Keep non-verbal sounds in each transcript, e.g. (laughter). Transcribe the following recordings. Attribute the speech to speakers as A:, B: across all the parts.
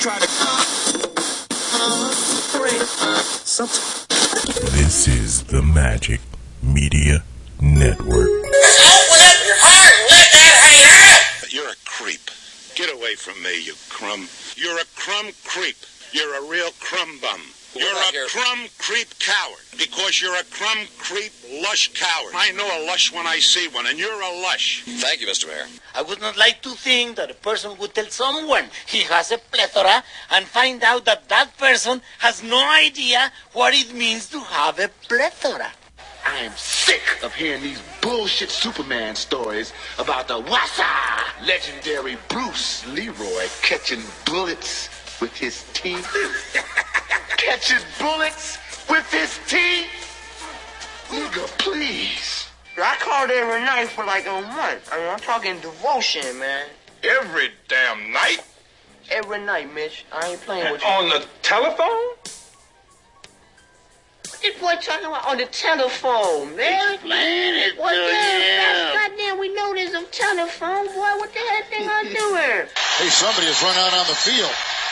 A: try to.
B: This is the Magic Media Network.
C: You're a creep. Get away from me, you crumb. You're a crumb creep. You're a real crumb bum. You're a crumb creep coward because you're a crumb creep lush coward. I know a lush when I see one, and you're a lush.
D: Thank you, Mr. Mayor.
E: I would not like to think that a person would tell someone he has a plethora and find out that that person has no idea what it means to have a plethora.
F: I am sick of hearing these bullshit Superman stories about the Wassa legendary Bruce Leroy catching bullets with his teeth. (laughs) catching bullets with his teeth? Nigga, please.
G: I called every night for like a month. I mean, I'm talking devotion, man.
H: Every damn night?
G: Every night, Mitch. I ain't playing with you.
H: On the telephone?
G: This boy talking about on the telephone, man.
I: Explain it
G: What
I: to
G: the
I: him.
G: hell? Goddamn, we know there's a telephone, boy. What the hell they gonna do here?
J: Hey, somebody has run out on the field.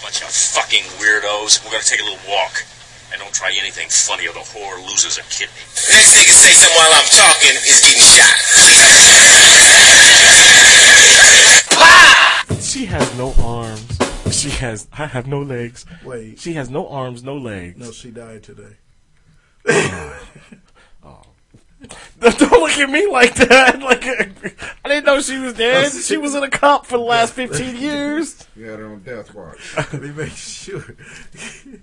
D: Bunch of fucking weirdos. We're gonna take a little walk. And don't try anything funny or the whore loses a kidney.
K: Next thing you say something while I'm talking is getting shot.
L: She has no arms. She has. I have no legs. Wait. She has no arms, no legs.
M: No, she died today.
L: (laughs) Oh. Don't look at me like that. (laughs) Like I didn't know she was
M: (laughs)
L: dead. She was in a cop for the last fifteen years.
N: Yeah, they're on death watch.
M: They make sure.
N: (laughs)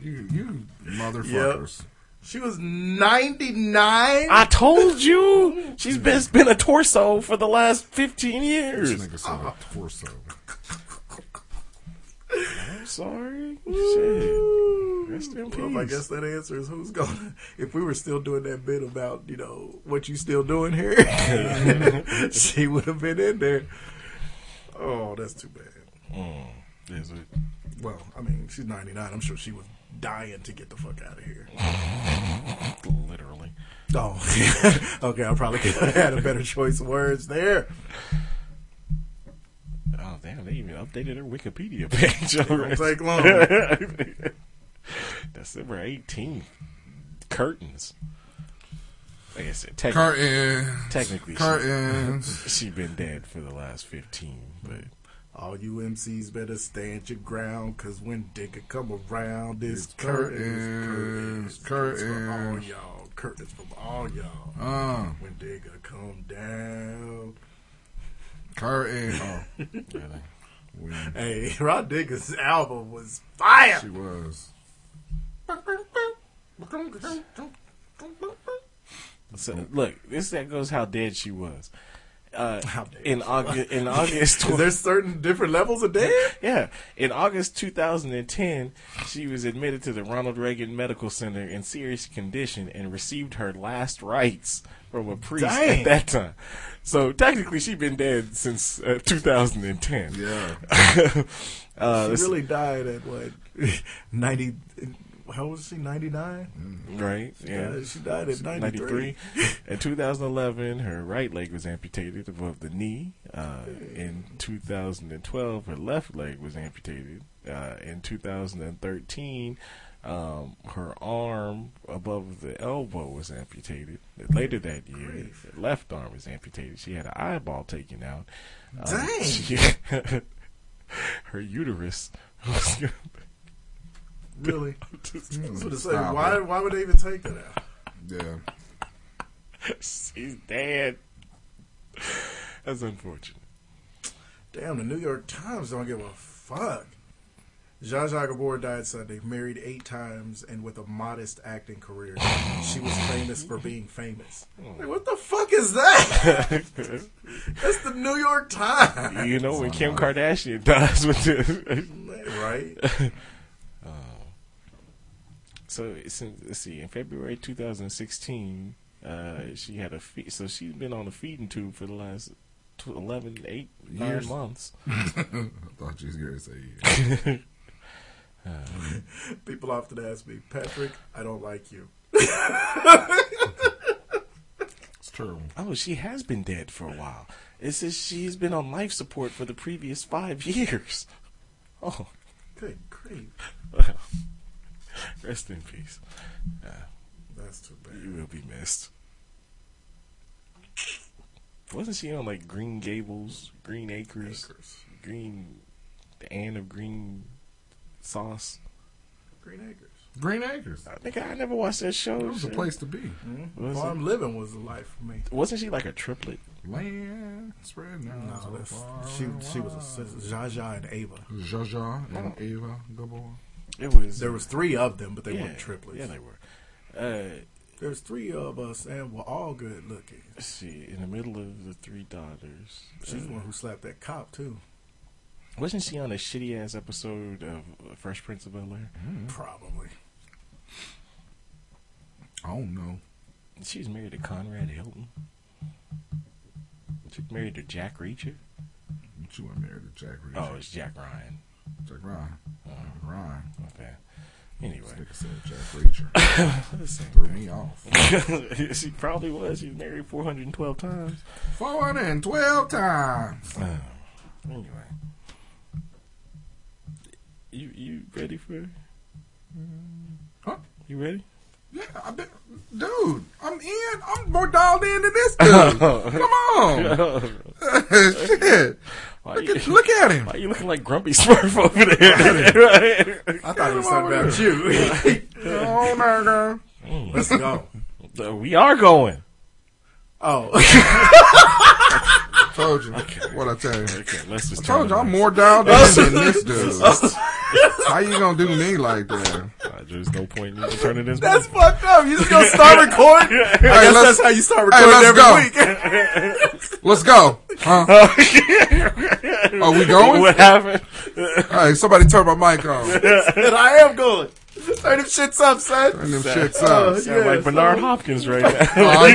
N: you, you motherfuckers.
M: She was 99.
L: I told
M: (laughs)
L: you she's been been a torso for the last fifteen years.
N: This nigga said a torso.
L: I'm sorry. Shit. Rest in
M: Well, I guess that answers who's gonna. (laughs) If we were still doing that bit about you know what you still
L: (laughs)
M: doing here, (laughs) she would have been in there. Oh, that's too bad.
L: Mm, Is it?
M: Well, I mean, she's ninety nine. I'm sure she was dying to get the fuck out of here.
L: (laughs) Literally.
M: Oh, okay. I probably could have had a better choice of words there.
L: Oh damn! They even updated her
M: (laughs)
L: Wikipedia page.
M: It don't
L: (laughs)
M: take long.
L: December eighteen. Curtains. Like I said, techni-
J: Eh,
N: Curtains.
L: Technically, she-
N: Curtains.
L: (laughs) She, been dead for the last fifteen, but
M: All you MCs better stand your ground, cause when Digga come around, it's,
N: It's
M: curtains,
N: curtains,
M: curtains,
N: curtains.
M: from all y'all, curtains from all y'all.
N: Uh.
M: When Digga come down,
N: Curtains. Oh, when
M: hey, Rod Digga's album was fire.
N: she was.
L: so, look, this that goes how dead she was. Uh,
M: dead
L: in August, in August,
M: (laughs) Is there certain different levels of dead?
L: yeah, in August 2010, she was admitted to the Ronald Reagan Medical Center in serious condition and received her last rites from a priest
M: Dang.
L: at that time. So technically, she'd been dead since uh, 2010.
N: Yeah.
L: (laughs) uh,
M: she
L: let's-
M: really died at what (laughs) ninety? How old was she? Ninety nine.
L: Right. Yeah.
M: died- she died at 93.
L: 93. (laughs) In 2011, her right leg was amputated above the knee. Uh, in 2012, her left leg was amputated. Uh, in 2013, um, her arm above the elbow was amputated. Later that year, her left arm was amputated. She had an eyeball taken out. Um,
M: Dang.
L: she- (laughs) her uterus was. (laughs)
M: Really? I was gonna say,
N: Stop
M: why?
N: it.
M: Why would they even take that out?
N: Yeah.
L: She's dead. That's unfortunate.
M: Damn, the New York Times don't give a fuck. Zsa Zsa Gabor died Sunday, married eight times, and with a modest acting career. She was famous for being famous. Like, what the fuck is that?
L: (laughs)
M: That's the New York Times,
L: (laughs) you know when Kim Kardashian dies with the
M: right?
L: Oh So since let's see, in February 2016, uh, she had a feed. So she's been on a feeding tube for the last tw- 11, 8,
M: Years.
L: nine months.
M: I thought you was gonna say yeah.
C: People often ask me, Patrick, I don't like you.
M: it's terrible.
L: Oh, she has been dead for a while. It says she's been on life support for the previous five (laughs) years. Oh,
C: Good grief.
L: well. Rest in peace. Uh,
C: That's too bad.
L: you will be missed. Wasn't she on like Green Gables, Green Acres, Green, the Anne of Green Sauce?
C: Green Acres.
M: Green Acres.
L: I think I never watched that show.
M: That was a
L: shit.
M: place to be.
L: Was
C: Farm
L: it?
C: living was the life for me.
L: Wasn't she like a triplet?
M: Land spread now.
C: No, that's, she she was a sister, Zsa Zsa and Ava.
L: Mm-hmm.
M: Zsa Zsa and Ava Gabor.
L: It was.
C: There was three of them, but they
L: yeah,
C: weren't triplets.
L: Yeah, they were. Uh,
C: There was three of us, and we're all good looking.
L: let's see, in the middle of the three daughters,
C: She's
L: uh,
C: the one who slapped that cop too.
L: wasn't she on a shitty ass episode of Fresh Prince of Bel Air?
C: Probably.
M: I don't know.
L: She was married to Conrad Hilton. She was married to Jack Reacher.
M: She wasn't married to Jack Reed.
L: Oh, Uh-huh. it's Jack Ryan.
M: Jack Ryan. Ryan.
L: My bad. Anyway, (laughs)
M: This nigga said Jack Reacher. Threw me off.
L: she probably was. She was married 412 times.
M: 412 times.
L: Uh, anyway, you you ready for?
M: Huh?
L: You (laughs) ready?
M: Yeah, I bet. Dude, I'm in. I'm more dialed in than this
L: (laughs)
M: dude. Come on. Shit.
L: Why
M: Look
L: you-
M: at, look at him.
L: Why you looking like Grumpy Smurf over there? (laughs)
C: I thought it was something about you.
M: (laughs) Oh, my God.
C: Let's go.
L: Uh, we are going.
C: Oh,
M: Told you. What I tell you.
L: Okay, let's just.
M: Told you,
L: turn
M: I'm
L: it
M: more dialed in than this
C: (laughs)
M: dude.
L: (laughs)
M: How you gonna do me like that?
L: back. Uh, There's no point in you turning this.
C: that's
L: back.
C: fucked up. You just gonna start recording? I guess
M: let's-
C: that's how you start
M: Hey,
C: recording
M: let's
C: every
M: go.
C: week.
M: (laughs) Let's go. Huh?
C: Oh, (laughs)
M: Are we going?
L: What happened?
M: Hey, somebody turn my mic on. Turn
C: and I am going. Turn them shits up, son.
M: them shits up.
C: yeah,
L: Sound like
C: so-
L: Bernard Hopkins right now. (laughs)
M: Oh, I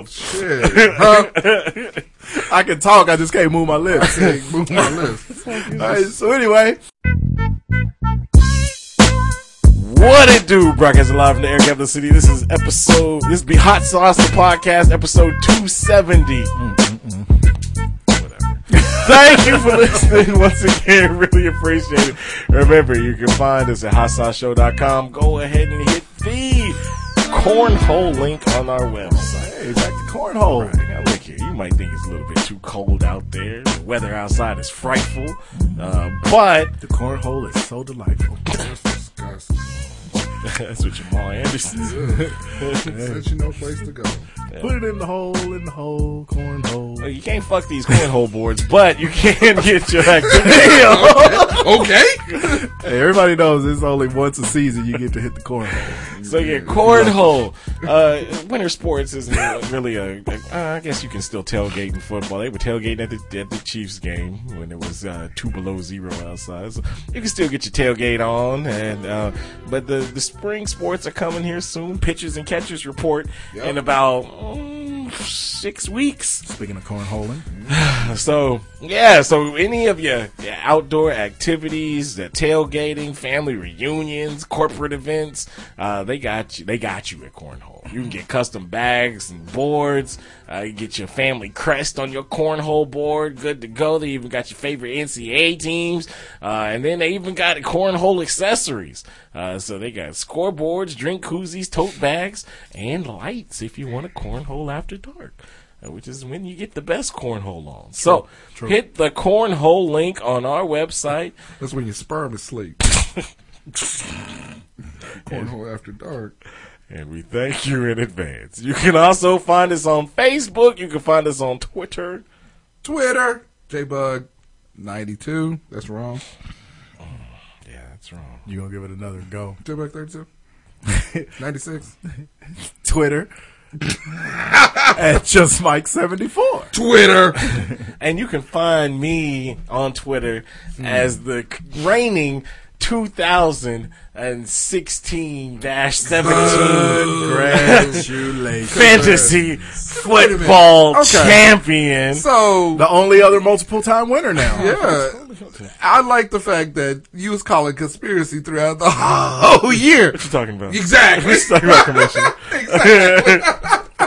L: Look
M: Right? Shit. Huh?
C: I can talk. I just can't move my lips.
M: Hey, move my lips.
C: All right, so anyway,
L: What it do, broadcasting live from the air capital city. This is episode, this be Hot Sauce, the podcast, episode 270. Whatever. Thank you for listening (laughs) once again. Really appreciate it. Remember, you can find us at hotsauceshow.com. Go ahead and hit the cornhole link on our website.
C: hey, back to cornhole.
L: Right, now look here. You might think it's a little bit too cold out there. The weather outside is frightful. Uh, but
C: The cornhole is so delightful.
M: That's disgusting.
L: (laughs) that's what Jamal Anderson said.
M: Sent you no place to go.
C: Put it in the hole, in the hole, cornhole.
L: Well, You can't fuck these cornhole boards, but you can (laughs) get your (laughs) activity on.
M: Okay.
C: Hey, everybody knows it's only once a season you get to hit the cornhole.
L: So yeah, cornhole. Uh, winter sports isn't really a. a- uh, I guess you can still tailgate in football. They were tailgating at the at the Chiefs game when it was uh, two below zero outside. So you can still get your tailgate on, and uh, but the the spring sports are coming here soon. Pitchers and catchers report in about mm, six weeks.
C: Speaking of cornholing,
L: (laughs) So yeah, so any of your, your outdoor activities, the tailgating, family reunions, corporate events, uh, they got you. They got you at cornhole. You can get custom bags and boards. Uh, you get your family crest on your cornhole board. Good to go. They even got your favorite NCAA teams, uh, and then they even got cornhole accessories. Uh, so they got scoreboards, drink koozies, tote bags, and lights if you want a cornhole after dark uh, which is when you get the best cornhole on. so hit the cornhole link on our website.
M: That's when your sperm is asleep. Cornhole after dark.
L: And we thank you in advance. You can also find us on Facebook. You can find us on Twitter.
M: Twitter. Jbug. 92. That's wrong.
L: Yeah, that's wrong.
C: you gonna give it another go. (laughs)
M: Jbug 32. 96.
L: (laughs)
C: Twitter at just Mike seventy four.
M: Twitter.
L: Hmm. And you can find me on Twitter as the reigning 2016 17
O: Congratulations.
L: fantasy football
O: Okay.
L: champion.
M: So
O: the only other multiple time winner now.
M: Yeah. I like the fact that you was calling conspiracy throughout the (laughs) whole year.
L: (laughs) What you talking about? (laughs)
M: Exactly.
L: What you talking about, Commissioner? (laughs)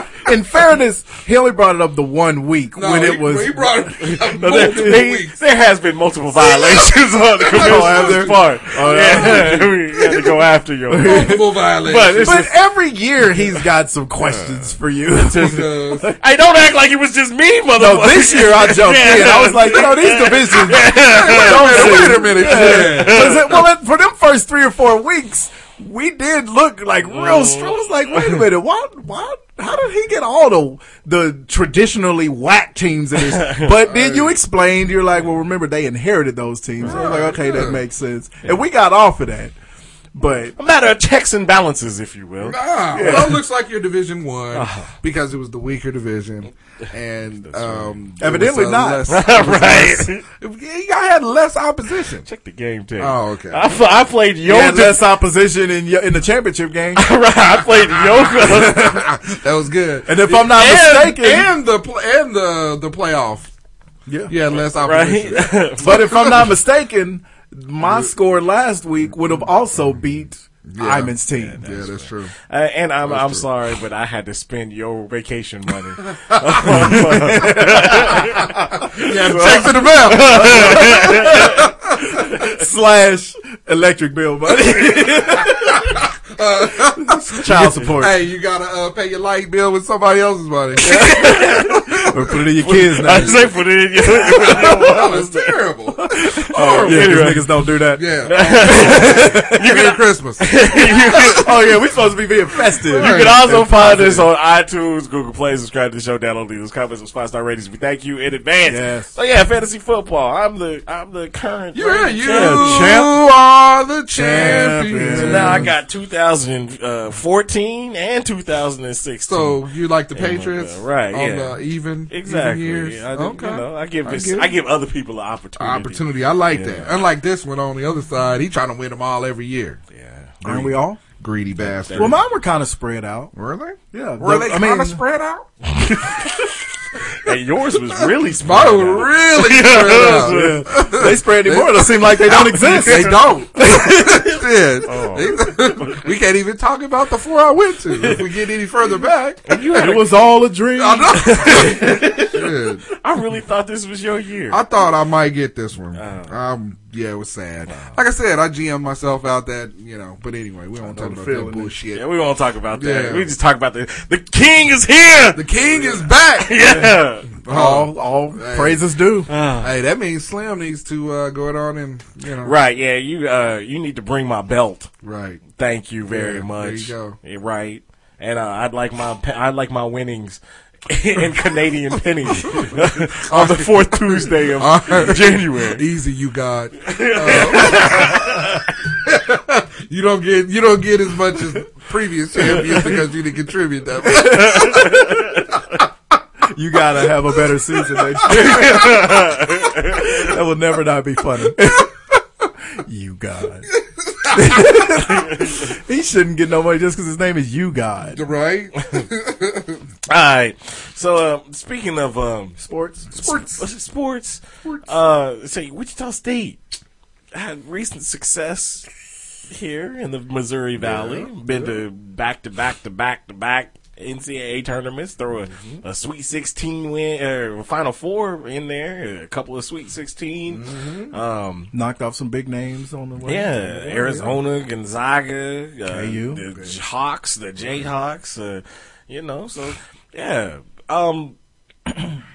O: (laughs) In fairness, he only brought it up the one week
M: No,
O: when
M: he-
O: it was.
M: he brought
L: (laughs)
M: it up
L: No, there,
M: multiple
L: they-
M: weeks.
L: there has been
M: (laughs)
L: multiple violations on
O: (laughs)
L: the
O: Oh, have there?
L: commissioner's part.
O: Oh,
L: yeah, (laughs) we had to go after you.
O: (laughs)
M: Multiple violations.
L: But it's
O: but
L: just-
O: every year he's got
L: (laughs)
O: some questions for you.
M: (laughs)
L: I don't act like it was just me, motherfucker.
O: No, this year I
L: (laughs)
O: jumped in. I was like, you know, these divisions.
M: Wait a minute, wait a minute.
O: Yeah. 'Cause it- well, it- for them first three or four weeks, we did look like real strong. I was like, wait a minute, why, why, how did he get all the the traditionally whack teams in
M: (laughs)
O: this? But then you explained, you're like, well, remember they inherited those teams. I was like, okay, that makes sense, and we got off of that. But
L: a matter of checks and balances, if you will.
M: Ah, well, it looks like your division one
O: Uh-huh.
M: because it was the weaker division, and um, it
O: Evidently
M: was a
O: not. (laughs)
M: less- it was
L: (laughs) right.
M: less- y'all had less opposition.
L: Check the game tape.
M: Oh, okay.
L: I, pl- I played
O: you
L: yoga.
O: had less opposition in your, in the championship game,
L: (laughs) right, I
O: (laughs)
L: played yoga.
M: (laughs) that was good.
O: and if I'm not
M: and,
O: mistaken,
M: and the pl- and the the playoff.
O: Yeah.
M: you had less opposition.
L: right?
O: But if I'm not mistaken, my score last week would have also beat Iman's team.
M: (laughs) Yeah, that's true.
L: Uh, and I'm I'm sorry, but I had to spend your vacation money. (laughs) I
M: Yeah, check to the bell.
O: (laughs) Slash electric bill
M: (laughs)
O: money. (laughs) Child support.
M: Hey, you gotta uh, pay your light bill with somebody else's money.
O: (laughs) Or put it in your (laughs) kids' name.
L: say put it in your.
M: that was terrible.
O: (laughs) Oh, yeah, 'cause
L: Anyway.
O: niggas don't do
L: (laughs)
O: that. (laughs)
M: Yeah, you get Christmas.
O: oh, yeah, we supposed to be being festive.
L: You can also find us on iTunes, Google Play, subscribe to the show, download these comments and five star ratings. We thank you in advance.
O: Yes.
L: So yeah, fantasy football. I'm the I'm the current.
M: Yeah, you
O: champ.
M: are the champion.
O: Champion.
L: So now I got 2014 and 2016.
M: So you like the
L: Yeah,
M: Patriots,
L: right,
M: On
L: yeah.
M: the even
L: exactly.
M: even years.
L: Yeah, I, do-
M: okay.
L: you know, I give this. I
M: get
L: give,
M: it.
L: other people an opportunity.
M: Opportunity. I like
L: Yeah.
M: that. Unlike this one on the other side, he trying to win them all every year.
L: Yeah.
O: Aren't we all?
M: Greedy bastard.
O: Well, mine were kind of spread out.
L: (laughs)
M: were they?
O: Yeah.
M: Were
O: the-
M: they
O: I
M: kind
O: mean-
M: of spread out?
L: And yours was really smart.
M: Mine were
L: (laughs)
M: really spread out.
O: they spread anymore. It seem like they don't exist.
M: They
O: (laughs)
M: don't. Shit.
L: Oh.
M: They- (laughs) we can't even talk about the four I went to. If we get any further back, (laughs)
O: It was all a dream.
L: (laughs)
M: I know. Shit.
L: I really thought this was your year.
M: I thought I might get this one.
O: Oh.
M: Um, yeah, it was sad. Like I said, I GM myself out that you know. But anyway, we don't talk
O: the
M: about
O: feeling
M: that
O: is-
M: bullshit.
L: yeah, we won't talk about that.
M: Yeah.
L: We just talk about the the king is here.
M: The king is back. Oh.
L: yeah.
O: (laughs) All, all
M: Hey.
O: praises due. Uh.
M: Hey, that means Slim needs to uh, go it on and you know.
L: Right. Yeah. You uh you need to bring my belt.
M: Right.
L: Thank you very
M: Yeah,
L: much.
M: there you go.
L: Yeah, Right. And uh, I'd like my pe- I'd like my winnings (laughs) in Canadian pennies (laughs) on the fourth Tuesday of January.
M: Easy,
O: (laughs)
M: you got. Uh, (laughs) you don't get you don't get as much as previous champions because you didn't contribute that much.
O: You gotta have a better season
L: (laughs)
O: next year. that will never not be funny. you God. (laughs) he shouldn't get no money just because his name is You God. (laughs)
M: Right?
L: All
M: (laughs)
L: right. So um, speaking of um
O: Sports.
L: sports, sports, uh, say Wichita State had recent success here in the Missouri Valley. Been to back to back to back to back NCAA tournaments. Throw a,
O: Mm-hmm.
L: a Sweet Sixteen win or Final Four in there. A couple of Sweet 16 Um,
O: Mm-hmm. Knocked off some big names on the way.
L: yeah, Arizona, Gonzaga, uh,
O: KU.
L: the Hawks, the Jayhawks, uh, you know. So
O: (laughs)
L: yeah, um, (clears throat)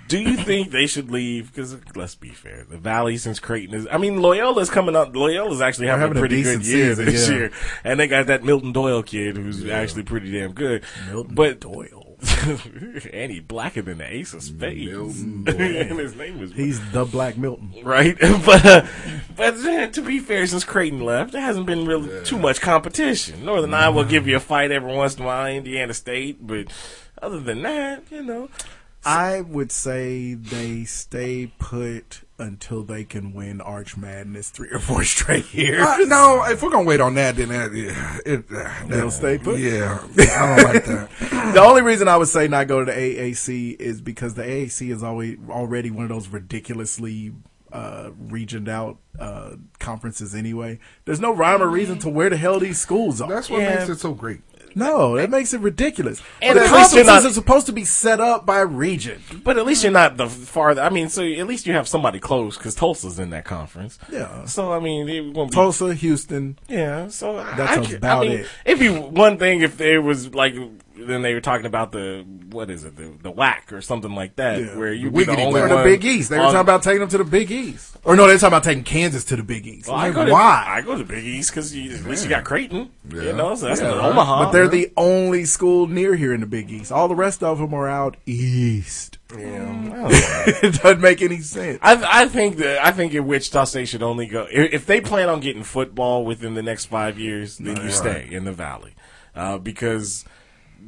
L: do you think they should leave? Because let's be fair, the Valley since Creighton is, I mean, Loyola's coming up. Loyola's actually having,
O: having
L: a
O: a
L: pretty good
O: decent
L: year
O: season,
L: this
O: yeah.
L: year, and they got that Milton Doyle kid who's actually pretty damn good.
O: Milton
L: but
O: Doyle.
L: (laughs) and he blacker than the Ace of Spades,
O: Milton
L: (laughs) and his name is
O: He's the Black Milton.
L: right? (laughs) but uh, but uh, to be fair, since Creighton left, there hasn't been really too much competition. Northern Iowa will give you a fight every once in a while, Indiana State, but other than that, you know,
O: I would say they stay put
L: until they can win Arch Madness three or four (laughs) straight years.
M: Uh, no, if we're gonna wait on that, then that, it, uh,
L: they'll
M: that-
L: stay put.
M: Yeah,
L: (laughs)
M: I don't like that.
L: the only reason I would say not go to the AAC is because the AAC is always already one of those ridiculously uh, regioned out uh, conferences anyway. There's no rhyme or
D: Mm-hmm.
L: reason to where the hell these schools are.
M: That's what makes it so great.
L: No, that makes it ridiculous.
D: And
L: the
D: at least you're
L: conferences
D: not-
L: are supposed to be set up by region.
D: But at least you're not the farther. I mean, so at least you have somebody close because Tulsa's in that conference.
L: Yeah.
D: So I mean, it won't be
L: Tulsa, Houston.
D: Yeah, so
L: That's
D: I, ca-
L: about
D: I mean,
L: it.
D: It'd be one thing if it was like then they were talking about the what is it the the whack or something like that
L: Yeah.
D: where you
M: The
D: be the
M: Wiggity
D: only
M: Whack.
L: Or
D: one
L: the Big East. They were
D: on-
L: talking about taking them to the Big East.
M: Or no, they're talking about taking Kansas to the Big East.
D: Well, I
M: Like,
D: go to,
M: why?
D: I go to Big East because at least you got Creighton.
M: Yeah.
D: You know, so that's
M: Yeah,
D: the
M: right.
D: Omaha.
L: But they're the only school near here in the Big East. All the rest of them are out east.
D: (laughs)
L: it doesn't make any sense.
D: I, I think that I think at Wichita State should only go i- if they plan on getting football within the next five years. Then you stay in the Valley uh, because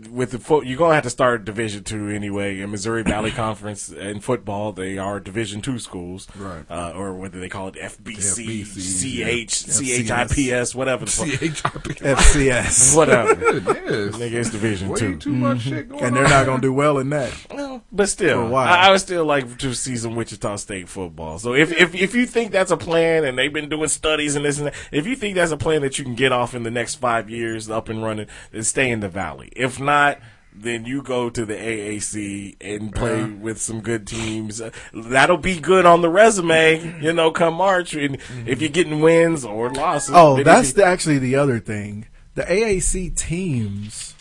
D: with the fo- you're gonna have to start Division two anyway. In Missouri Valley Conference in football, they are Division two schools,
M: Right.
D: Uh, or whether they call it FBC,
M: FBC,
D: CH,
L: yeah.
D: CHIPS, whatever. The fuck. (laughs)
M: (laughs)
L: FCS.
D: Whatever.
M: It is.
D: Nigga, it's Division
M: Way
D: two.
M: too much shit going
L: Mm-hmm. And they're
M: on.
L: not going to do well in that.
D: (laughs) Well, but still,
L: For a while.
D: I, I would still like to see some Wichita State football. So if, if if you think that's a plan, and they've been doing studies and this and that, if you think that's a plan that you can get off in the next five years, up and running, then stay in the valley. If not. Then you go to the AAC and play
L: Uh-huh.
D: with some good teams. Uh, That'll be good on the resume, you know, come March. And if you're getting wins or losses,
L: Oh,
D: then
L: that's
D: you can-
L: the, actually the other thing. The AAC teams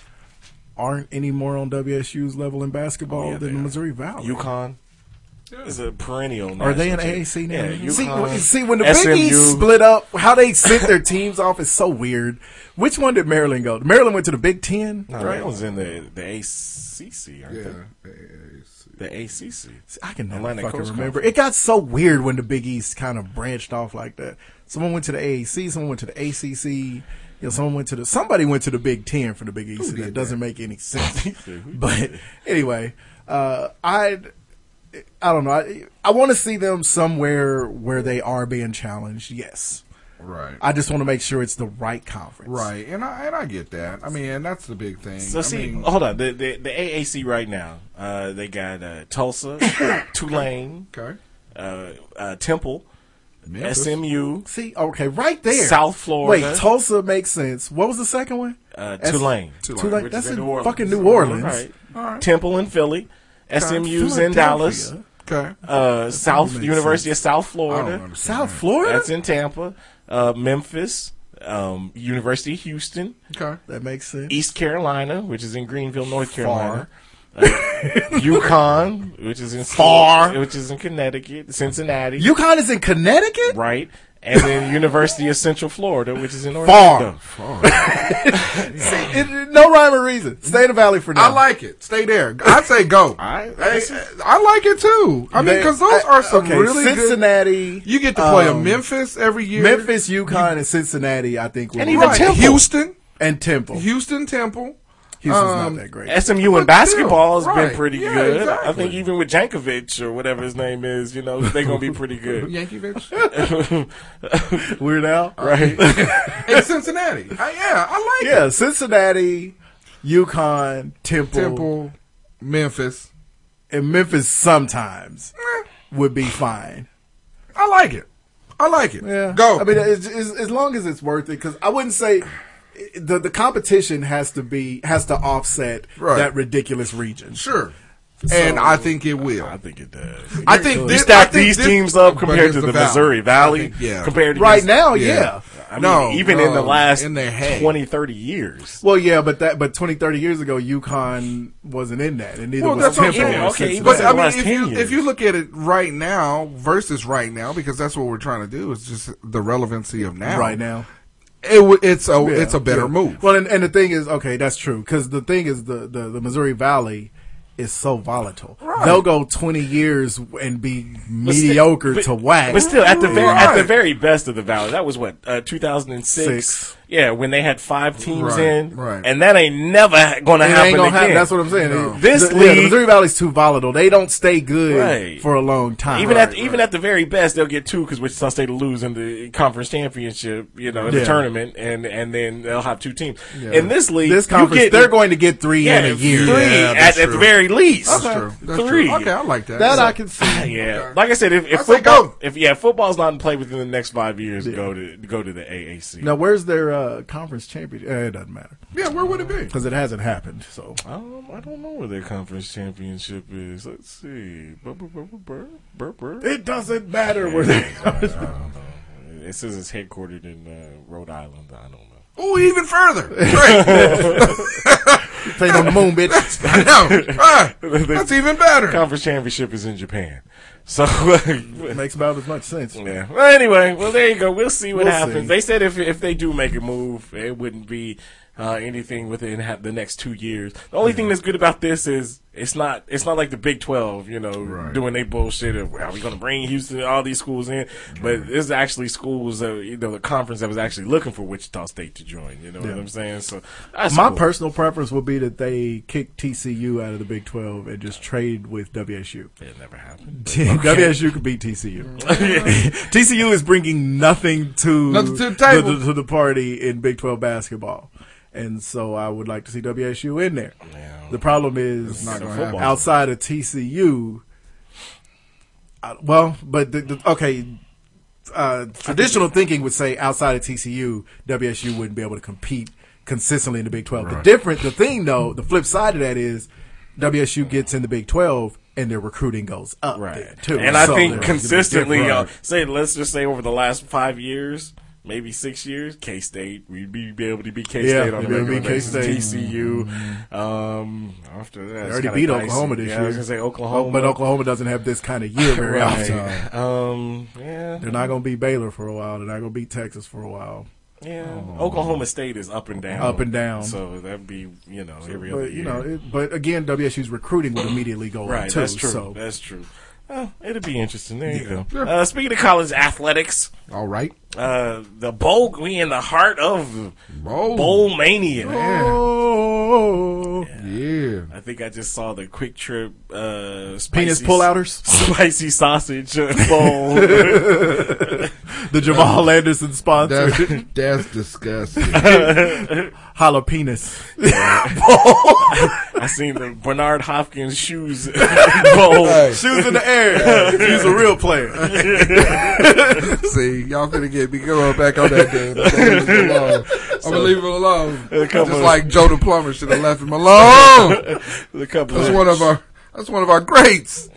L: aren't any more on WSU's level in basketball
D: Oh, yeah,
L: than
D: they
L: the
D: are.
L: Missouri Valley.
D: UConn is a perennial.
L: Are they in
D: national team.
L: AAC now?
D: Yeah,
L: see,
D: UConn,
L: when, see, when the Big East
D: SMU.
L: split up, how they sent their teams off is so weird. Which one did Maryland go? Maryland went to the Big Ten,
D: No,
L: right?
D: that was in the the ACC, aren't
M: Yeah.
D: they? The ACC.
L: See, I can never
D: Atlantic
L: fucking
D: Coast
L: remember.
D: Conference.
L: It got so weird when the Big East kind of branched off like that. Someone went to the AAC, someone went to the ACC, you know, someone went to the somebody went to the Big Ten for the Big East. and that doesn't make
D: (laughs)
L: any sense. but anyway, uh, I I don't know. I, I want to see them somewhere where they are being challenged. Yes,
M: Right.
L: I just want to make sure it's the right conference.
M: Right, and I and I get that. I mean, and that's the big thing.
D: So
M: I
D: see,
M: mean,
D: hold on. The, the the AAC right now, uh, they got uh,
L: (laughs)
D: Tulsa, Tulane,
M: okay,
D: uh, uh, Temple,
M: Memphis.
D: SMU,
L: See, okay, right there.
D: South Florida.
L: Wait, Tulsa makes sense. What was the second one?
D: uh,
L: S-
D: Tulane,
L: Tulane.
M: Tulane,
L: That's
D: is
L: in
D: in New Orleans.
L: fucking New Orleans.
D: Right.
M: All right.
D: Temple in Philly, SMU's
L: Philadelphia.
D: in Dallas,
M: okay.
D: uh, South
L: makes
D: University of South
M: I don't
D: Florida.
M: understand.
L: South Florida.
D: That's in Tampa, uh, Memphis, um, University of Houston.
M: Okay,
L: that makes sense.
D: East Carolina, which is in Greenville, North Carolina. Uh,
L: (laughs)
D: Yukon, which is in
L: Far.
D: which is in Connecticut, Cincinnati,
L: UConn is in Connecticut.
D: right, and then University of Central Florida, which is in
L: Far.
D: Orlando.
L: (laughs) It- it- no rhyme or reason. Stay in the valley for now.
M: I like it. Stay there. I
D: (laughs)
M: say go.
D: right,
M: I,
D: that's
M: I like it too. I mean,
L: They-
M: because those
L: I-
M: are some
L: okay,
M: really good.
L: Cincinnati.
M: You get to play a
L: um,
M: Memphis every year.
L: Memphis, UConn, and Cincinnati. I think will
D: And
L: be-
D: even
M: right.
D: Temple.
M: Houston,
L: and Temple.
M: Houston Temple.
L: Houston's
M: um,
L: not that great.
D: SMU
M: But
D: in basketball has
M: still, right.
D: been pretty
M: Yeah,
D: good. I
M: exactly.
D: think even with Jankovic or whatever his name is, you know, they're gonna be pretty good.
M: Yankee Vince.
L: (laughs) Weird Al.
D: Right.
M: and Cincinnati. I, yeah, I like it.
L: Uh, Yeah, Cincinnati, UConn, Temple,
M: Temple, Memphis.
L: and Memphis sometimes
M: Eh,
L: would be fine.
M: I like it. I like it.
L: Yeah.
M: Go.
L: I mean, it's, it's, as long as it's worth it, because I wouldn't say the the competition has to be has to offset
M: Right.
L: that ridiculous region.
M: sure. and I think it will.
D: I think it does.
M: I think
D: You
M: this, I
D: stack
M: think
D: these
M: this-
D: teams up
M: but
D: compared
M: it's
D: to the,
M: Valley.
D: Missouri
M: I
D: Valley.
M: think- yeah.
D: Compared to
L: Right
D: this-
L: now,
M: Yeah.
L: yeah.
D: I mean,
M: No,
D: even in the
M: no,
D: last
M: in their head.
D: 20, 30 years.
L: Well, yeah, but that but 20, 30 years ago, UConn wasn't in that, and neither
M: Well,
L: was
M: that's
L: Temple.
M: okay.
L: or
D: Okay,
L: Cincinnati.
D: But
M: But
D: in
M: I
D: the
M: mean,
D: last
M: if
D: 10
M: you
D: years.
M: if you look at it right now versus right now, because that's what we're trying to do is just the relevancy of now.
L: right now.
M: it w- it's a
L: Yeah,
M: it's a better
L: yeah.
M: move.
L: Well, and, and the thing is, okay, that's true. Because the thing is, the, the, the Missouri Valley is so volatile.
M: Right.
L: They'll go 20 years and be
D: But still-
L: mediocre
D: but-
L: to whack.
D: But still, at the very, at the
M: Right.
D: very best of the Valley, that was what uh, two thousand and
L: Six.
D: six. Yeah, when they had five teams
L: Right,
D: in,
L: right.
D: and that ain't never ha- going to
L: It ain't
D: happen
L: gonna
D: again.
L: happen. That's what I'm saying. It-
D: This
L: the, yeah, the
D: league,
L: Missouri Valley's too volatile. They don't stay good
D: Right.
L: for a long time.
D: even at even at the very best, they'll get two because Wichita State will lose in the conference championship, you know, in
L: Yeah.
D: the tournament, and and then they'll have two teams.
L: Yeah.
D: In this league,
L: this
D: you
L: conference,
D: get-
L: they're going to get three
D: Yeah,
L: in a year.
D: Three
L: Yeah,
D: at,
L: that's
D: at the
L: true.
D: very least.
L: That's true. That's
D: three.
L: true. Okay, I like that.
D: That
L: So-
D: I can see. Ah, Yeah,
L: Okay.
D: like I said, if, if
L: I say
D: football, if yeah, football's not in play within the next five years, go to go to the AAC.
L: Now, where's their uh, conference championship? Eh, it doesn't matter
D: Yeah, where would it be?
L: because it hasn't happened. So
D: Um, I don't know where their conference championship is. Let's see. Bur- bur- bur- bur- bur- bur-
L: It doesn't matter where they-
D: I don't
L: (laughs)
D: know. It says it's headquartered in uh, Rhode Island. I don't know.
L: Oh, even
D: (laughs)
L: further. Great. Playing on the moon, bitch.
D: (laughs)
L: I know. Ah, that's even better.
D: Conference championship is in Japan. So (laughs)
L: makes about as much sense.
D: Yeah. Well, anyway, well there you go. We'll see what
L: We'll
D: happens.
L: see.
D: They said if if they do make a move, it wouldn't be uh, anything within ha- the next two years. The only thing that's good about this is it's not it's not like the Big Twelve, you know, doing their bullshit of well, we're going to bring Houston all these schools in, but this is actually schools, uh, you know, the conference that was actually looking for Wichita State to join. You know
L: Yeah.
D: what I'm saying? So that's
L: My
D: cool.
L: personal preference would be that they kick TCU out of the Big 12 and just trade with WSU.
D: It never happened.
L: (laughs) WSU could beat TCU. (laughs) TCU is bringing nothing to,
D: Nothing to the
L: The,
D: table.
L: to the party in Big 12 basketball. And so I would like to see WSU in there. The problem is
D: It's not gonna happen.
L: outside of TCU. I, well, but the, the, okay, uh, traditional thinking would say outside of TCU, WSU wouldn't be able to compete consistently in the Big 12. The
M: Right.
L: different, the thing though, the flip side of that is WSU gets in the Big 12 and their recruiting goes up there, too.
D: And I
L: So there's
D: think
L: gonna be
D: consistently,
L: different-
D: uh, say let's just say over the last five years, maybe six years, K State we'd be, be able to beat K State
L: Yeah,
D: on
L: we'd
D: the
L: be
D: regular
L: K
D: basis.
L: State.
D: TCU. Um, after that,
L: They
D: it's
L: already
D: kinda
L: beat
D: dicey.
L: Oklahoma this
D: yeah,
L: year.
D: I was gonna say Oklahoma,
L: but Oklahoma doesn't have this kind of year very
D: (laughs) Right.
L: often.
D: Um, yeah.
L: They're not going to beat Baylor for a while. They're not going to beat Texas for a while.
D: Yeah, Oklahoma State is up and down,
L: Up and down.
D: So that'd be you know every other
L: But
D: year.
L: you know, it, but again, WSU's recruiting would immediately go
D: right?
L: up too.
D: that's true.
L: So
D: That's true. Oh, it'll be interesting. There you
L: Yeah.
D: go. Uh, speaking of college athletics,
L: all right,
D: uh, the bowl. We in the heart of bowl, mania.
L: Oh,
D: yeah. I think I just saw the Quick Trip uh, spicy,
L: Penis pullouters?
D: (laughs) spicy sausage uh,
L: (laughs)
D: bowl.
L: the Jamal Anderson sponsor.
D: That's-
L: (laughs) that's disgusting. (laughs)
M: (laughs)
L: Jalapenos.
D: I seen the Bernard Hopkins shoes bowl.
L: Hey. Shoes in the air. He's a real player. See,
D: y'all finna get me
L: going
D: back
L: on that damn- (laughs)
D: damn.
L: alone.
D: I'm
L: gonna leave him alone.
D: Just
L: like
D: Joe
L: Joda Plummer should
D: have
L: left him alone.
D: That's
L: one of our-
D: that's one of our greats.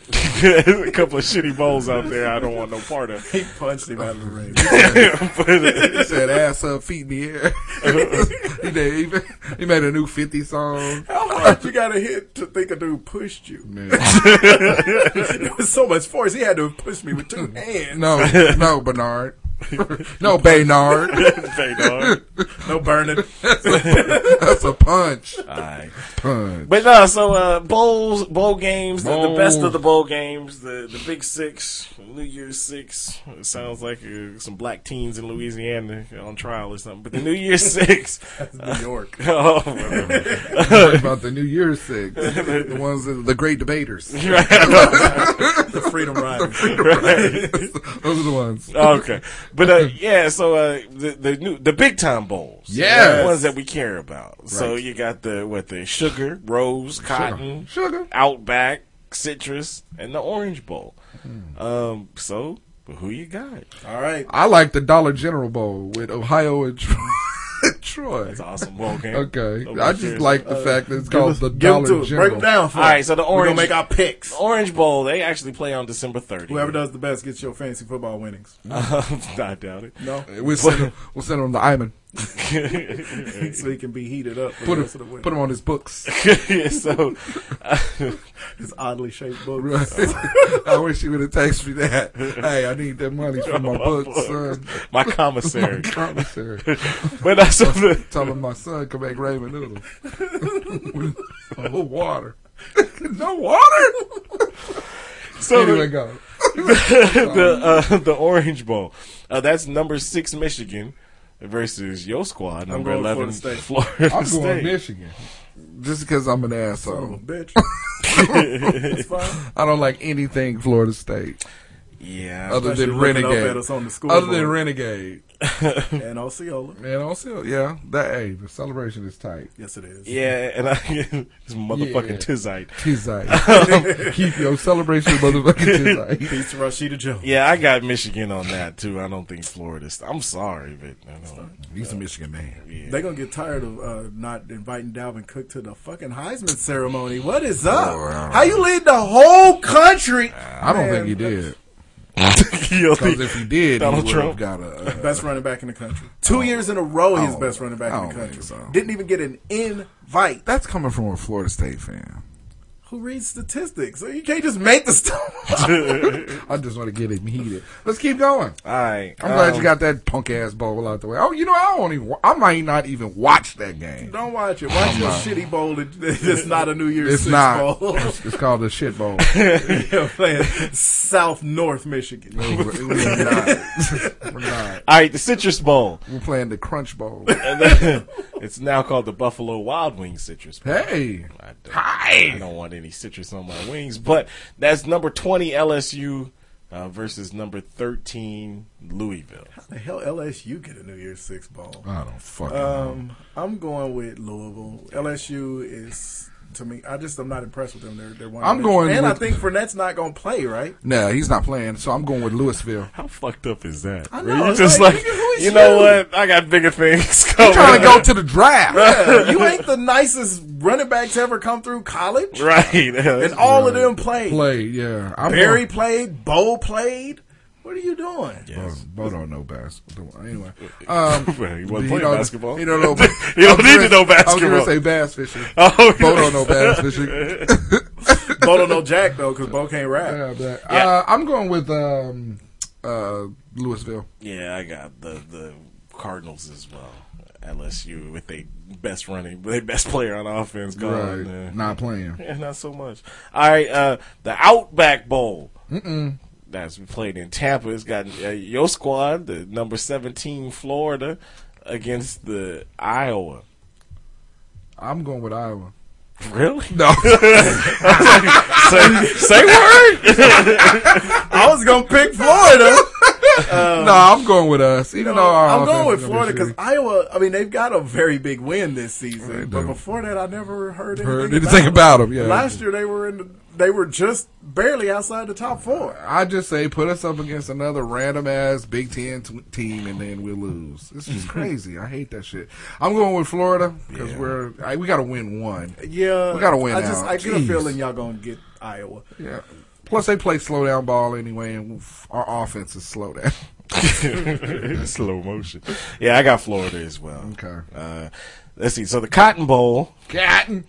D: There's (laughs) a couple of shitty bowls out there. I don't want no part of.
L: He punched him out of the ring.
M: he said ass up, feet in the air. (laughs) he, did, he, ma- he made a new 50 song.
L: (laughs) How hard you gotta hit to think a dude pushed you? (laughs) it was so much force. He had to have pushed me with two hands.
M: No, no, Bernard. (laughs) No, Baynard.
D: Baynard.
L: No burning.
M: That's a, (laughs) that's a punch. Punch.
D: But no, so uh, bowls, bowl games, the, the best
M: Bowls.
D: of the bowl games, the the Big Six, New Year's Six. It sounds like uh, some black teens in Louisiana on trial or something. But the New Year's (laughs) Six,
M: That's New York.
D: oh,
M: Talk about the New Year's Six. The ones, that, the great debaters.
D: (laughs) (laughs) Right.
M: the
L: Freedom Riders.
M: The Freedom Riders. Those are the ones.
D: okay, but uh, yeah, so uh, the the new the big time bowls,
M: Yes.
D: the ones that we care about. So
M: Right.
D: you got the what the sugar, rose, cotton,
M: Sugar.
D: outback, citrus, and the orange bowl.
M: Hmm.
D: Um, so who you got?
L: All right,
M: I like the Dollar General Bowl with Ohio (laughs) and Troy. Troy.
D: That's an awesome bowl game.
M: Okay.
D: Nobody
M: I just
D: cares.
M: like the
D: Uh,
M: fact that it's
D: give
M: called
D: us-
M: the
D: give
M: Dollar
D: them to us.
M: General.
L: Break it down for
D: All right, so the
L: us. We're gonna
D: orange
L: make our picks.
D: the orange bowl they actually play on December 30th.
L: Whoever does the best gets your fantasy football winnings.
D: (laughs) I doubt it.
L: No,
M: We'll send him, we'll send him the Iman.
L: so he can be heated up. For
M: Put
L: the
M: him,
L: rest of the
M: put him on his books.
D: yeah, (laughs) so
L: his oddly shaped book.
M: (laughs) I wish he would have texted me that. Hey, I need that money for my books, son.
D: My commissary.
M: (laughs) my commissary.
D: But that's something-
M: Tell him my son can make ramen noodles with no water. (laughs) no water.
D: So the-
M: anyway, go.
L: (laughs)
D: the uh, the Orange Bowl. Uh, that's number six Michigan versus your squad,
M: I'm
D: number
M: going
D: 11,
M: Florida State.
D: Florida
M: I'm going
D: State.
M: Michigan. Just because I'm an asshole.
D: Son of a
M: (laughs) bitch. I don't like anything Florida State.
D: Yeah.
M: Other than
L: Especially looking up
M: Renegade.
L: at us on the scoreboard.
M: Other than Renegade.
L: and Osceola.
M: Man, on sale. Yeah. That hey, the celebration is tight.
L: Yes, it is.
D: Yeah, and
M: (laughs)
D: I this motherfucking tizite.
M: Tizite. (laughs) Keep your celebration, motherfucking tizite.
L: Peace to Rashida Jones.
D: Yeah, I got Michigan on that too. I don't think Florida. St- I'm sorry, but I don't.
M: He's a Michigan man.
L: They're gonna get tired of uh, not inviting Dalvin Cook to the fucking Heisman ceremony. What is up? How you lead the whole country?
D: (laughs)
M: I don't think he did. Because if he did,
L: Donald
M: he would
L: Trump.
M: have got a. uh,
L: best running back in the country.
M: Oh.
L: Two years in a row, he's best running back in the country. Didn't even get an invite.
M: That's coming from a Florida State fan.
L: Who reads statistics? So you can't just make the stuff.
M: I just want to get him heated. Let's keep going.
D: All right.
M: I'm glad
L: Um,
M: you got that punk ass bowl out the way. Oh, you know I don't even. wa- I might not even watch that game.
L: Don't watch it. Watch your shitty bowl. that- It's not a New Year's
M: uh, It's
L: Six
M: not.
L: bowl.
M: (laughs) It's, it's called the shit
L: (laughs)
M: bowl.
L: You're playing South North Michigan.
D: All right, the Citrus Bowl.
M: We're playing the Crunch Bowl.
D: And then- it's now called the Buffalo Wild Wings Citrus Bowl.
M: Hey.
D: I don't, I don't want any citrus on my wings, but that's number 20 LSU uh, versus number 13 Louisville.
L: How the hell LSU get a New Year's Six bowl?
M: I don't fucking
L: Um, I'm going with Louisville. LSU is to me. I just I'm not impressed with them. They're they're one.
M: I'm
L: of the-
M: going
L: and I
M: with-
L: think Fournette's not going to play.
D: (laughs)
L: Right?
M: No, he's not playing. So I'm going with Louisville.
L: Oh,
D: How fucked up is that?
L: I
D: Where
L: know.
D: you
L: it's
D: just
L: like,
D: like,
L: nigga, who is
D: you know
L: you?
D: what? I got bigger
L: (laughs)
D: things coming.
M: trying to go to the draft.
L: Yeah, you ain't the nicest running back to ever come through college.
D: (laughs) Right.
L: (laughs) And all of them played.
M: Play, yeah. I'm
L: Barry played. Bo played. What are you doing?
M: Bo, Bo don't know basketball. Anyway, um,
D: Well, (laughs) he wasn't playing
M: don't-
D: basketball.
M: He
D: (laughs)
M: don't know.
D: He don't need to know
M: I was
D: basketball.
M: gonna say bass fishing.
D: (laughs) (laughs) Oh,
M: Bo don't know bass
D: (laughs)
M: fishing.
L: Bo don't know Jack though because Bo can't rap.
M: Yeah, but, uh, I'm going with um, uh, Louisville.
D: Yeah, I got the the Cardinals as well. LSU with their best running, their best player on offense gone.
M: Right.
D: uh,
M: Not playing.
D: Yeah, (laughs) not so much. All right, uh, the Outback Bowl
M: Mm-mm.
D: that's played in Tampa. It's got uh, your squad, the number seventeen Florida, against the Iowa.
M: I'm going
D: (laughs)
M: with Iowa. (laughs)
D: Really?
M: No.
D: say, say word.
L: (laughs) I was gonna pick
D: (laughs)
L: Florida.
M: no, I'm going with us.
L: You
M: Even
L: know,
M: though our
L: I'm going
M: offense
L: with
M: is
L: Florida
M: gonna be
L: because
M: shitty.
L: Iowa. I mean, they've got a very big win this season,
M: They
L: but
M: do.
L: before that, I never heard anything,
M: Heard anything about 'em, yeah.
L: last year they were in. The, they were just barely outside the top four.
M: I just say put us up against another random ass Big Ten t- team and then we'll lose. This is crazy. I hate that shit. I'm going with Florida because we're I, we got to win one.
L: Yeah,
M: we got to win.
L: I just
M: out.
L: I get a
M: Jeez.
L: feeling y'all gonna get Iowa.
M: Yeah. Plus they play slow down ball anyway, and f- our offense is slow down. (laughs)
D: Slow motion. Yeah, I got Florida as well.
M: Okay.
D: Uh, let's see. So the Cotton Bowl.
M: Cotton.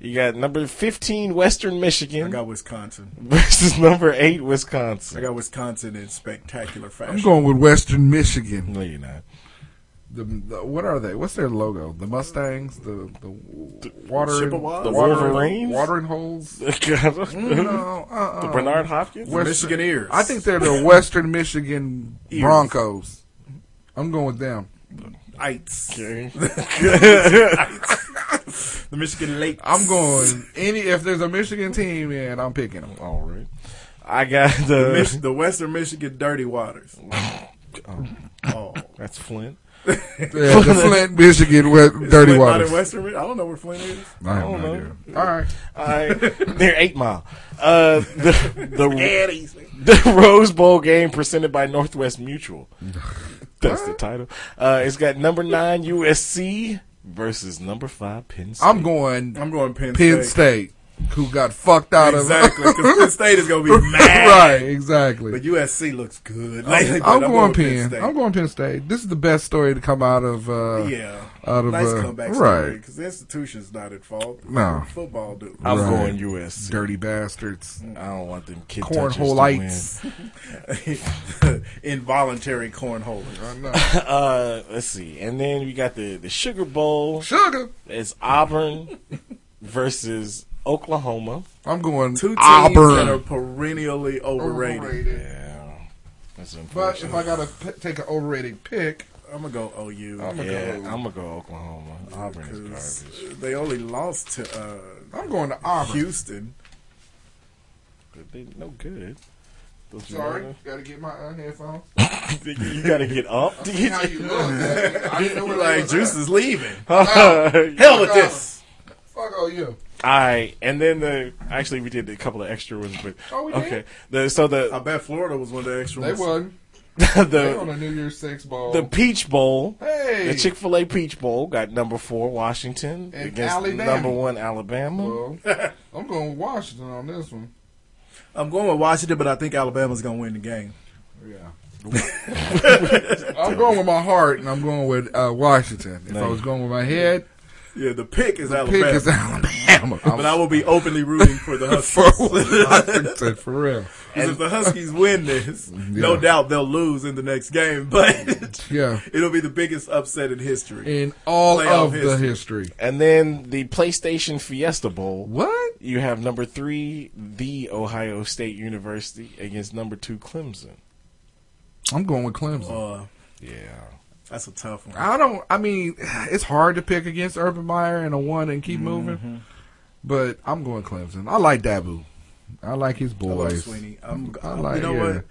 D: You got number fifteen Western
L: I
D: Michigan
L: got Wisconsin.
D: (laughs) versus number eight
L: I (laughs)
D: Wisconsin.
L: got Wisconsin in spectacular fashion.
M: I'm going with Western Michigan.
D: No, you're not.
M: The, the what are they? What's their logo? The Mustangs, the the, water,
L: Chippewas? The
D: Wolverines?
M: watering
D: (laughs)
M: holes.
D: no,
M: uh-uh.
D: The Bernard Hopkins?
M: Western-
L: Michiganeers.
M: I think they're the Western Michigan
L: Ears.
M: Broncos. I'm going with them.
L: Ites. (laughs)
D: Okay.
M: (laughs)
L: the Michigan Lake.
M: I'm going (laughs) any if there's a Michigan team in, I'm picking them.
D: All right. I got
L: The,
D: the.
L: Mich- the Western Michigan Dirty Waters. Oh.
D: That's Flint.
M: Yeah, the
L: (laughs)
M: Flint, Michigan, wet, dirty
L: Flint not
M: waters.
L: in Western Mi- I don't know where Flint is.
M: I have
D: I don't
M: no
D: know.
M: idea. All right,
D: All right. They're eight mile. Uh, (laughs) the
L: (laughs)
D: the
L: Daddy's.
D: the Rose Bowl game presented by Northwest Mutual. That's the title. Uh, it's got number nine USC versus number five Penn State.
M: I'm going
L: I'm going Penn,
M: Penn
L: State.
M: State, who got fucked out
L: Exactly.
M: of. (laughs)
L: 'cause Penn State is going to be mad.
M: right, exactly.
L: But USC looks good.
M: I'm,
L: lately, but
M: I'm going
L: with
M: Penn.
L: State.
M: I'm going Penn State. This is the best story to come out of. Uh,
L: Yeah.
M: out of
L: nice
M: uh,
L: comeback story.
M: right.
L: Because the institution's not at fault.
M: No.
L: Football do.
D: I'm
M: Right.
D: going USC.
M: Dirty bastards,
D: I don't want them kid touchers to win.
L: (laughs)
M: cornholeites.
L: Involuntary cornholers.
M: I know.
D: Uh, let's see. And then we got the, the Sugar Bowl.
M: Sugar.
D: It's Auburn versus Oklahoma.
M: I'm going
L: Two teams that are
M: Auburn.
L: perennially overrated.
M: Overrated.
D: Yeah. That's
M: But if
D: unfortunate.
M: I gotta p- take an overrated pick,
L: I'm gonna go OU.
D: I'm gonna Yeah, go- I'ma go Oklahoma. Auburn is
L: 'Cause They only lost to. Uh,
M: I'm going to Auburn.
L: Houston.
D: But they no good. Those
M: Sorry,
D: Florida-
M: gotta get my uh,
D: (laughs)
M: headphones.
D: (laughs) you gotta get up to
M: I see
D: get
M: how you look, man.
D: (laughs)
M: I didn't know where
D: Like,
M: they was
D: Juice
M: at.
D: is leaving. (laughs)
M: Nah,
D: Hell with
M: fuck
D: this.
M: all- Fuck all you.
D: All right, and then the actually we did a couple of extra ones, but
M: Oh, we did?
D: okay. The, so the
L: I bet Florida was one of the extra
M: They
L: ones.
M: won.
D: (laughs) the
M: they on a New Year's Six ball.
D: The Peach Bowl,
M: Hey.
D: the Chick Fil A Peach Bowl, got number four Washington
M: And
D: against
M: Alabama.
D: number one Alabama. (laughs)
M: Well, I'm going with Washington on this one.
L: I'm going with Washington, but I think Alabama's gonna win the game.
D: (laughs)
M: Yeah. I'm going with my heart, and I'm going with uh, Washington. If I was going with my head,
L: Yeah, the pick is
M: the
L: Alabama.
M: pick is (laughs)
D: (laughs)
M: Alabama.
L: but I will be openly rooting (laughs) for the Huskies.
M: For Washington, for real.
L: (laughs) 'Cause if the Huskies win this, no
M: Yeah.
L: doubt they'll lose in the next game. (laughs) But
M: Yeah.
L: it'll be the biggest upset in history.
M: In all
L: Playoff
M: of the
L: history.
M: history.
D: And then the PlayStation Fiesta Bowl.
M: What?
D: You have number three, the Ohio State University, against number two, Clemson.
M: I'm going with Clemson.
L: Uh,
D: yeah,
L: that's a tough one.
M: I don't. I mean, it's hard to pick against Urban Meyer and a one and keep
D: Mm-hmm.
M: moving. But I'm going Clemson. I like Dabu. I like his boys.
L: Sweeney. I'm-
M: I
L: I'm- you know what?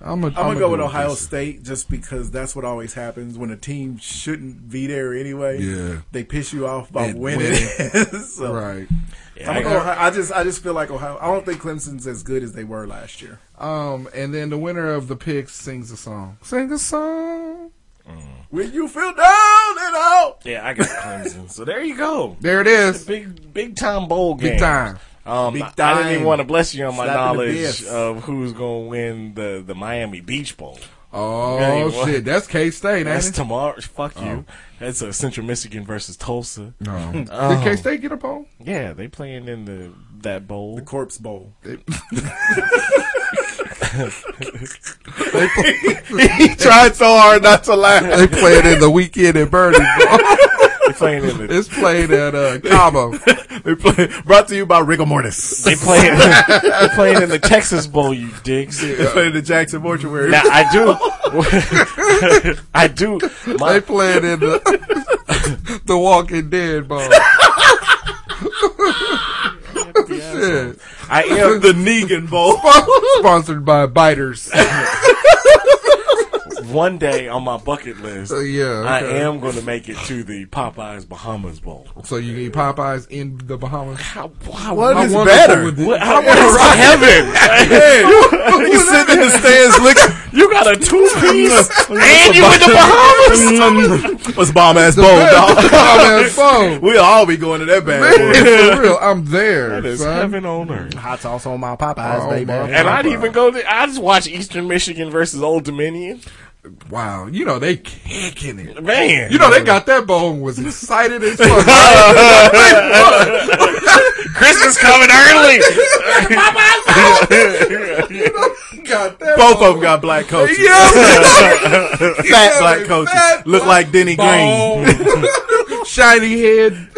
M: I'm, a,
L: I'm gonna go with
M: do
L: Ohio
M: this.
L: State just because that's what always happens when a team shouldn't be there anyway.
M: Yeah.
L: they piss you off by
M: And
L: winning.
M: winning.
L: (laughs) So,
M: Right.
L: I'm gonna go Ohio- I just I just feel like Ohio. I don't think Clemson's as good as they were last year.
M: Um, and then the winner of the picks sings a song. Sing a song.
L: When you feel down and out,
D: Yeah, I got Clemson. so there you go.
M: There it is.
D: Big big time bowl game.
M: Big time.
D: Um,
L: Big
D: I didn't even
L: time.
D: want to bless you on my
L: Slap in the
D: knowledge
L: bits.
D: of who's going to win the, the Miami Beach Bowl.
M: Oh
D: Hey, what?
M: shit, that's K State.
D: That's
M: ain't it?
D: tomorrow. Fuck you. That's a Central Michigan versus Tulsa. (laughs)
M: No.
D: Oh.
M: Did K State get a poll?
D: Yeah, they playing in the that bowl.
L: the Corpse Bowl. (laughs)
M: They play,
D: (laughs) he tried so hard not to laugh.
M: they play it in the weekend at Bernie.
D: They playing in the.
M: (laughs) it's played at uh, Cabo.
L: They play, brought to you by Rigor Mortis.
D: They playing. (laughs) they playing in the Texas Bowl. You dicks.
L: They play the Jackson Mortuary.
D: Now I do. (laughs) I do.
M: They
D: My,
M: played in the the (laughs) Walking
D: (laughs)
M: Dead ball. Shit.
L: (laughs)
D: I am
L: the Negan Bowl.
M: Sponsored by
D: (laughs)
M: Biters.
D: one day on my bucket list.
M: So, yeah, okay.
D: I am going to make it to the Popeyes Bahamas (laughs) Bowl.
M: So you eat Popeyes in the
D: (laughs)
M: Bahamas.
D: How, how,
L: What
M: I
L: is
M: wonder
L: better?
M: would-
D: what, how, what is heaven?
L: (laughs)
D: (laughs)
L: you sitting in the stands looking.
D: You got a two
L: (laughs)
D: piece and you in the Bahamas.
L: Bahamas. What's bomb ass bowl, dog?
M: Bahamas
L: (laughs)
M: bowl.
L: We'll all be going to that bad (laughs) boy.
D: Oh,
M: Man, for real, I'm there.
D: That is
M: son.
D: heaven on earth.
L: Hot sauce on my Popeyes,
M: Oh,
L: baby.
M: my-
D: And I'd even go to. I just watch Eastern Michigan versus Old Dominion.
M: Wow, you know they kicking it.
D: Man,
M: You know they got that bone and was
D: (laughs)
M: excited as fuck. They won.
D: Christmas coming (laughs) early.
M: got that
L: Both of them got black coaches. (laughs) Fat black coaches.
M: Fat
L: Look like Denny Green.
M: bone.
D: (laughs)
M: Shiny head.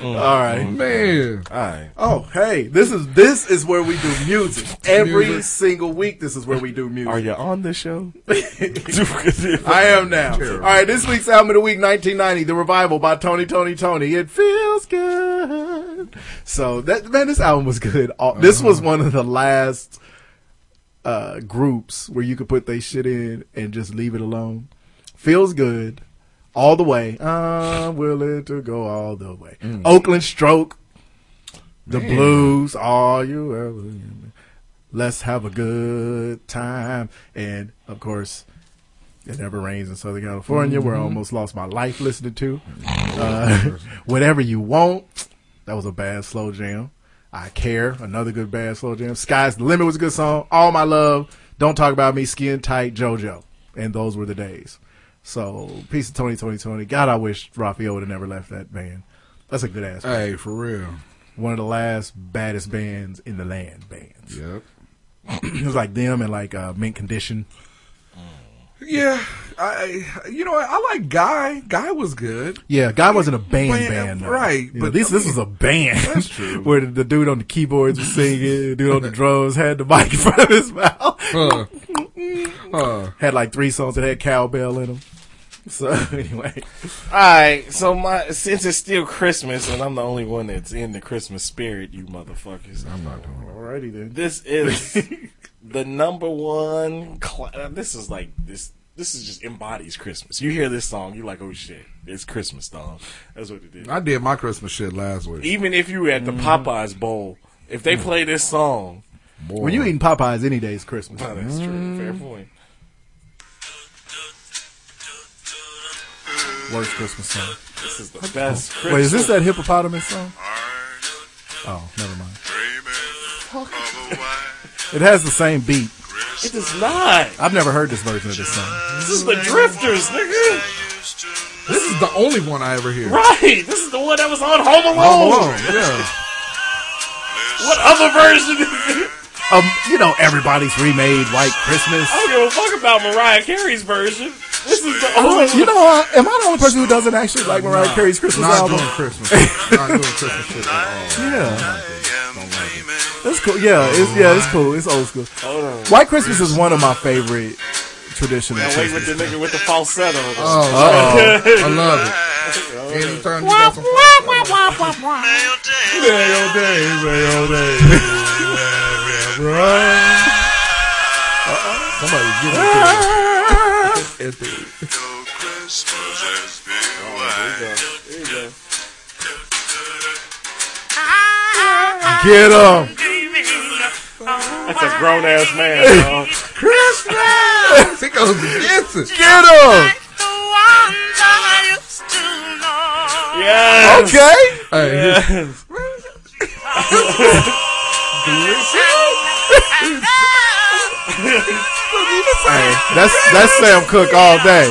L: All right.
M: Man.
D: All right.
L: Oh, hey, this is this is where we do music. Every
M: Music.
L: single week, this is where we do music.
D: Are you on the (laughs) show?
L: (laughs) I am now. All right, this week's album of the week, 1990, The Revival by Tony, Tony, Tony. It feels good. So that man, this album was good. All- This was one of the last uh, groups where you could put they shit in and just leave it alone. Feels good, all the way. I'm willing to go all the way. Oakland Stroke, The Blues, all you ever. Let's have a good time, and of course. It never rains in Southern California, where I almost lost my life listening to. Uh, (laughs) whatever you want. That was a bad slow jam. I care. Another good bad slow jam. Sky's the Limit was a good song. All my love. Don't talk about me. Skin tight. JoJo. And those were the days. So peace to Tony, Tony, Tony. God, I wish Raphael would have never left that band. That's a good ass. band.
M: Hey, for real.
L: One of the last baddest bands in the land. Bands. (clears throat)
M: Yep.
L: it was like them and like uh, Mint Condition.
M: Yeah, I you know what? I like Guy. Guy was good.
L: Yeah, guy wasn't a band
M: Band,
L: band, though.
M: right,
L: You know,
M: but
L: this
M: I
L: this
M: mean-
L: was a band. (laughs)
M: That's true.
L: where the, the dude on the keyboards was singing, the dude on the drums had the (laughs) mic in front of his mouth, (laughs)
M: Huh. Huh.
L: had like three songs that had cowbell in them. So (laughs) anyway,
D: all right. So my since it's still Christmas and I'm the only one that's in the Christmas spirit, you motherfuckers.
L: I'm not doing it. Alrighty then.
D: This is the number one. Cl- this is like this. This is just embodies Christmas. You hear this song, you're like, oh shit, it's Christmas song. That's what it is.
M: I did my Christmas shit last week.
D: Even if you were at the
L: Mm-hmm.
D: Popeyes Bowl, if
L: Mm.
D: they play this song,
L: Boy. When you eating Popeyes, any day is Christmas.
D: Oh, that's
L: Mm.
D: true. Fair point.
L: Worst Christmas song.
D: This is the best. Christmas.
L: Wait, is this that hippopotamus song? Oh, never mind.
C: (laughs)
L: It has the same beat.
D: It is not.
L: I've never heard this version of this song.
D: This is the Drifters, nigga.
M: This is the only one I ever hear.
D: Right. This is the one that was on Home Alone.
M: Home Alone, yeah.
D: What other version is it?
L: Um, you know, everybody's remade White Christmas.
D: I
M: Oh,
D: don't give a fuck about Mariah Carey's version. This is the only
L: You know, uh, am I the only person who doesn't actually like Mariah Carey's Christmas
M: Not
L: album?
M: doing Christmas. not doing Christmas shit
L: (laughs)
M: at all.
L: Yeah. That's cool. Yeah, it's yeah, it's cool. It's old school. White Christmas is one of my favorite traditional.
D: And wait with the
L: Christmas
D: nigga with the falsetto.
M: Oh,
L: Uh-oh.
M: I love it. Anytime you got some Mayo day, mayo day, mayo day. Somebody's getting it. to me. It's the-
L: Get 'em.
D: That's a grown ass man, dog.
M: Christmas! he goes against it.
L: (laughs) Get 'em.
D: Yes.
L: Okay.
M: Hey,
D: Yes.
L: Hey, that's that's Sam Cook all (laughs) day.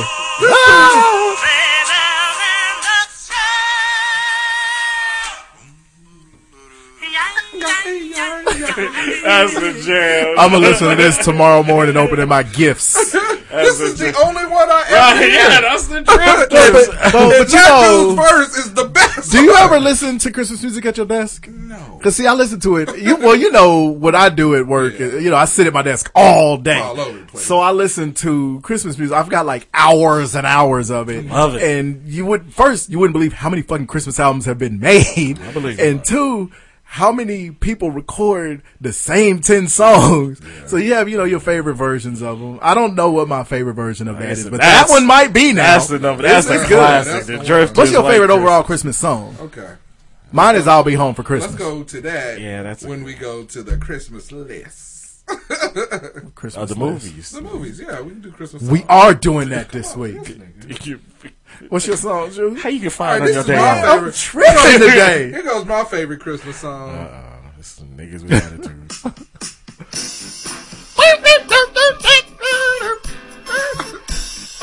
D: That's the jam.
L: I'm gonna listen to this tomorrow morning. Opening my (laughs) gifts.
M: this is the only one I ever
D: Right,
M: hear.
D: yeah, that's the
L: But,
D: drifters.
L: but, but
M: And
L: you
M: that
L: know,
M: dude's verse is the
L: (laughs)
M: best.
L: do you ever listen to Christmas music at your desk? No. Cause see, I listen to it. You well, you know what I do at work. is You know, I sit at my desk all day.
M: All over the place.
L: So I listen to Christmas music. I've got like hours and hours of it.
D: Love it.
L: And you would first you wouldn't believe how many fucking Christmas albums have been (laughs) made. I
D: believe
L: And two. How many people record the same 10 songs? So you have, you know, your favorite versions of them. I don't know what my favorite version of that
D: it's
L: is,
D: a-
L: but that
D: that's-
L: one might be now.
D: That's the number.
L: It's-
D: That's the
L: it's good.
D: classic.
M: That's
D: The
M: the one.
D: drifters.
L: What's your
D: like
L: favorite
D: this.
L: overall Christmas song?
M: Okay.
L: Mine is "I'll Be Home for Christmas."
M: Let's go to that
D: Yeah, that's a-
M: when we go to the Christmas list.
L: Christmas
D: Of the
L: list.
D: movies.
M: The movies, yeah, we can do Christmas.
L: We
M: songs.
L: are doing that this week.
D: You-
L: What's your song, Drew?
D: How you can
M: All
D: find
M: right,
D: on
M: this
D: your
M: is
D: day
M: my
D: off?
M: favorite.
L: Tripping today.
M: Here goes my favorite Christmas song.
D: Uh, this is some niggas with attitudes.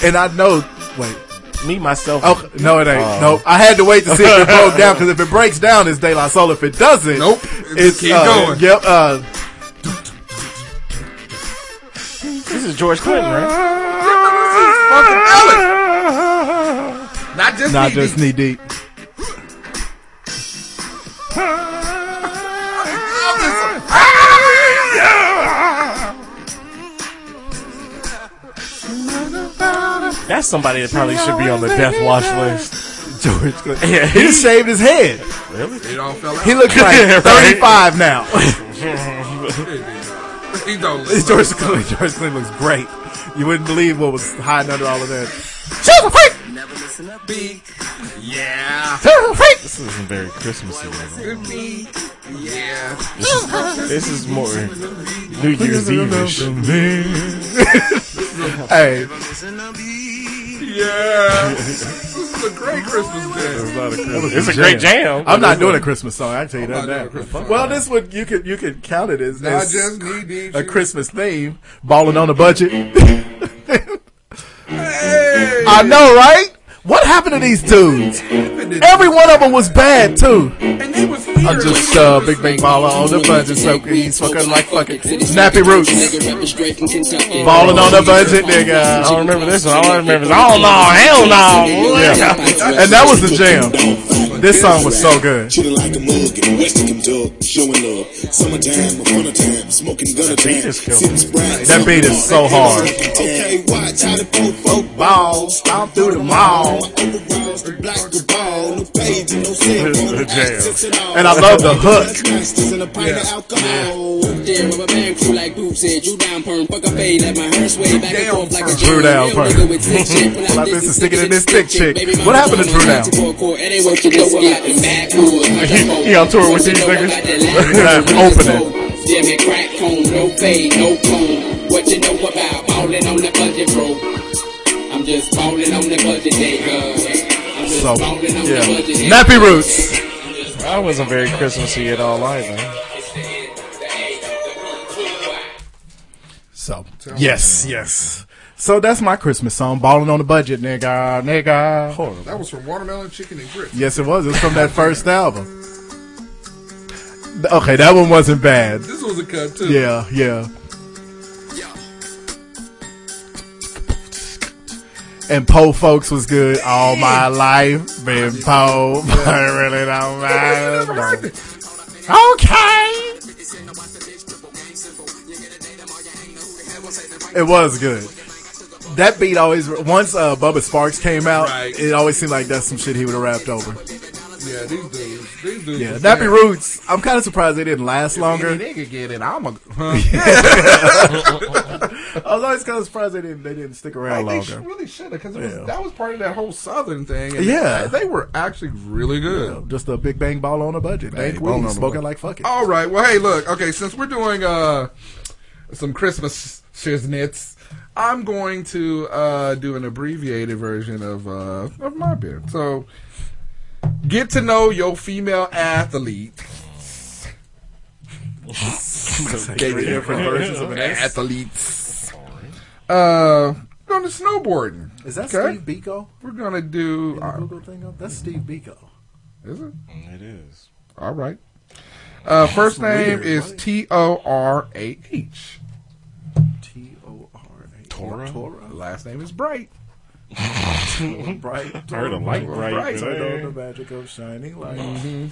L: And I know. Wait.
D: Me myself.
L: Oh no, it ain't. no, I had to wait to see if it broke down because if it breaks down, it's daylight soul. If it doesn't,
M: Nope.
L: It's
M: Keep
L: uh,
M: going.
L: Yep. Uh,
D: This is George Clinton, right?
M: Fucking Alex. Not just
L: not
M: me,
L: just
M: me.
L: knee deep.
D: That's somebody that probably should be on the death watch list.
L: (laughs) George Clinton.
D: Yeah,
L: He just shaved his head.
M: It all fell out.
L: He looks like
D: Yeah, right.
L: thirty-five now.
M: He
L: (laughs)
M: don't
L: It's (laughs) George
M: listen.
L: Clooney. George Clooney looks great. You wouldn't believe what was hiding under all of that. She's a freak.
M: Be- Yeah.
L: She's a freak.
D: This isn't very Christmassy. at all.
M: Good me. Yeah.
D: This is more New Year's Eve-ish.
L: (laughs) Hey, (laughs)
M: Yeah. this is a great Christmas day.
D: It's a great jam.
L: I'm not doing a Christmas song. I tell you
M: not doing a
L: that now.
M: Christmas
L: Well,
M: song.
L: this would you could you could count it as,
M: Not
L: as
M: just knee deep.
L: a Christmas theme. Balling on a
D: (laughs)
L: budget.
M: Hey.
L: I know, right? What happened to these dudes? Every one of them was bad too.
M: And they was here.
L: I'm just uh, big bang baller on the budget, so he's fucking like fucking snappy roots. Balling on the budget, nigga.
D: I don't remember this one. All I remember is, oh no, hell no.
L: Yeah. And that was the jam. this song was so good.
C: Treat it like a mug and resting him dog, showing love. Summertime, fun time, smoking gun time. Sitting sprite,
L: That beat is so hard.
C: Okay, watch how the four folk balls stomp through the mall. Overalls, the black the ball, no page, no cell phone, access and all.
L: And I love the hook.
C: Gangsters and a pint of alcohol. Damn, rubber band crew like Boop said, you down perm, fuck a bay, let my hair sway back and forth like a
L: Drew down perm. Like this is sticking in this thick chick. What happened to Drew down? (laughs)
C: he
L: on tour with these (laughs) niggas. Opening.
C: Damn it, crack cone, no fade, no cone. What you know about ballin' on the budget, bro? I'm just ballin' on the budget, nigga. I'm just
L: So,
C: ballin' on the budget.
L: yeah. Nappy Roots.
D: I wasn't very Christmassy at all either.
L: So, yes, yes. So that's my Christmas song, Ballin' on the Budget, nigga, nigga. Horrible.
M: That was from Watermelon Chicken and Grits.
L: Yes, it was. It was from that first album. Th- Okay, that one wasn't bad.
M: This was a cut too.
L: Yeah, yeah. And Poe Folks was good all my life. Been Poe, (laughs) I really don't mind. Okay. It was good. That beat always once uh, Bubba Sparks came out, it always seemed like that's some shit he would have rapped over.
M: Yeah, these dudes. These dudes.
L: Yeah,
M: was
L: Nappy
M: bad.
L: Roots. I'm kind of surprised they didn't last longer. (laughs)
M: Any nigga get it. I'm a.
L: I was always kind of surprised they didn't they didn't stick around
M: Like, they sh-
L: longer.
M: really should have because
L: Yeah.
M: that was part of that whole Southern thing. and
L: Yeah.
M: they, they were actually really good.
L: Yeah, just a big bang ball on a budget. Dank
M: ball on
L: Weed
M: a
L: smoking
M: budget. Oh,
L: like fuck it.
M: All right. Well, hey, look. Okay, since we're doing uh some Christmas shiznits, I'm going to uh do an abbreviated version of uh of my bit. So, get to know your female athlete.
L: Three different versions of an S.
M: athletes. Uh, going to snowboarding.
L: Is that
M: okay?
L: Steve Biko?
M: We're gonna do.
L: In the
M: uh,
L: Google thing up? That's Steve Biko.
M: is it?
D: It is.
M: All right. Uh, first name
L: weird,
M: is T O R A H.
L: T O R A.
D: Torah?
L: Torah.
M: Last name is Bright.
L: Bright.
D: I heard a light bright.
M: Bright.
D: but I
L: Torah,
D: ain't-
L: the magic of shining light.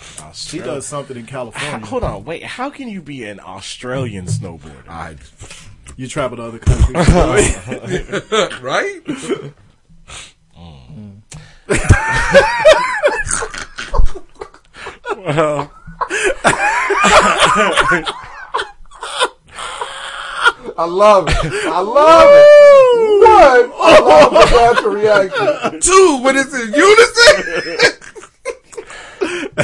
L: She
D: Australia.
L: does something in
D: H-
L: California.
D: Hold on, wait. How can you be an Australian snowboarder?
M: I,
L: You travel to other countries.
M: (laughs) right?
D: Well,
M: I love it. I love it. One, I love the natural reaction. Two, when it's in unison.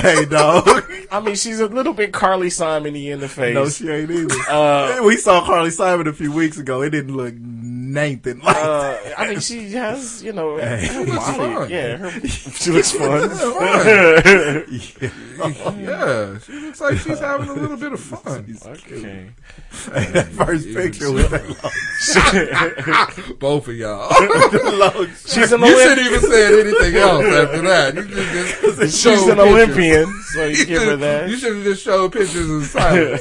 L: hey, dog.
D: I mean, she's a little bit Carly Simon in the face.
L: No, she ain't either.
D: Uh,
L: we saw Carly Simon a few weeks ago. It didn't look nothing like
D: uh,
L: that.
D: I mean, she has, you know, (laughs) her
M: looks
D: body.
L: (laughs)
M: fun.
D: Yeah, her, she looks fun.
M: (laughs) Yeah, she looks like she's having a little bit of fun.
D: okay.
L: that first picture was that
M: Both of y'all.
L: (laughs) long.
D: She's an
M: (laughs) you shouldn't
D: Olympian.
M: even said anything else after that. You
D: (laughs)
M: should just, just
D: She's
M: show
D: an
M: pictures.
D: Olympian, so you give her
M: (laughs) You
D: that.
M: should have just showed pictures in silence.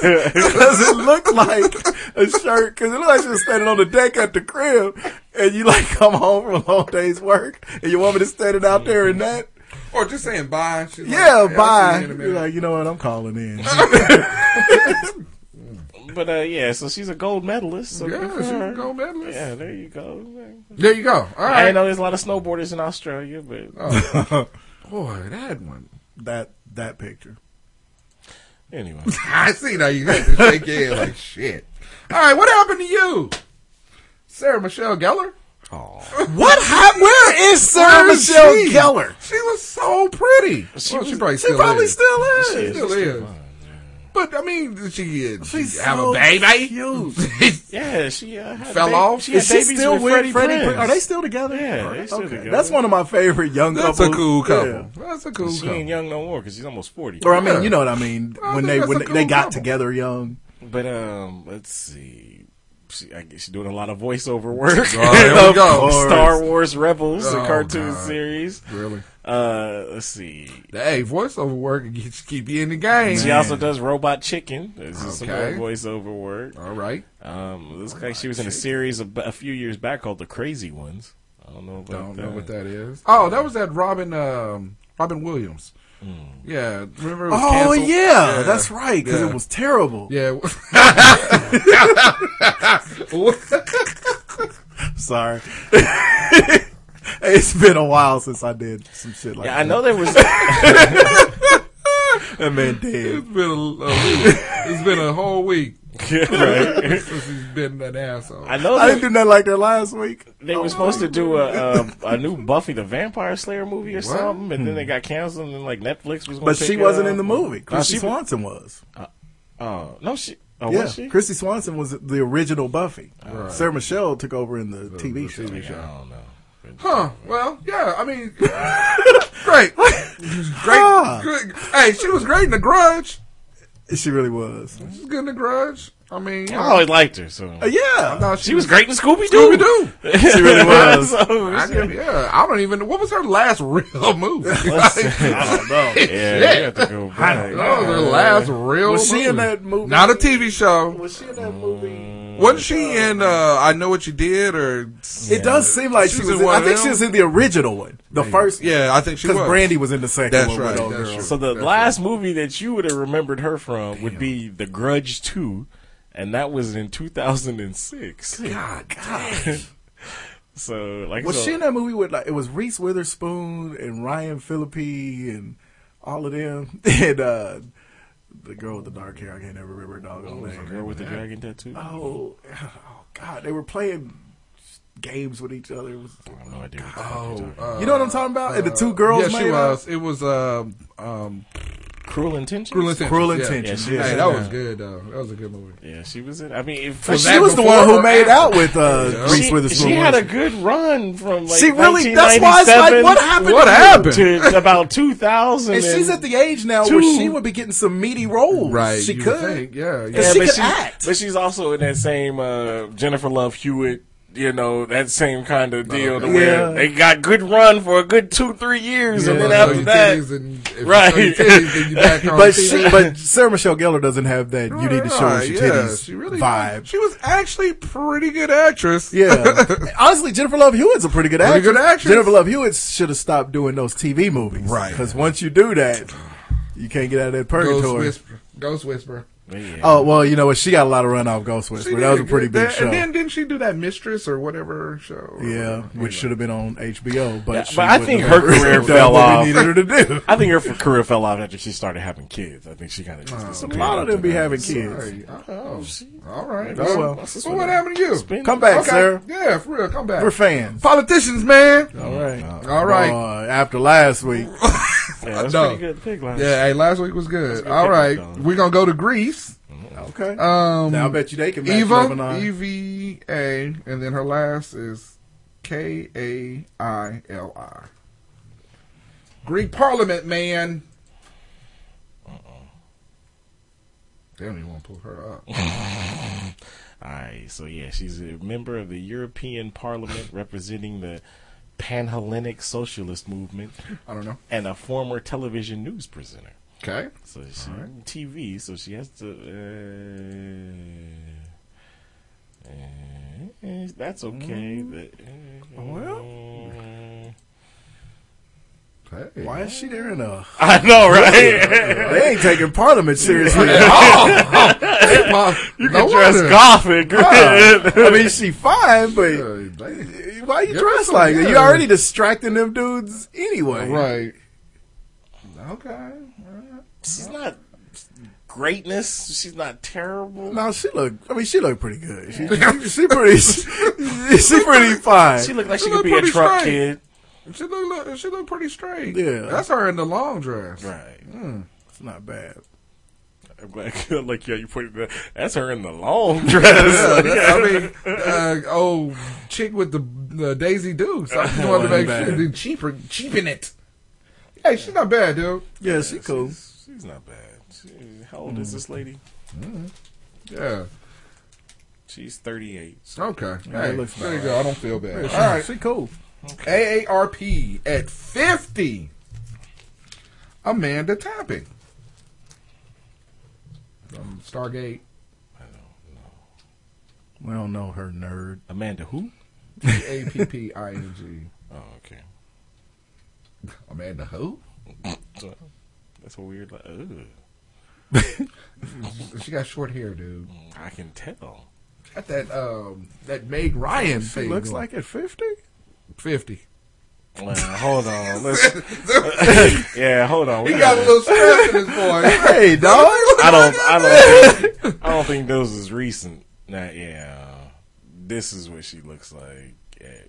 L: (laughs) Does it look like a shirt? Because it looks like she was standing on the deck at the crib, and you like come home from a long day's work, and your woman is standing out there in that.
M: Or Oh, just saying bye. She's
L: Yeah,
M: like,
L: bye.
M: I'll see you in a minute."
L: You're like, you know what? I'm calling (laughs) in.
D: But uh, yeah, so she's a gold medalist. So good
M: yeah,
D: for
M: she's
D: her.
M: a gold medalist.
D: Yeah, there you go.
M: There you go. All
D: I
M: right.
D: know there's a lot of snowboarders in Australia, but
M: Boy, that one. (laughs)
L: that that picture.
D: anyway,
M: I see now you had to shake your head like shit. All right, what happened to you? Sarah Michelle Gellar?
L: What? hap where is Sarah
M: Where is
L: Michelle
M: she?
L: Geller?
M: She was so pretty.
D: She
M: She, well,
D: was-
M: she probably
L: She
M: still
L: probably
M: is.
L: still is.
M: She still is. But I mean, she uh, she have
L: so
M: a baby.
D: yeah, she uh, had
M: Fell
D: ba-
M: off?
D: She had
L: Is Oh, she
D: babies
L: still
D: with, Freddie, Prinze.
L: Are they still together?
D: Yeah, they still together.
L: That's one of my favorite young
M: That's a
L: couples.
M: cool couple.
L: Yeah.
M: That's a cool
D: She
M: couple.
D: ain't young no more because she's almost forty.
L: Or I mean,
M: Yeah.
L: you know what I mean.
M: I
L: when
M: think
L: they
M: that's
L: when
M: a
L: they- they
M: cool
L: got
M: couple.
L: together young.
D: But um, let's see. She, I guess she's doing a lot of voiceover work.
M: here Oh, we go.
D: Star Wars Rebels, a
M: Oh,
D: cartoon
M: God.
D: series.
M: Really?
D: Uh, let's see.
M: Hey, voiceover work can get- keep you in the game.
D: She also does Robot Chicken. This is some more
M: Okay.
D: voiceover work.
M: All right.
D: Um, it looks like she was in a series of, a few years back called The Crazy Ones. I don't know about
M: Don't
D: that.
M: know what that is. Oh, that was that Robin um, Robin Williams. Hmm. Yeah, remember? It was
L: Oh,
M: canceled?
L: yeah, that's right, 'cause it was terrible.
M: Yeah. (laughs)
L: Sorry. (laughs) it's been a while since I did some shit like
D: Yeah,
L: that.
D: I know there was-
L: that man dead.
M: It's been a, a week. It's been a whole week.
D: (laughs) Yeah, right.
M: (laughs) Since he's been an asshole.
D: I know
L: I
D: they-
L: didn't do nothing like that last week.
D: They were supposed to do a, a a new Buffy the Vampire Slayer movie or
L: What?
D: something, and then they got canceled, and then like Netflix was. Gonna
L: But
D: pick
L: she
D: it
L: wasn't
D: up.
L: in the movie.
D: Uh,
L: Christy
D: she-
L: Swanson was.
D: Uh, oh no, she. Oh,
L: yeah,
D: was she?
L: Christy Swanson was the original Buffy.
M: Right.
L: Sarah Michelle took over in the, TV show.
D: I don't know.
M: Huh. Well, yeah. I
D: (laughs)
M: mean, great, great, great. Hey, she was great in The Grudge.
L: She really was.
M: She was good in The Grudge. I mean, you
D: I
M: know.
D: always liked her. So
M: Uh, yeah. I thought
D: Oh, she, was great in Scooby Doo.
M: Scooby-Doo.
L: She really (laughs) was.
M: I can, yeah, I don't even. What was her last (laughs) real movie? (laughs)
L: I don't know.
M: Shit.
L: Yeah, we have to go (laughs)
M: I
L: back.
M: don't know. That was her last real.
L: Was she
M: movie.
L: in that movie?
M: Not a TV show. Mm,
L: Was she in that movie?
M: Wasn't she in? Uh, I know what you did, or
L: It does seem like she,
M: She's
L: was.
M: in
L: In,
M: one
L: I
M: of
L: think
M: them.
L: she was in the original one, the first.
M: Yeah, I think she was.
L: Because Brandy was in the second
M: That's
L: one.
M: right,
L: With old
M: that's
L: girl.
M: true.
D: So the last movie that you would have remembered her from would be The Grudge Two, and that was in two thousand and six.
L: God, God.
D: So like
L: was
D: so-
L: she in that movie with like it was Reese Witherspoon and Ryan Phillippe and all of them (laughs) and uh the girl with the dark hair I can't ever remember her doggone
M: Oh,
D: was the
L: name.
D: girl with the dragon tattoo?
L: Oh, oh God, they were playing games with each other. It was, I have
D: no idea.
M: Oh, uh,
L: you know what I'm talking about? and the
M: uh,
L: two girls.
M: Yeah, she
L: made
M: was.
L: Out?
M: It was um, um,
D: Cruel Intentions.
M: Cruel Intentions.
L: Cruel
M: yeah.
L: Intentions,
M: Yeah,
L: yeah.
M: Hey, that was
D: Yeah.
M: good though. That was a good movie.
D: Yeah, she was in. I mean, if,
L: But she was the one who made out with uh,
M: Yeah.
L: Reese
D: She-
L: Witherspoon.
D: She had a
L: wasn't
D: good run from like
L: She really- that's why it's like,
D: 1997
L: what happened
M: What
D: to-
M: happened?
D: to about 2000?
L: and she's at the age now where she would be getting some meaty roles.
M: Right,
L: She
M: you would
L: could.
M: think, yeah, yeah.
L: Because she
D: but
L: could
D: she-
L: act.
D: But she's also in that same uh, Jennifer Love Hewitt. You know that same kind
L: Oh,
D: of deal, to
L: Yeah.
D: where they got good run for a good two, three years, and
M: Yeah,
D: then
M: so
D: after
M: you
D: that,
M: titties and- if you
D: right?
M: show your titties, then you back
L: (laughs)
M: on
L: But
M: TV.
L: she, but Sarah Michelle Gellar doesn't have that. You need to show us
M: Right,
L: your
M: yeah,
L: titties
M: she really
L: vibe.
M: Was, she was actually a pretty good actress.
L: Yeah. (laughs) Honestly, Jennifer Love Hewitt's a pretty good
M: Pretty
L: actress.
M: good actress.
L: Jennifer Love Hewitt should have stopped doing those TV movies.
M: Right.
L: Because once you do that, you can't get out of that
M: Ghost
L: purgatory.
M: Whisperer. Ghost Whisperer.
L: Oh, well, you know what? She got a lot of run off Ghost
M: She
L: Whisperer.
M: did
L: That was a pretty
M: good-
L: big
M: that-
L: show.
M: And then didn't she do that Mistress or whatever show?
L: yeah, which should have been on HBO. But,
D: Yeah,
L: she
D: but I
L: wouldn't
D: think
L: have
D: her
L: ever
D: career
L: done
D: fell
L: what they
D: off.
L: needed her to
M: (laughs)
L: do.
D: I think her f- career fell off after she started having kids. I think she kind of just
L: Uh, A
D: disappeared.
L: lot of them be
D: after
L: having
D: that.
L: kids.
M: Oh, all right.
L: Oh, well.
M: well, so what happened to you?
L: Come back, Sarah.
M: Yeah, for real, come back.
L: We're Oh, fans.
M: Politicians, man.
L: All right.
M: All right.
L: Boy, after last week.
D: Yeah, that's
M: No.
D: pretty good pick last.
M: Yeah, hey, last week was good.
D: good
M: All
D: pick,
M: right,
D: though.
M: we're gonna go to Greece.
L: Okay.
M: Um,
L: now I bet you they can match
M: Eva,
L: Lebanon.
M: E V A, and then her last is K A I L I. Greek Parliament, man. They don't even want to pull her up.
D: All right, so yeah, she's a member of the European Parliament representing the Panhellenic Socialist Movement
M: I don't know.
D: and a former television news presenter.
M: Okay.
D: So she TV, so she has to. Uh, uh, eh, that's okay. but, uh,
L: Mm. Well.
M: Hey.
L: Why is she there in a.
D: (laughs) I
L: (laughs)
D: know, right?
L: They ain't taking
M: (laughs)
L: Parliament seriously at all.
M: you
D: can dress golf and
L: Uh, I mean, she fine, but
M: Uh,
L: why you
M: Yeah,
L: dressed
M: so
L: like that?
M: yeah.
L: You already distracting them dudes anyway.
M: Right. Okay. alright.
D: she's not greatness. She's not terrible.
L: No, she look. I mean, she look pretty good. She, she, she
D: (laughs)
L: pretty. She, she pretty fine.
D: She looked like
M: She
D: she could
M: look
D: be a
M: pretty
D: Trump
M: straight.
D: kid.
M: She look, look she look pretty straight.
L: Yeah.
M: That's her in the long dress.
D: Right.
L: It's not bad.
D: I'm glad, like, (laughs) yeah, you pointed that. That's her in the long (laughs) dress.
M: (laughs) Yeah, that- I mean, uh, oh, chick with the, the Daisy Dukes. I just wanted to make
L: Wasn't
M: sure
L: bad.
M: they cheaper, cheaping it. Hey, she's not bad, dude.
L: Yeah, she cool.
D: She's, she's not bad. She, how old
M: Mm.
D: is this lady?
M: Yeah.
D: She's 38. So
M: Okay.
L: Yeah, it
M: hey,
L: looks
M: there you go. I don't feel bad.
L: She,
M: All right.
L: she cool.
M: AARP at 50. Amanda Tapping. From Stargate.
L: I don't know her nerd.
D: Amanda, who?
M: P A P P I N G.
D: Oh, okay.
M: Amanda who?
D: That's a weird. Like, ugh.
M: She got short hair, dude.
D: I can tell.
M: Got that um that Meg Ryan
D: She
M: thing.
D: looks
M: going.
D: like at fifty.
M: fifty.
D: Well, hold
M: (laughs)
D: on. Let's, (laughs) yeah, hold on.
M: He got a little stress in his (laughs) voice.
D: hey,
M: dog.
D: I don't.
M: (laughs)
D: I don't. Think, I don't think those is recent. Nah, yeah. This is what she looks like. At,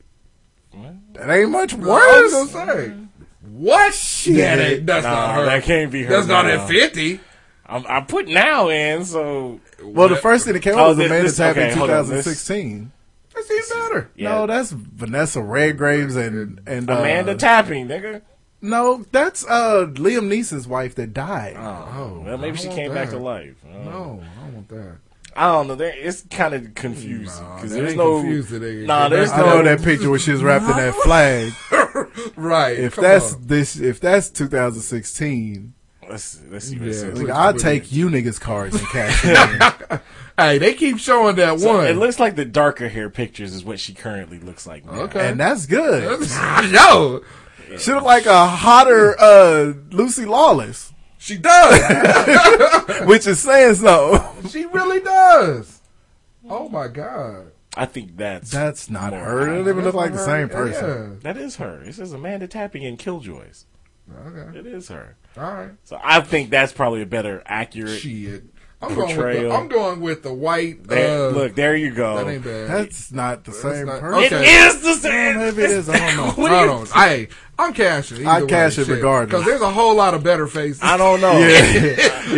D: well,
L: (laughs) That ain't much
M: I
L: worse.
M: was gonna say. What shit?
D: Yeah,
M: that- that's
D: nah,
M: not her.
D: That can't be her.
M: That's not
D: now.
M: at fifty.
D: I'm, I put now in, so.
L: Well, the first thing that came out
D: Oh,
L: was
D: thi-
L: Amanda
D: this-
L: Tapp in
D: okay, hold on, this-
L: 2016.
M: That's even better.
L: No, that's Vanessa Redgraves and and uh,
D: Amanda Tapping, nigga.
L: No, that's uh, Liam Neeson's wife that died.
D: Oh, well, maybe
M: I
D: she
M: want
D: came back
M: that.
D: to life. I don't know.
M: No, Oh, I don't want that.
D: I don't know. There, it's kind of confusing
M: Nah,
D: because
M: that
D: there's
M: ain't
D: no.
M: confusing, nigga.
D: Nah, there's
L: I
D: no.
L: know that picture when she was wrapped in that flag.
M: Right.
L: If
M: come
L: that's
M: on.
L: this, if that's 2016,
D: Let's let's see. what it
M: Yeah.
D: says.
L: like, I'll take you niggas' cards and cash. it in.
M: hey, they keep showing that
D: So
M: one.
D: It looks like the darker hair pictures is what she currently looks like. Now.
M: okay.
L: and that's good.
M: (laughs) Yo,
L: She look like a hotter uh, Lucy Lawless,
M: she does. (laughs)
L: which is saying so.
M: she really does. Oh my god.
D: I think that's
L: That's not
D: More
L: her. They
D: hot.
L: don't even look like the
M: Her-
L: same person.
D: that is her. This is Amanda Tapping in Killjoys.
M: Yeah. Okay.
D: It is her.
M: All right.
D: So I think that's probably a better accurate.
M: Shit. I'm going, with the,
D: Portrayal.
M: I'm going with the white.
D: There-
M: uh,
D: look, there you go.
M: that ain't bad.
L: That's not the same
M: not-
L: person.
D: It
M: okay.
D: is the same.
L: Maybe it is. I don't know.
D: What do
M: I
D: you-
M: don't. Hey, I'm cashing. either
L: I'd
M: way,
L: cash it regardless.
M: Because there's a whole lot of better faces
D: (laughs) I don't know.
L: Yeah,
M: than,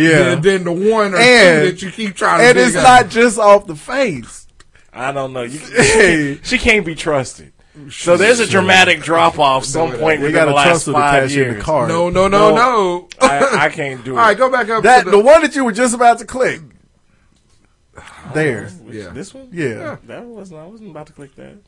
L: (laughs) yeah.
M: than the one or
L: And-
M: two that you keep trying
L: And
M: to.
L: it's
M: dig
L: not
M: out.
L: just off the face.
D: I don't
L: (laughs)
D: know. You, she can't be trusted. So there's a dramatic drop off some point
L: They
D: within
L: got
D: the
L: to trust
D: last
L: her to
D: five
L: cash in the
D: years.
L: card.
M: No, no, no, no.
D: No, I, I can't do
M: (laughs) All
D: it.
M: right, go back up.
L: that
M: to
L: the one that you were just about to click. There.
D: Which-
M: Yeah.
D: This one?
L: Yeah.
D: That was I wasn't about to click that.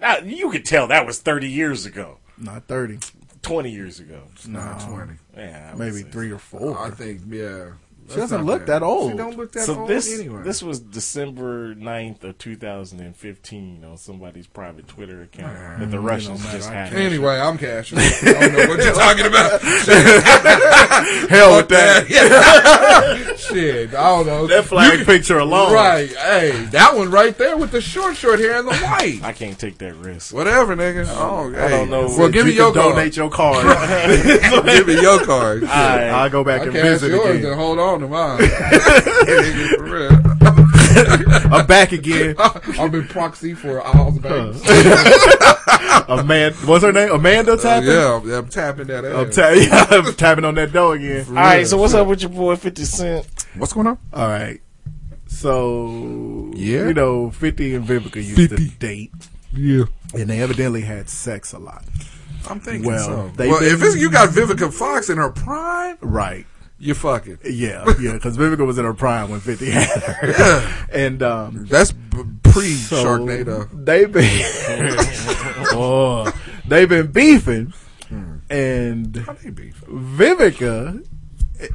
D: Now, you could tell that was 30 years ago,
L: Not thirty.
D: 20 years ago.
M: Nah, twenty.
D: Yeah, I would
L: Maybe
D: say.
L: three or four. (laughs)
M: I think yeah.
L: she doesn't look that old.
M: She don't look that
D: So
M: old
D: this
M: anyway.
D: this was December 9th of 2015 on somebody's private Twitter account that the Russians just hacked.
M: anyway, I'm cashing. I don't know
L: (laughs)
M: what you're talking about.
L: Hell with that.
M: Shit, I don't know.
L: (laughs) That flag picture alone.
M: Right, hey, that one right there with the short, short hair and the white.
D: I can't take that risk.
M: Whatever, nigga. Oh,
D: I don't know.
M: Well, give me
L: you
M: your
L: can donate
M: card.
L: your card.
M: give me your
D: (laughs)
M: card.
D: I-
L: I'll go back
M: I
L: and
M: cash
L: visit
M: yours
L: again.
M: and hold on to mine. (laughs) For real.
L: I'm back
M: (laughs)
L: again.
M: I've been proxy for all the banks.
L: Amanda, what's her name? Amanda tapping.
M: Uh, yeah, I'm, I'm tapping that ass.
L: I'm, ta- (laughs) yeah, I'm tapping on that door again.
D: All right, so what's up with your boy 50 Cent?
M: What's going on?
L: All right. So
M: Yeah.
L: you know, Fifty and Vivica used
M: 50.
L: to date,
M: Yeah.
L: and they evidently had sex a lot.
M: I'm thinking
L: Well,
M: so.
L: they
M: well,
L: been-
M: if it's, you got Vivica Fox in her prime,
L: Right.
M: you fucking.
L: (laughs) Yeah, yeah, because Vivica was in her prime when Fifty had her, (laughs) and um,
M: That's b- pre
L: so
M: Sharknado.
L: They've been, (laughs) oh, they've been beefing, and
M: How they beef?
L: Vivica,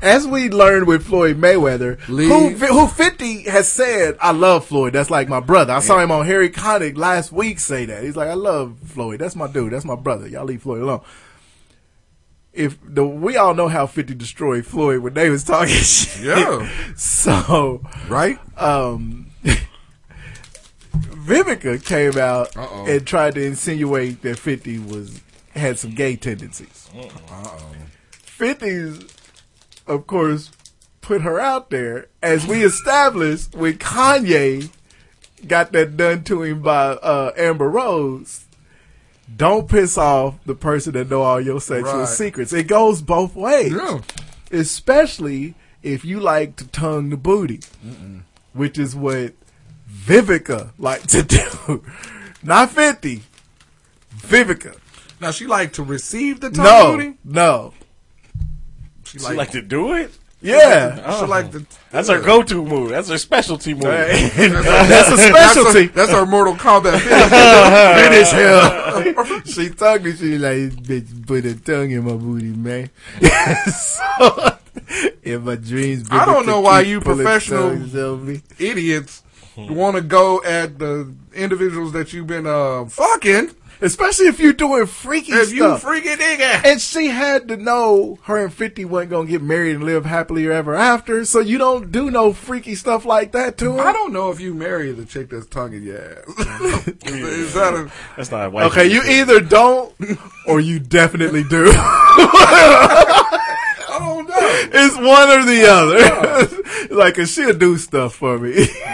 L: as we learned with Floyd Mayweather, who,
M: Leave.
L: who 50 has said, I love Floyd. That's like my brother. I saw him on Harry Connick last week say that. He's like, I love Floyd. That's my dude. That's my brother. Y'all leave Floyd alone. If the, we all know how 50 destroyed Floyd when they was talking (laughs) shit.
M: Yeah.
L: So,
M: Right?
L: um, (laughs) Vivica came out
M: Uh-oh.
L: and tried to insinuate that 50 was, had some gay tendencies.
M: Uh oh.
L: 50s, of course, put her out there, as we established when Kanye got that done to him by uh, Amber Rose. Don't piss off the person that know all your sexual
M: Right.
L: secrets. It goes both ways,
M: Yeah.
L: especially if you like to tongue the booty, which is what Vivica liked to (laughs) do. Not fifty, Vivica.
M: Now she like to receive the tongue
L: no,
M: booty?
L: no,
M: She
D: She
M: like, Oh.
D: like to do it?
L: yeah.
M: she like the.
D: That's her go-to move. That's her specialty
L: (laughs)
D: move.
L: That's a specialty.
M: (laughs) That's her Mortal Kombat.
L: (laughs)
M: finish.
L: Finish
M: (laughs)
L: him. she talked to she like, bitch, put a tongue in my booty, man. (laughs) so, in my dreams,
M: I don't
L: bitch,
M: know
L: keep
M: why you
L: pulling
M: professional-
L: tongues on me.
M: Idiots want to go at the individuals that you've been uh, fucking, especially if you're doing freaky if
L: stuff.
M: you freaky nigga.
L: And she had to know her and 50 wasn't going to get married and live happily ever after. So you don't do no freaky stuff like that to her.
M: I don't know if you marry the chick that's tonguing your ass. (laughs)
L: Mm-hmm.
M: is, is that a,
D: That's not a white.
L: Okay, you either
M: (laughs)
L: don't or you definitely do. (laughs)
M: I don't know.
L: it's one or the other. (laughs) like, 'cause she'll do stuff for me. (laughs)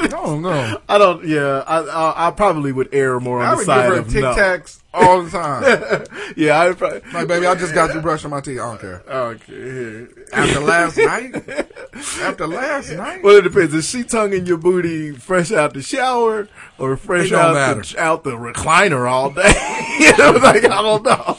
M: I don't know.
L: I don't. Yeah, I, I I probably would err more on
M: I
L: the
M: would give
L: side
M: her
L: of
M: Tic
L: no.
M: Tacs all the time.
L: yeah, I probably.
M: like, baby, I just got you brushing my teeth. I don't care.
L: Okay. here. (laughs)
M: After last night, after last night,
L: Well, it depends. Is she tonguing your booty fresh out the shower or fresh
M: don't
L: out
M: matter.
L: the, out the recliner all day? (laughs) you know, like I don't know.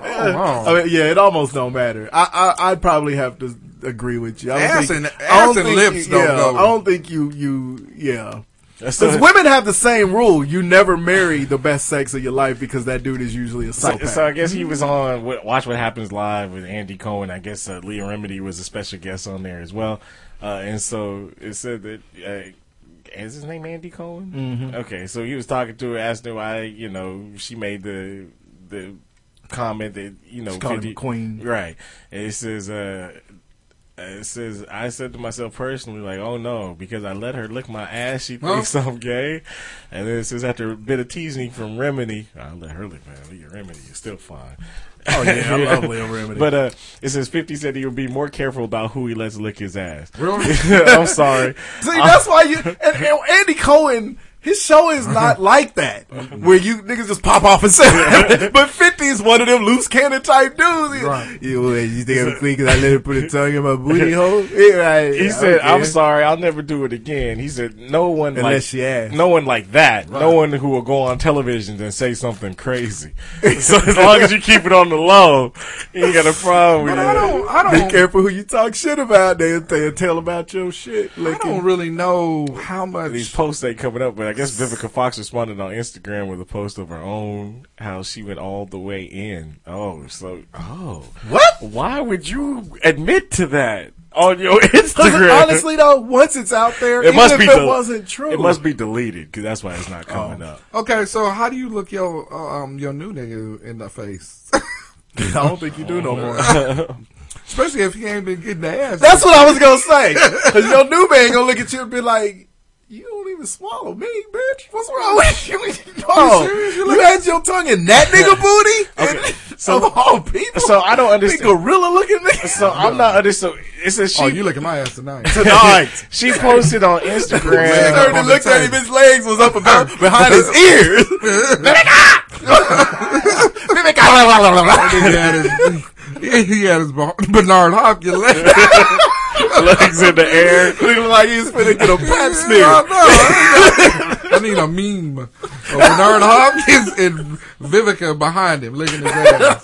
M: wow.
L: (laughs) I mean, yeah, it almost don't matter. I, I I'd probably have to agree with you. I don't
M: Ass
L: think,
M: and-
L: I don't
M: ass and
L: think
M: lips
L: you,
M: don't
L: yeah,
M: go.
L: I don't think you you yeah.
D: That's
L: Because
D: not-
L: women have the same rule: you never marry the best sex of your life because that dude is usually a
D: So,
L: psychopath.
D: so I guess he was on Wa- Watch What Happens Live with Andy Cohen. I guess uh, Leah Remedy was a special guest on there as well. Uh, and so it said that uh, is his name Andy Cohen?
L: Mhm.
D: Okay, so he was talking to her, asking her why you know she made the the comment that you know
L: She called him
D: 50
L: queen.
D: right? And it says. Uh, it says I said to myself personally, like, "Oh no," because I let her lick my ass. She
M: Huh?
D: thinks I'm gay, and then it says after a bit of teasing from Remedy, I let her lick my Leah Remedy is still fine.
L: Oh, yeah, I love
D: (laughs)
L: Leah (laughs) Remedy.
D: But uh, it says Fifty said he would be more careful about who he lets lick his ass.
M: Really?
D: (laughs) I'm sorry.
L: (laughs) See, that's why you and, and Andy Cohen. His show is
D: (laughs)
L: not like that, where you niggas just pop off and say. (laughs) but Fifty is one of them loose cannon type dudes. He-
M: Right.
L: You, what, you think I'm clean 'cause I let her put a tongue in my
D: (laughs)
L: booty hole? Yeah, right.
D: (laughs) He
L: I
D: said,
L: don't
D: "I'm
L: care.
D: sorry, I'll never do it again." He said, "No one
L: Unless
D: like
L: she
D: (laughs)
L: asks.
D: no one like that, no
L: Right.
D: one who will go on television and say something crazy. (laughs) so as long as you keep it on the low, you ain't got a problem with
M: But I
D: it."
M: don't. I
L: Be
M: don't.
L: careful who you talk shit about. They they tell about your shit.
M: I don't
L: Licking.
M: really know how much.
D: These posts ain't coming up, but I guess Vivica Fox responded on Instagram with a post of her own how she went all the way in. Oh, so oh,
L: What?
D: (laughs) Why would you admit to that on your
L: 'Cause
D: Instagram?
L: honestly though, once it's out there,
D: it
L: even
D: must
L: if
D: be
L: it
D: del-
L: wasn't true, (laughs)
D: It must be deleted because that's why it's not coming up.
M: Okay, so how do you look your uh, um your new nigga in the face? (laughs)
L: I don't think you do
D: Oh,
L: no (laughs) more.
M: Especially if he ain't been getting the ass.
L: That's what I was gonna say. Cause your new man gonna look at you and be like, "You don't even swallow me, bitch. What's wrong with you? (laughs) No,
M: You
L: you,
M: serious? You
L: had your tongue in that nigga booty.
D: Okay,
L: And-
D: so-
L: of all people,
D: so I don't understand-
L: (laughs) Big gorilla looking nigga.
D: (laughs) So I'm not understanding. It says she.
M: oh, you looking my ass tonight?
L: tonight.
D: she posted on Instagram.
M: Man,
L: He turned
M: on
L: and
M: the
L: looked at him.
M: table.
L: His legs was up about (laughs) behind his ears.
M: (laughs) he had his, he had his Bernard
L: (laughs)
M: Hopkins. leg.
D: legs in the air.
L: He looked like he was finna get a pap
M: I
L: smear.
M: know. I need a meme of Bernard Hopkins and Vivica behind him licking his ass.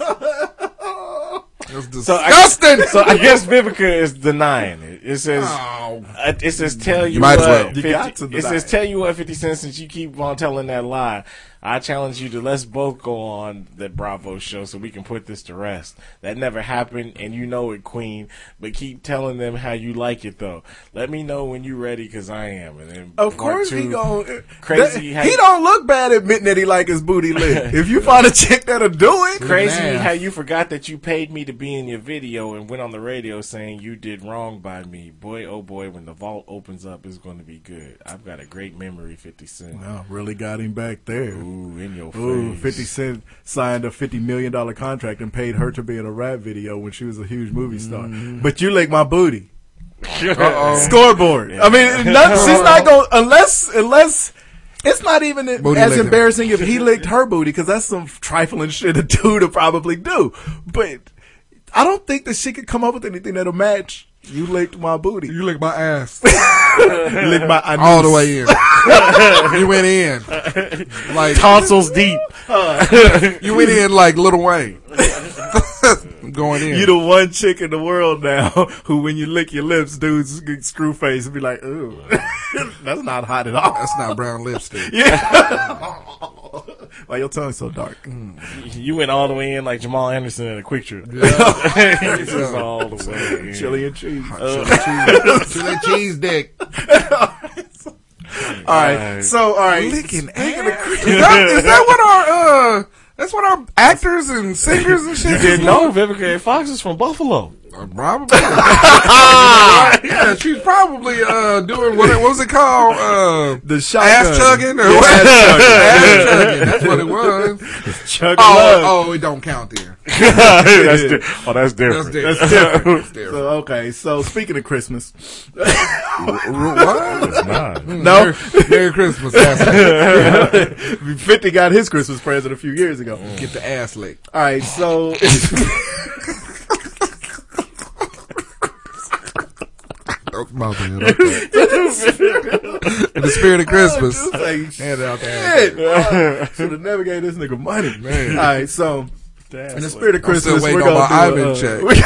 M: That's
D: So I-
M: disgusting.
D: So I guess Vivica is denying it. It says.
M: Oh.
D: Uh, it says tell you,
M: might as
D: what,
M: well.
L: You
D: 50
L: got to
D: it
L: deny
D: says
L: it.
D: tell you what 50 cent since you keep on telling that lie i challenge you to let's both go on the bravo show so we can put this to rest that never happened and you know it queen but keep telling them how you like it though let me know when you're ready because i am and then
L: (laughs) Of
D: part
L: course he
D: two-
L: gon'
D: crazy
L: that-
D: how
L: he
D: you-
L: don't look bad admitting that he like his booty (laughs) lit. If you find a chick that'll do it,
D: Crazy
M: Man.
D: how you forgot that you paid me to be in your video and went on the radio saying you did wrong by me. Boy, oh boy, when the vault opens up, it's going to be good. I've got a great memory, 50 Cent.
L: Wow, really got him back there.
D: Ooh, in your
L: Ooh,
D: face.
L: 50 Cent signed a $50 million contract and paid her to be in a rap video when she was a huge movie star. But you lick my booty.
M: Oh.
L: Scoreboard. I mean, not, she's not going, to unless, unless, it's not even
M: Booty
L: as
M: licking.
L: embarrassing if he licked her booty because that's some trifling shit a dude would probably do. But I don't think that she could come up with anything that'll match. You licked my booty. You
M: You lick my ass
L: licked my anus.
M: all the way in. you went in like
D: Tonsils deep.
M: you went in like Little Wayne. (laughs) Going in.
L: You the one chick in the world now (laughs) who, when you lick your lips, dudes get screw face and be like, "Ooh, (laughs) that's not hot at all." (laughs)
M: That's not brown lipstick.
L: Why your tongue's so dark?
D: You went all the way in like Jamal Anderson in a quick trip. (laughs) It's just all the way in.
L: Uh, Chili and cheese.
M: Chili cheese, chili cheese dick.
L: all right. So, all right.
M: Licking Is that, is that what our uh? That's what our actors and singers and shit.
D: You
M: is
D: didn't know
M: like?
D: Vivica A. Fox is from Buffalo.
M: (laughs) probably. yeah, she's probably uh doing what, what was it called? Uh,
L: the
M: ass tugging or what? Ass tugging. That's (laughs) what it was.
L: Chug
M: oh,
L: lug.
M: oh, it don't count there.
L: (laughs)
D: That's di- oh, that's different.
M: That's
L: That's
M: different.
L: different.
M: That's
L: So, okay, so speaking of Christmas, (laughs)
M: (laughs) what? Hmm,
D: It's not.
L: no,
M: Merry- Merry Christmas, (laughs) asshole.
L: Fifty got his Christmas present a few years ago.
M: Get the ass licked.
L: All right, so (laughs)
M: Oh, my bad. Okay. In (laughs) the spirit of Christmas.
L: Oh, just like,
M: Hand out the ass
L: shit,
M: lick. (laughs)
L: boy. Should have never gave this nigga money,
M: Man.
L: All right, so
M: Damn,
L: in the spirit of
M: I'm still
L: Christmas, we're
M: waiting
L: gonna
M: on my
L: do a,
M: Ivan
L: uh, (laughs)
M: check.
L: we're-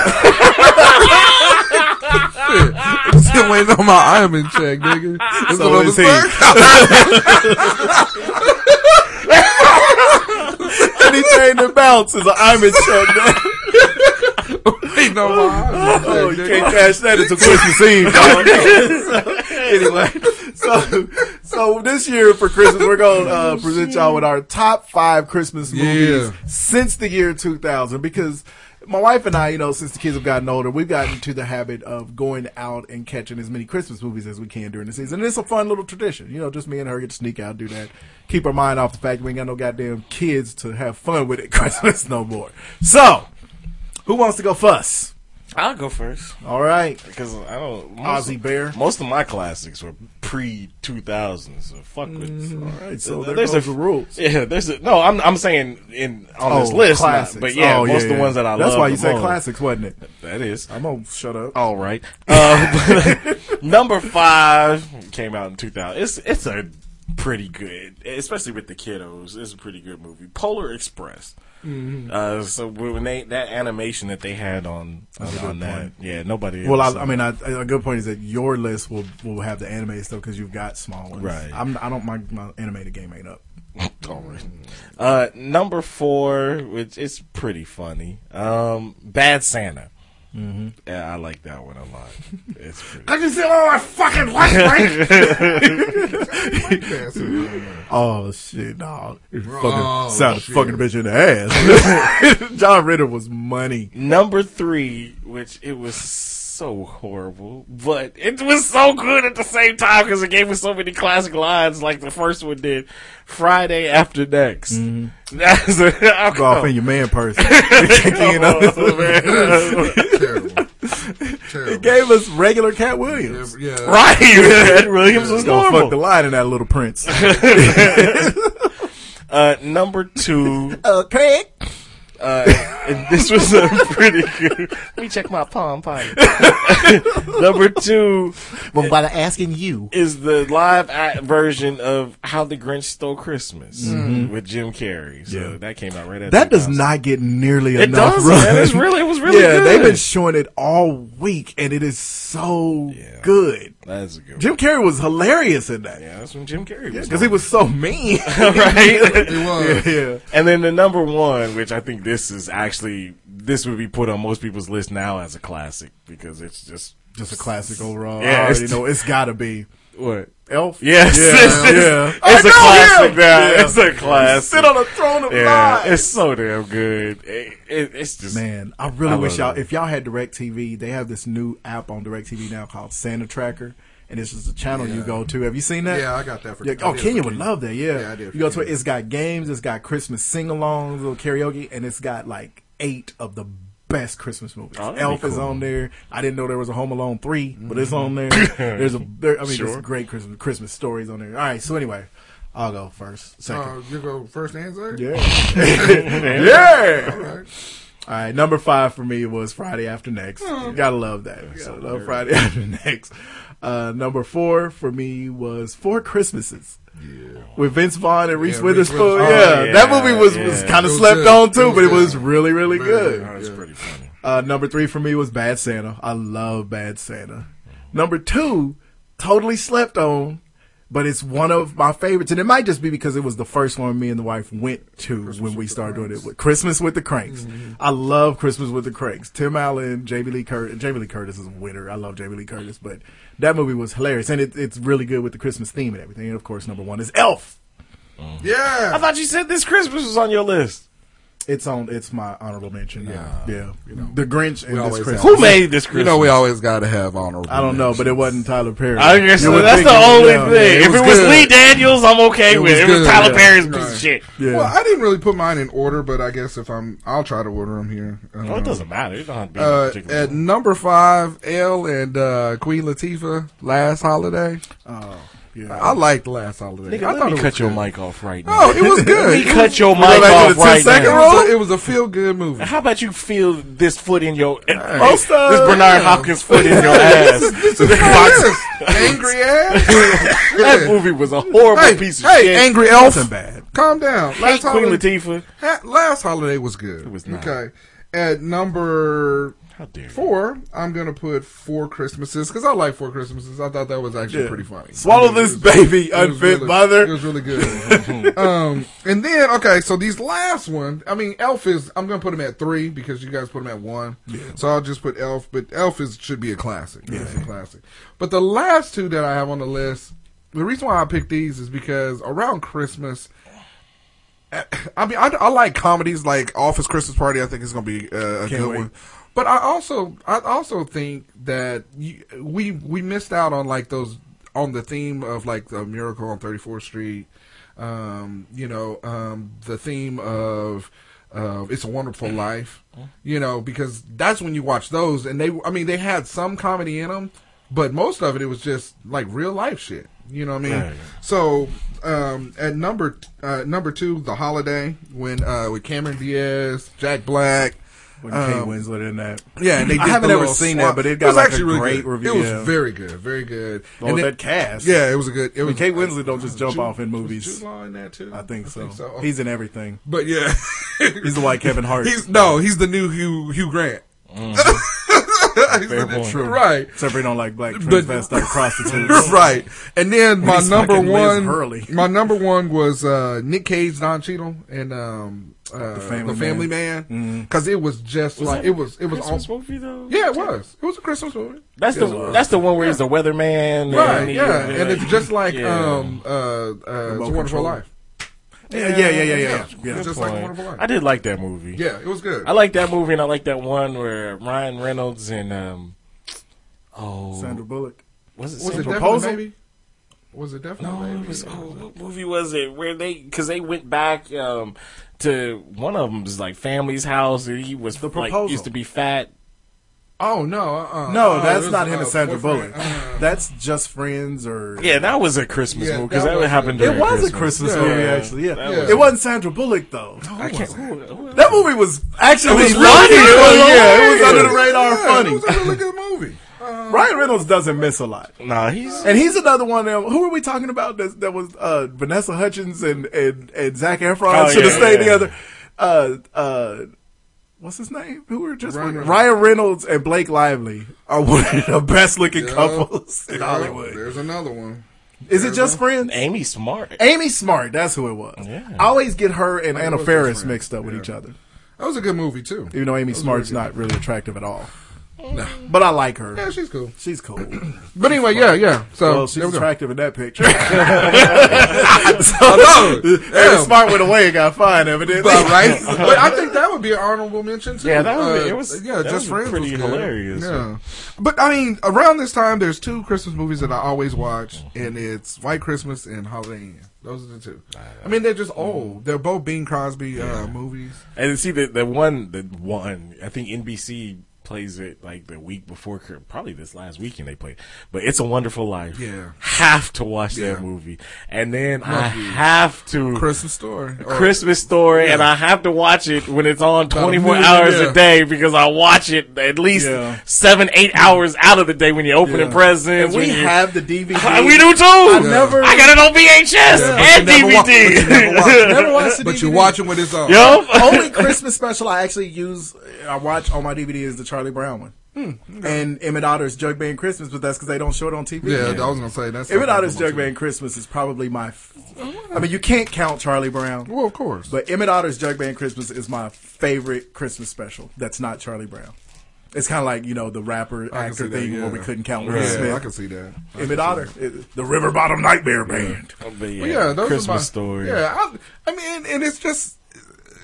M: I'm still waiting on my Iron check, nigga. That's
L: So
M: what I'm
L: is he. (laughs) Anything that bounce is an Iman check,
M: (laughs)
L: man.
M: Waiting on my Iron
L: Oh, you
M: check,
L: can't
M: nigga.
L: cash that until
M: (laughs)
L: Christmas Eve. dog. so, anyway, so so this year for Christmas, we're gonna uh, present y'all with our top five Christmas movies
M: Yeah.
L: since the year 2000 because. My wife and I, you know, since the kids have gotten older, we've gotten to the habit of going out and catching as many Christmas movies as we can during the season. And it's a fun little tradition. You know, just me and her get to sneak out, do that, keep our mind off the fact we ain't got no goddamn kids to have fun with at (laughs) Christmas no more. So, who wants to go fuss?
D: I'll go first
L: All right.
D: because I don't. most
L: Ozzy
D: of-
L: Bear.
D: Most of my classics were pre two thousands. So fuck with.
L: All right, Mm-hmm. so
D: Uh,
L: there
D: there's
L: goes
D: a-
L: the rules.
D: Yeah, there's a, no. I'm I'm saying in on this
L: Oh,
D: list, not-
L: classics.
D: but yeah,
L: Oh,
D: most of the ones that I
L: That's
D: love.
L: why you
D: the
L: said
D: most.
L: classics, wasn't it? Oh,
D: That is.
L: I'm gonna shut up.
D: All right. Uh,
L: (laughs)
D: (laughs) but, number five came out in 2000. It's it's a pretty good, especially with the kiddos. It's a pretty good movie. Polar Express.
L: Mm-hmm.
D: Uh, so when they that animation that they had on on, on that, yeah, nobody.
L: Well,
D: else-
L: I, I mean, I, a good point is that your list will will have the anime stuff because you've got small ones.
D: Right.
L: I'm, I don't my, my animated game ain't up.
D: All right. Uh, number four, which is pretty funny. Um, Bad Santa. Mm-hmm. Yeah, I like that one a lot. It's pretty. (laughs)
L: I can see all I fucking like. (laughs) oh shit, dog! It
M: Oh,
L: fucking sounded
M: shit.
L: fucking bitch in the ass. (laughs) John Ritter was money.
D: Number three, which it was so horrible, but it was so good at the same time because it gave us so many classic lines, like the first one did. Friday after next. That's (laughs) a,
L: (laughs) Go off in your man (laughs) purse. Kicking up.
M: Terrible.
L: It
M: Terrible.
L: (laughs) gave us regular Cat Williams.
M: Yeah.
D: Right,
L: (laughs)
D: Ed Williams was
L: It's gonna fuck the
D: normal.
L: light in that little (laughs) prince.
D: Uh, number two,
L: uh, Craig.
D: uh, and this was a pretty good. (laughs) Let me check my palm pipe. (laughs) number two
L: Well, by asking you.
D: is the live act version of How the Grinch Stole Christmas with Jim Carrey. So
L: Mm-hmm. Yeah.
D: that came out right after
L: That does not get nearly
D: It
L: enough.
D: does,
L: run.
D: man. It's really, it was really
L: yeah,
D: good.
L: they've been showing it all week, and it is so
D: Yeah.
L: good.
D: That's a good.
L: Jim Carrey was hilarious in that
D: yeah, that's when Jim Carrey was.
L: because he was so
D: (laughs)
L: mean.
D: on, right. (laughs)
M: It was.
L: yeah, yeah.
D: and then the number one, which I think this is actually this would be put on most people's list now as a classic because it's just
L: Just a classic overall.
D: Yeah,
L: I already
D: it's-
L: know it's got to be
D: what.
L: Elf.
D: Yes,
L: Yeah,
D: it's, it's-
L: yeah.
D: (laughs) it's
L: I
D: a
L: know
D: classic.
L: him!
D: Now.
L: Yeah.
D: It's a classic.
L: Sit on a throne of
D: yeah,
L: lies.
D: it's so damn good. It, it, it's just
L: Man, I really wish
D: love
L: y'all
D: it.
L: if y'all had DirecTV, they have this new app on DirecTV now called Santa Tracker. And it's just a channel you go to. Have you seen that?
M: Yeah, I got that for-
L: yeah,
M: I
L: Oh,
M: did
L: Kenya
M: for
L: would
M: Kenya.
L: love that. Yeah,
M: Yeah, I did for
L: You go to it.
M: Kenya.
L: It's got games. It's got Christmas sing-alongs, little karaoke, and it's got like eight of the best Christmas movies.
D: Oh, that'd be
L: Elf is
D: cool.
L: on there. I didn't know there was a Home Alone three, but it's on there. There's a. There, I mean,
D: Mm-hmm. Sure.
L: there's great Christmas Christmas stories on there. All right, so anyway, I'll go first, second.
M: Uh, you go first and second?
L: Yeah. yeah. All right. Number five for me was Friday After Next. You gotta love that. You gotta love Friday (laughs) After Next. Uh, number four for me was Four Christmases. With Vince Vaughn and Reese
M: Reese
L: Witherspoon,
M: Witherspoon.
L: yeah.
D: Oh,
L: that
D: yeah,
L: movie was, was
D: yeah.
L: kind
M: It
L: of
M: was
L: slept
M: good.
L: on too,
M: It was
L: but it
M: good.
L: was really, really good.
D: Oh, that's pretty funny.
L: Uh, number three for me was Bad Santa. I love Bad Santa. Number two, totally slept on, but it's one of my favorites, and it might just be because it was the first one me and the wife went to when we started doing it. With Christmas with the Cranks,
M: Mm-hmm.
L: I love Christmas with the Cranks. Tim Allen, Jamie Lee Curtis. Jamie Lee Curtis is a winner. I love Jamie Lee Curtis, but that movie was hilarious, and it, it's really good with the Christmas theme and everything. And of course, number one is Elf.
M: Yeah,
D: I thought you said this Christmas was on your list.
L: It's on. It's my honorable mention. Yeah, yeah. the Grinch and
M: We
L: this
M: always
L: Christmas.
M: have-
D: Who made this
M: You know, we
D: Christmas?
M: always got to have honorable.
L: I don't know, but it wasn't Tyler Perry.
D: I guess
L: You would
D: that's
L: think
D: the
L: was
D: only
L: him.
D: thing.
L: Yeah,
D: if it was
L: good.
D: Lee Daniels, I'm okay
L: It
D: with
L: was
D: it. It was
L: good,
D: Tyler
L: yeah.
D: Perry's piece of shit.
L: Yeah.
M: Well, I didn't really put mine in order, but I guess if I'm, I'll try to order them here. Um,
D: Well, it doesn't matter. It don't have to be in
M: uh,
D: particular
M: at number five, L and uh, Queen Latifah, Last Holiday.
L: Oh, yeah.
M: I liked Last Holiday.
D: Nigga,
M: I
D: let
M: thought
D: me
M: it
D: cut
M: was
D: your
M: good.
D: mic off right now.
M: No,
D: (laughs)
M: it was good.
D: Let me
M: It
D: cut
M: was-
D: your
M: Go back
D: mic
M: to
D: off
M: the 10
D: right
M: second
D: now.
M: roll? It was a feel good
D: (laughs)
M: movie.
D: How about you feel this foot in your this
M: Most, uh,
D: Bernard Hopkins foot in your ass? (laughs)
M: This is how it is. angry ass.
D: that movie was a horrible
M: hey,
D: piece of
M: hey,
D: shit.
M: angry elf.
L: Nothing bad.
M: Calm down.
D: Hate Queen
M: holiday-
D: Latifah.
M: Ha- last holiday was good. It
D: was not.
M: Okay. At number
D: How dare you.
M: four, I'm going to put Four Christmases because I like Four Christmases. I thought that was actually
L: Yeah.
M: pretty funny.
L: Swallow
M: I mean, it
L: this
M: was-
L: baby,
M: it was
L: unfit
M: really-
L: mother.
M: It was really good. (laughs) um, and then, okay, so these last one, I mean, Elf is, I'm going to put them at three because you guys put them at one. So I'll just put Elf, but Elf is should be a classic. Yeah. It's a classic. But the last two that I have on the list, the reason why I picked these is because around Christmas, I mean, I, I like comedies like Office Christmas Party. I think it's going to be uh, a
L: Can't
M: good
L: wait.
M: one. But I also, I also think that you, we we missed out on like those on the theme of like the Miracle on Thirty Fourth Street. Um, you know, um, the theme of uh, It's a Wonderful Life.
L: Mm-hmm.
M: You know, because that's when you watch those, and they, I mean, they had some comedy in them, but most of it it was just like real life shit. You know what I mean?
D: Right.
M: So um, at number uh, number two, the holiday when uh, with Cameron Diaz, Jack Black,
L: When Kate
M: um,
L: Winslet in that.
M: yeah, and they
L: I
M: did
L: haven't
M: the
L: ever
M: little
L: seen
M: swap.
L: that, but it got
M: was
L: like a
M: actually really
L: great
M: good.
L: review.
M: It was
L: yeah.
M: very good, very good.
L: Well,
M: And
L: with
M: then-
L: that cast.
M: yeah, it was a good. It
L: I mean,
M: was
L: Kate Winslet don't just jump
M: Jude-
L: off in
M: was
L: movies.
M: Jude Law in that too.
L: I think so.
M: so.
L: He's in
M: (laughs)
L: everything.
M: but
L: (laughs)
M: yeah,
L: He's the white Kevin Hart.
M: he's no, he's the new Hugh Hugh Grant. He's
L: Fair
M: the new-
L: point.
M: Right.
L: Except for he don't like black
M: But-
L: transvestite prostitutes.
M: (laughs) right. And then my
L: he's
M: number
L: fucking Liz
M: one,
L: Hurley.
M: my number one was uh, Nick Cage, Don Cheadle, and um, uh, the
L: Family Mm-hmm.
M: Family, Man, because it was just like
D: that
M: it was. It was
D: Christmas
M: all,
D: movie though.
M: yeah, it was. It was a Christmas movie.
D: That's
M: Yes, it
D: the
M: was.
D: that's the one where he's the weatherman.
M: uh, Right,
D: and he-
M: yeah, and it's just like
D: Yeah.
M: um uh, uh it's a
L: control.
M: Wonderful Life.
L: yeah, yeah, yeah, yeah, yeah.
M: It's
L: yeah.
M: just like a Wonderful Life.
D: I did like that movie.
M: yeah, it was good.
D: I like that movie, and I like that one where Ryan Reynolds and um, oh,
L: Sandra Bullock.
D: was it
M: was it
D: Sandra?
M: definitely
L: Proposal?
M: maybe? Was it definitely
D: No,
M: maybe?
D: it was. Oh, what movie was it? Where they because they went back um, to one of them's like family's house, and he was
L: The
D: like
L: Proposal.
D: used to be fat.
M: oh no, uh-uh.
L: No,
M: Oh, it
L: that's
M: was,
L: not him
M: uh,
L: and Sandra
M: boyfriend.
L: Bullock.
M: Uh,
L: That's just friends or.
D: Yeah, that was a Christmas
M: Yeah,
D: movie because
M: that
D: that,
M: was-
D: happened.
L: It
D: during
L: was a Christmas
M: Yeah.
L: movie,
M: Yeah.
L: actually. Yeah.
D: That
M: was-
L: it wasn't Sandra Bullock though.
D: I can't. Who, who,
L: That movie was actually
D: was
L: really
D: funny.
L: good.
D: It was
L: yeah, it was
D: hilarious.
L: under the radar
M: yeah,
D: (laughs)
M: It
L: funny.
M: was a really good movie. Um,
L: Ryan Reynolds doesn't miss a lot.
D: nah, he's
L: And he's another one. That, who were we talking about? That, that was uh, Vanessa Hutchins and and and Zach Efron
D: Oh,
L: should have
D: yeah,
L: stayed
D: yeah.
L: together. Uh, uh, what's his name? Who were just
M: Ryan
L: Ryan,
M: Reynolds.
L: Reynolds and Blake Lively are one of the best looking couples in
M: yeah,
L: Hollywood.
M: There's another one.
L: Is it just friends?
D: Amy Smart.
L: Amy Smart, that's who it was.
D: Yeah.
L: I always get her and Anna
M: was
L: Faris
M: different.
L: mixed up with
M: Yeah.
L: each other,
M: That was a good movie too.
L: even though Amy
M: Those
L: Smart's
M: were really
L: not really attractive at all. But I like her.
M: Yeah, she's cool.
L: she's
M: (clears throat)
L: cool.
M: But anyway, yeah, yeah. So
L: well, she's
D: (laughs)
M: there we go.
L: attractive in that
M: (laughs)
L: picture.
D: (laughs)
L: so,
M: Damn.
L: Aaron Smart went away and got fined, evidently.
M: (laughs) But, right, but I think that would be an honorable mention too. Uh,
D: Yeah, that would be- it was-
M: Yeah,
D: that
M: just
D: was
M: friends
D: pretty
M: was good.
D: hilarious.
M: Yeah, but I mean, around this time, there's two Christmas movies that I always watch, and it's White Christmas and Holiday Inn. Those are the two. I mean, they're just old. They're both Bing Crosby uh, movies.
D: And see the the one the one I think NBC plays it like the week before Cur- probably this last weekend they played. But it's a wonderful life.
M: Yeah.
D: Have to watch
M: Yeah.
D: that movie. And then I
M: Must be.
D: have to
M: Christmas Story. Or-
D: Christmas story and I have to watch it when it's on
M: uh, About a
D: 24
M: million,
D: hours
M: yeah.
D: a day because I watch it at least
L: Yeah.
D: 7 8 hours out of the day when you're opening
L: Yeah. (laughs) And
D: presents.
L: we
D: when you-
L: have the DVD.
D: (laughs) we do too. I
L: never-
D: got it on VHS and
M: But you never watch-
D: DVD.
M: but you never watch it.
L: Never watched the
M: But you
L: DVD.
M: watch them when it's on.
D: Yo.
L: Only Christmas special I actually use, I watch on my DVD is the Charlie Brown one. And Emmett Otter's Jug Band Christmas, but that's because they don't show it on TV.
M: Hmm, Yeah, I was gonna say, that's
L: Emmett
M: not
L: Otter's
M: on
L: Jug Band Christmas is probably my. F- I mean, you can't count Charlie Brown.
M: Well, of course.
L: But Emmett Otter's Jug Band Christmas is my favorite Christmas special. That's not Charlie Brown. It's kind of like you know the rapper
M: I can see
L: actor
M: that,
L: thing where we
M: yeah.
L: couldn't count
M: Yeah,
L: Will Smith.
M: I can see that. I can see
L: Emmett Otter,
M: that.
L: it- the River Bottom Nightmare
M: Yeah.
L: Band.
D: (laughs) But yeah,
M: But yeah, those
D: Christmas
M: are my,
D: story.
M: Yeah, I, I mean, and, and it's just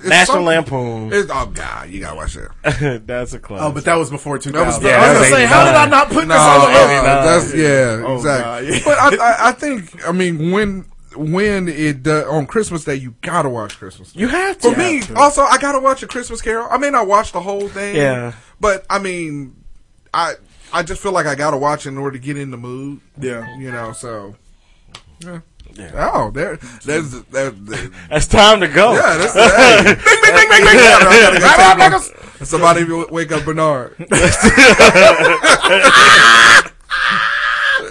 M: it's
D: National
M: something-
D: Lampoon.
M: It's, oh God, you gotta watch that.
D: (laughs) that's a classic.
L: Oh, but that was before
M: That was
L: 2000.
M: the-
L: I was gonna say, how did I not (laughs) put
M: No,
L: this on the
M: uh,
L: list?
M: that's yeah,
L: Oh, God.
M: exactly. But I, I, I think I mean when when it does, on Christmas Day you gotta watch Christmas.
D: You have
M: For
D: to.
M: me,
D: Have to.
M: also I gotta watch a Christmas Carol. I may not watch the whole thing.
D: Yeah.
M: But I mean, I I just feel like I gotta watch in order to get in the mood.
L: Yeah.
M: You know, so. Yeah.
D: Yeah.
M: Oh, there, there's,
L: (laughs)
M: there, there,
D: That's time to go.
M: yeah, that's hey. Bing, bing, bing, bing, bing. I gotta go take one. Somebody will wake up Bernard.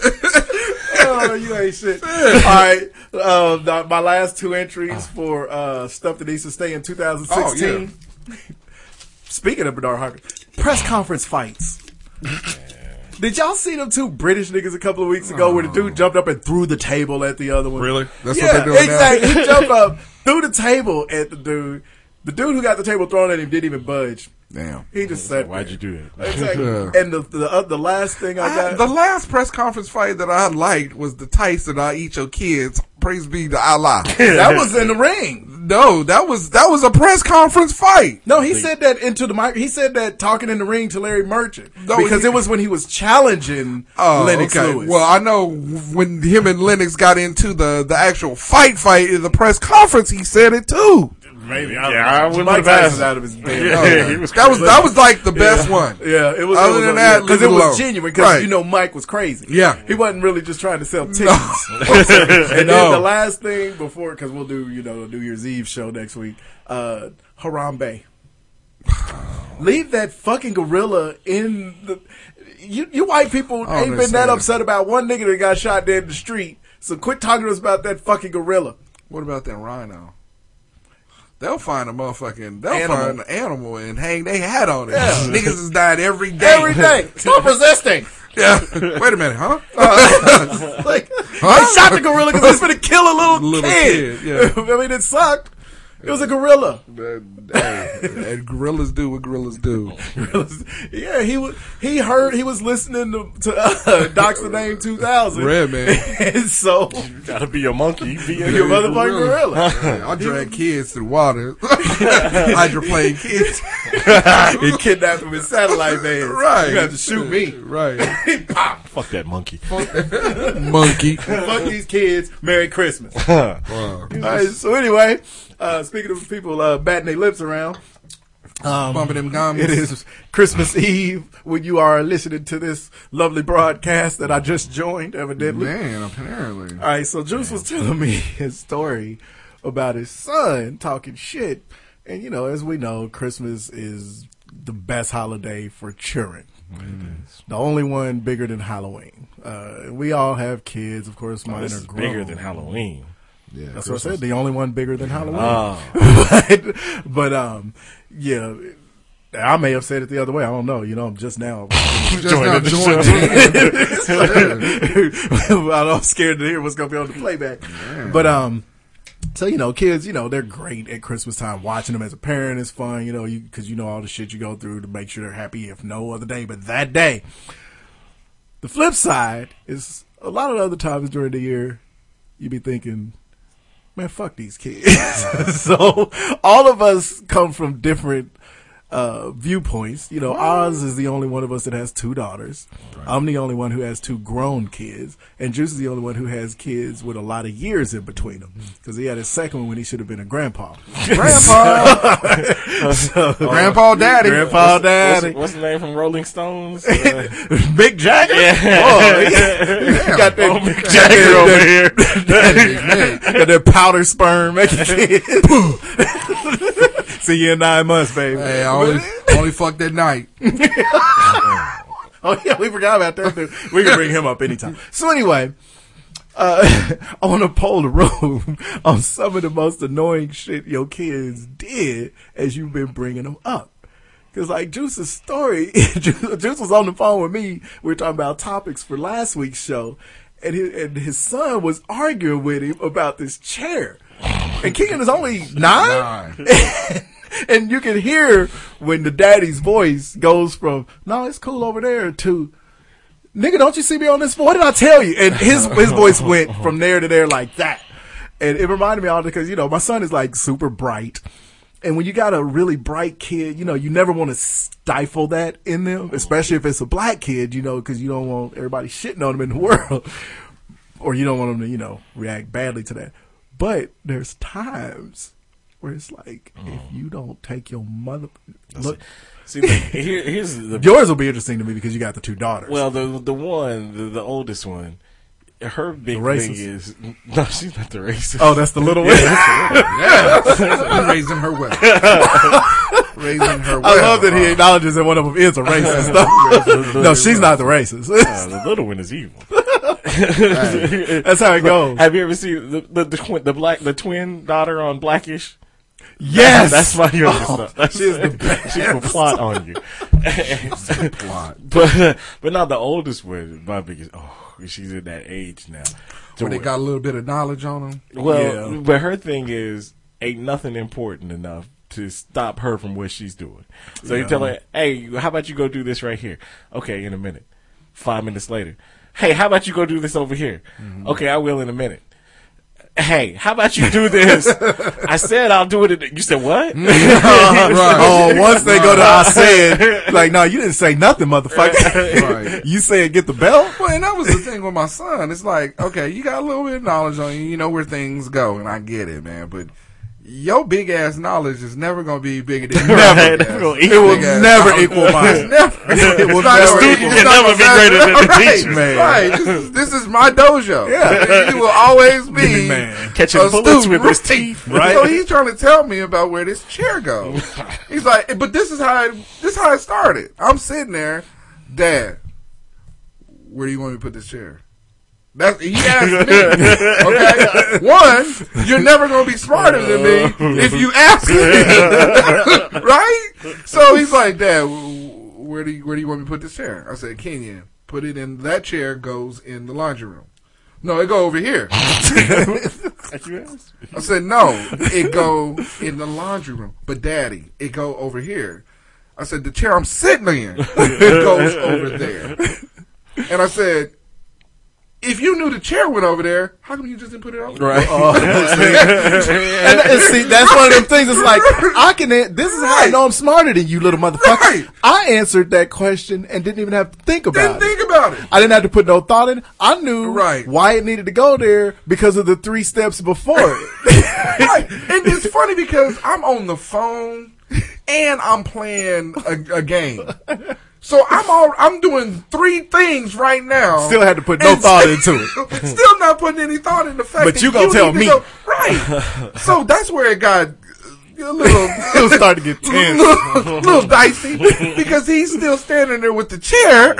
L: oh, you ain't shit. All right, um, the- my last two entries for uh, stuff that needs to stay in 2016. Speaking of Bernard Hopkins, press conference fights. Did y'all see them two British niggas a couple of weeks ago where the dude jumped up and threw the table at the other one?
M: Really? That's
L: yeah,
M: what they're doing now?
L: exactly. he jumped up, threw the table at the dude. The dude who got the table thrown at him didn't even budge.
M: Damn.
L: He just sat.
D: Why'd you do that?
L: (laughs) Exactly. And the the, uh, the last thing I got,
M: (laughs) I, the last press conference fight that I liked was the Tyson I eat your kids. Praise be to Allah.
L: (laughs) that was in the ring.
M: no, that was that was a press conference fight.
L: No, he said that into the mic. He said that talking in the ring to Larry Merchant
M: No,
L: because
M: he-
L: it was when he was challenging
M: Oh,
L: Lennox
M: okay.
L: Lewis.
M: Well, I know when him and Lennox got into the the actual fight fight in the press conference, he said it too.
L: maybe.
D: Yeah, I wouldn't
L: Mike
D: have asked.
L: Tyson's out of
D: (laughs)
L: his bed.
D: Yeah,
M: Okay.
D: he was
M: that was
D: crazy.
M: that was like the best one.
L: Yeah, it was.
M: Other
L: it was,
M: than that,
L: because
M: leave
L: it
M: it alone.
L: was genuine. Because
M: Right.
L: you know Mike was crazy.
M: Yeah.
L: he wasn't really just trying to sell tickets. (laughs)
M: (laughs)
L: and then
M: No.
L: the last thing before, because we'll do you know the New Year's Eve show next week. Uh, Harambe, (sighs) leave that fucking gorilla in the. You you white people
M: I
L: ain't been that
M: understand.
L: upset about one nigga that got shot dead in the street. So quit talking to us about that fucking gorilla.
M: What about that rhino? They'll find a motherfucking they'll
L: Animal.
M: find an animal and hang they hat on it.
L: Yeah.
M: (laughs) Niggas is dying every day.
L: Every day, Uh, stop resisting.
M: (laughs) yeah. Wait a
L: (laughs)
M: minute, huh?
L: like
M: Huh?
L: they shot the gorilla because it's gonna kill a little,
M: Little
L: kid.
M: kid, yeah.
L: (laughs) I mean, it sucked. It was a gorilla.
M: And, and gorillas do what gorillas do.
L: Oh, (laughs) yeah, he was. He heard. He was listening to, to uh, Doc's the Name 2000.
M: Red man.
L: (laughs) and so
D: You gotta be a
L: (laughs)
D: monkey. You be a
L: your motherfucking gorilla.
M: Yeah, I drag kids
L: (laughs)
M: through water. Hydroplane kids. (laughs)
L: he kidnapped him with satellite man.
M: Right.
L: You have to shoot
M: (laughs)
L: me.
M: Right.
D: Fuck that monkey.
L: (laughs)
M: Monkey.
L: Fuck these kids. Merry
M: (laughs)
L: Christmas.
M: Wow.
L: All right, so anyway, uh, speaking of people uh, batting their lips around,
M: Bumping them gums.
L: It is Christmas Eve when you are listening to this lovely broadcast that I just joined, evidently.
M: Man,
L: (laughs)
M: apparently.
L: All right, so Juice was telling me (laughs) his story about his son talking shit. And, you know, as we know, Christmas is the best holiday for children. The only one bigger than Halloween. Uh, we all have kids, of course. Mine
D: Oh, This
L: are
D: is
L: grown.
D: bigger than Halloween.
M: Yeah,
L: That's what I said. The only one bigger than Halloween.
D: Oh.
L: (laughs) but, but um, yeah, I may have said it the other way. I don't know. You know, I'm just now.
M: Just now
D: the
M: joined
L: (laughs) I'm scared to hear what's gonna be on the playback. But um, so you know, kids, you know, they're great at Christmas time. Watching them as a parent is fun. You know, you because you know all the shit you go through to make sure they're happy. If no other day, but that day. The flip side is a lot of the other times during the year, you be thinking, man, fuck these kids. (laughs) so all of us come from different uh, viewpoints. You know, Oz is the only one of us that has two daughters. I'm the only one who has two grown kids, and Juice is the only one who has kids with a lot of years in between them
D: Mm.
L: because he had his second one when he should have been a
D: (laughs)
L: grandpa. (laughs)
M: Grandpa.
L: So-
M: Grandpa daddy.
L: grandpa,
D: What's,
L: daddy.
D: what's the name from
L: (laughs)
D: Rolling Stones? Uh,
L: Mick Jagger?
D: Yeah.
L: (laughs) Boy, you
D: (laughs)
L: got that,
D: oh,
L: (laughs)
D: Mick Jagger
L: that-
D: over here.
L: got (laughs) that powder sperm
D: (laughs)
L: making kids. (laughs) See you in nine months, baby.
M: Hey, I
L: (laughs)
M: only, only fucked at night.
L: Oh yeah, we forgot about that. Dude. We can bring him up anytime. So anyway, uh, (laughs) I want to poll the (laughs) room on some of the most annoying shit your kids did as you've been bringing them up. Cause like Juice's story, (laughs) Juice was on the phone with me. We were talking about topics for last week's show, and his, and his son was arguing with him about this chair. And Keegan is only nine. (laughs) and you can hear when the daddy's voice goes from "No, it's cool over there" to "Nigga, don't you see me on this? phone? What did I tell you?" And his his voice went from there to there like that. And it reminded me all because you know my son is like super bright. And when you got a really bright kid, you know, you never want to stifle that in them, especially if it's a black kid, you know, because you don't want everybody shitting on them in the (laughs) world. or you don't want them to, you know, react badly to that. But there's times where it's like,
D: Mm.
L: if you don't take your mother. Look.
D: See, like, here, here's the
L: Yours will be interesting to me because you got the two daughters.
D: Well, the the one, the, the oldest one, her big thing
L: racist.
D: is (laughs) no, she's not the racist.
L: Oh, that's the little
D: (laughs) Yeah,
L: one?
D: that's the little one.
L: Yeah. Raising her well. (laughs)
M: Raising her
L: I love that he acknowledges that one of them is a racist. though. no, she's not the racist. (laughs)
D: Uh, the little one is evil.
L: That's how it goes.
D: Have you ever seen the the, the, twin, the black the twin daughter on Blackish?
L: Yes!
D: that's my
L: (laughs)
D: youngest.
L: Oh,
D: daughter. That's- (laughs)
L: she is the best.
D: She will plot on you.
L: the plot.
D: (laughs) but uh, but not the oldest one. My biggest. Oh, she's at that age now. to
M: Where they
D: where-
M: got a little bit of knowledge
L: (laughs)
M: on them.
D: well, but her thing is, ain't nothing important enough to stop her from what she's doing. So you
L: Yeah.
D: tell her, hey, how about you go do this right here? Okay, in a minute. Five minutes later. Hey, how about you go do this over here?
L: Mm-hmm.
D: Okay, I will in a minute. Hey, how about you do this? I said I'll do it. In you said
L: (laughs)
D: what?
L: (laughs)
M: (laughs)
L: Oh, once they go to I said, like, no, you didn't say nothing, motherfucker. (laughs)
M: Right.
L: you said get the bell?
M: Well, and that was the thing with my son. It's like, okay, you got a little bit of knowledge on you. You know where things go, and I get it, man. But your big ass knowledge is never going to be bigger
D: (laughs)
M: than
D: Right.
M: big ass-
D: It will
M: big
D: equal-
M: ass
D: never
M: knowledge.
D: equal mine.
M: Never.
D: It will
M: It's not
D: never
M: gonna
D: equal
M: equal
D: mine.
M: mine.
D: Never be greater than the
M: Right,
D: teacher's. Man.
M: Right. This is, this is my dojo. Yeah. You will always be
D: Man. Catching
M: a
D: bullets
M: student,
D: with his
M: right? (laughs)
L: (laughs)
D: teeth, right?
M: So he's trying to tell me about where this chair goes. He's like, but this is how it, this is how it started. I'm sitting there, Dad. Where do you want me to put this chair? That's he asked me. Okay, one, you're never gonna be smarter than me if you ask me, (laughs) right? So he's like, Dad, wh- where do you, where do you want me to put this chair? I said, Kenya, put it in that chair. Goes in the laundry room. No, it go over here. I said, no, it go in the laundry room. But daddy, it go over here. I said, the chair I'm sitting in, it goes over there. And I said, if you knew the chair went over there, how come you just didn't put it over?
L: Right. Oh, see? and, and see, that's one of them things. It's like I can. an- This is how I know I'm smarter than you, little motherfucker. I answered that question and didn't even have to think about it.
M: Think about it.
L: I didn't have to put no thought in. I knew why it needed to go there because of the three steps before it.
M: right. (laughs) And it's funny because I'm on the phone and I'm playing a, a game. So I'm all I'm doing three things right now.
L: Still had to put no
M: And
L: thought
M: (laughs)
L: into it.
M: Still not putting any thought in the fact.
L: But
M: that
L: you gonna
M: need
L: tell
M: to
L: me.
M: go- right? So that's where it got a little.
L: (laughs) It was starting to get tense.
M: little, (laughs) little dicey because he's still standing there with the chair,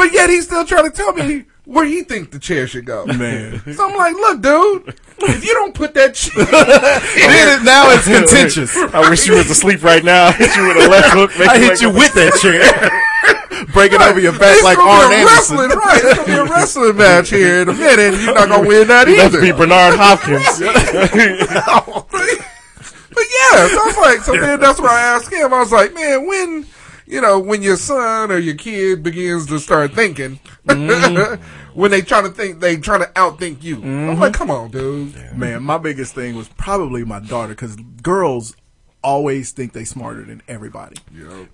M: (laughs) but yet he's still trying to tell me where he think the chair should go.
L: Man.
M: so I'm like, look, dude, if you don't put that
L: (laughs)
M: chair,
L: Then it- now it's contentious.
D: I wish you was asleep right now. I hit you with a left hook. make
L: I
D: you
L: hit
D: wake
L: you
D: up.
L: with that chair, (laughs) breaking over your back
M: it's
L: like
M: gonna
L: Arn
M: be a
L: Anderson.
M: wrestling, right? It's gonna be a wrestling match here in a minute. and You're not gonna win
L: (laughs)
M: that
D: That's
M: either.
D: be Bernard Hopkins.
M: But yeah, so I was like, so then that's where I asked him. I was like, man, when you know when your son or your kid begins to start thinking,
L: Mm.
M: (laughs) when they trying to think, they trying to outthink you.
L: Mm-hmm.
M: I'm like, come on, dude.
L: Man, my biggest thing was probably my daughter because girls always think they smarter than everybody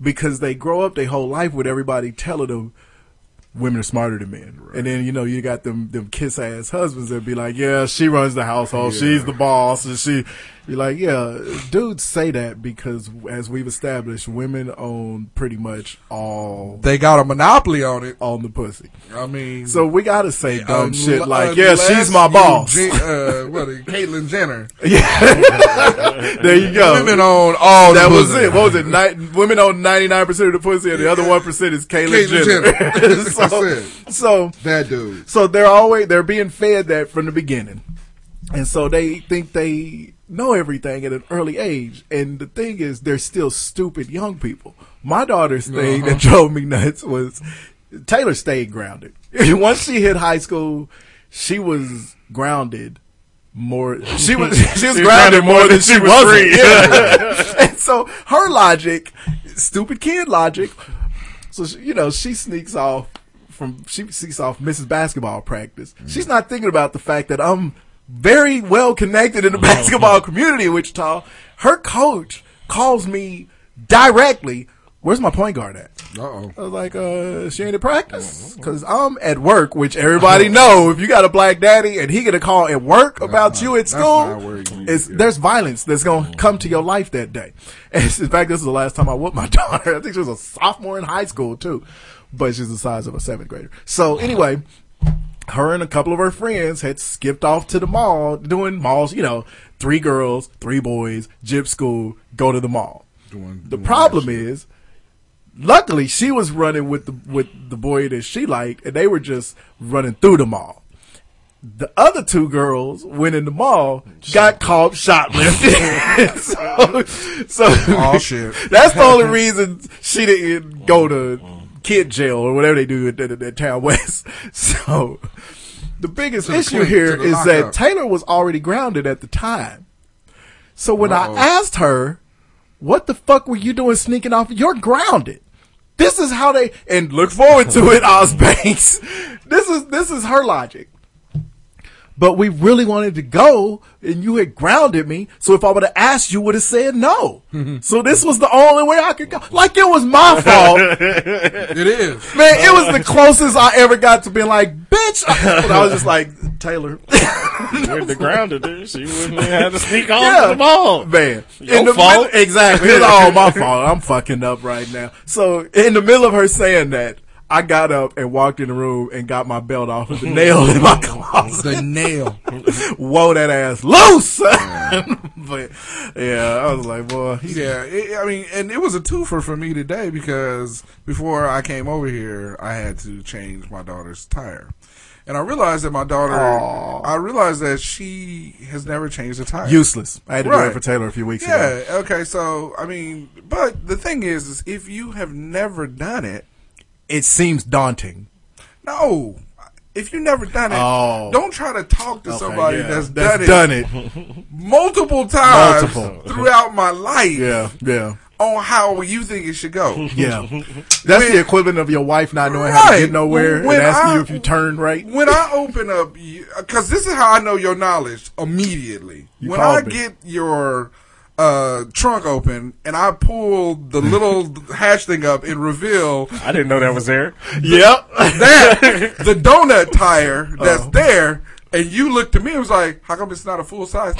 L: because they grow up their whole life with everybody telling them women are smarter than men, and then you know you got them them kiss ass husbands that be like, yeah, she runs the household,
P: Yeah.
L: she's the boss, and she be like, yeah, dudes say that because as we've established, women own pretty much all
M: They got a monopoly on it.
L: on the pussy.
M: I mean,
L: So we gotta say dumb
M: unle-
L: shit like, yeah,
M: uh, unless
L: she's my
M: you
L: boss.
M: Gen- uh, what, Caitlyn Jenner?
L: Yeah. (laughs) there you go.
M: Women own all the
L: That was
M: pussy.
L: it. What was it? Ni- women own 99% of the pussy and the other 1% is Caitlyn
M: Caitlyn
L: Jenner. (laughs)
M: Jenner.
L: so, so
M: that dude.
L: So they're always they're being fed that from the beginning. And so they think they know everything at an early age. And the thing is, they're still stupid young people. My daughter's thing that
Q: Uh-huh.
L: (laughs) drove me nuts was Taylor stayed grounded. (laughs) Once she hit high school, she was grounded more. She was (laughs) she was grounded more than she was
Q: free.
L: Yeah. (laughs) and so her logic, stupid kid logic. So she, you know she sneaks off from she sneaks off Mrs. Basketball practice. She's not thinking about the fact that I'm very well connected in the basketball community in Wichita. Her coach calls me directly. Where's my point guard at?
M: Uh-oh.
L: I was like, uh, she ain't at practice because I'm at work, which everybody
M: Uh-huh.
L: know. If you got a black daddy and he get a call at work about you at
M: not
L: school,
M: where you Uh-huh.
L: it's, there's violence that's gonna come to your life that day. (laughs) And in fact, this is the last time I whooped my (laughs) daughter. I think she was a sophomore in high school too, but she's the size of a seventh grader. So anyway, her and a couple of her friends had skipped off to the mall doing malls. You know, three girls, three boys, gyp school, go to the mall. the problem is luckily she was running with the with the boy that she liked and they were just running through the mall the other two girls went in the mall got caught shoplifting so, (laughs) so
Q: Oh, shit.
L: (laughs) that's the only reason she didn't go to kid jail or whatever they do at, at, at town west (laughs) so the biggest
Q: To the
L: issue
Q: clique,
L: here
Q: to the
L: is that
Q: lockup.
L: taylor was already grounded at the time so when
Q: Uh-oh.
L: i asked her what the fuck were you doing sneaking off? You're grounded. This is how they and look forward to
Q: (laughs)
L: it, Oz Banks. This is this is her logic. But we really wanted to go, and you had grounded me. So if I would have asked, you would have said
Q: (laughs)
L: no. so this was the only way I could go. Like it was my fault,
M: it is.
L: man. It was the closest I ever got to being like, bitch. (laughs) And I was just like, Taylor. (laughs)
D: With the grounded her, she wouldn't have had to sneak off
L: Yeah.
D: to the mall.
L: Man,
D: Your
L: in the
D: fault.
L: mid- exactly. It's all my fault. I'm fucking up right now. So in the middle of her saying that, I got up and walked in the room and got my belt off with the nail in my closet. The nail. (laughs) Whoa, that ass loose. (laughs) son. but yeah, I was like, boy. he-
M: Yeah, it, I mean, and it was a twofer for me today because before I came over here, I had to change my daughter's tire, and I realized that my daughter, I realized that she has never changed a tire.
L: Useless. I had to do it for Taylor a few weeks
M: yeah,
L: ago.
M: Okay. So I mean, but the thing is, is if you have never done it,
L: It seems daunting.
M: no. If you never done it,
L: Oh.
M: don't try to talk to
L: Okay,
M: somebody
L: yeah.
M: that's,
L: That's
M: done it
L: done
M: multiple times
L: Multiple.
M: throughout my life
L: Yeah, yeah.
M: on how you think it
L: (laughs)
M: should go.
L: Yeah. That's the equivalent of your wife not knowing how to
M: Right.
L: get nowhere
M: When
L: and asking
M: I-
L: you if you turned right.
M: When I open up, because this is how I know your knowledge immediately.
L: You
M: when
L: called
M: I
L: me.
M: get your uh, trunk open and I pull the little (laughs) hatch thing up and reveal
D: I didn't know that was there.
L: (laughs) Yep.
M: that the donut tire
L: Oh.
M: that's there, and you looked at me and was like, "How come it's not a full size?"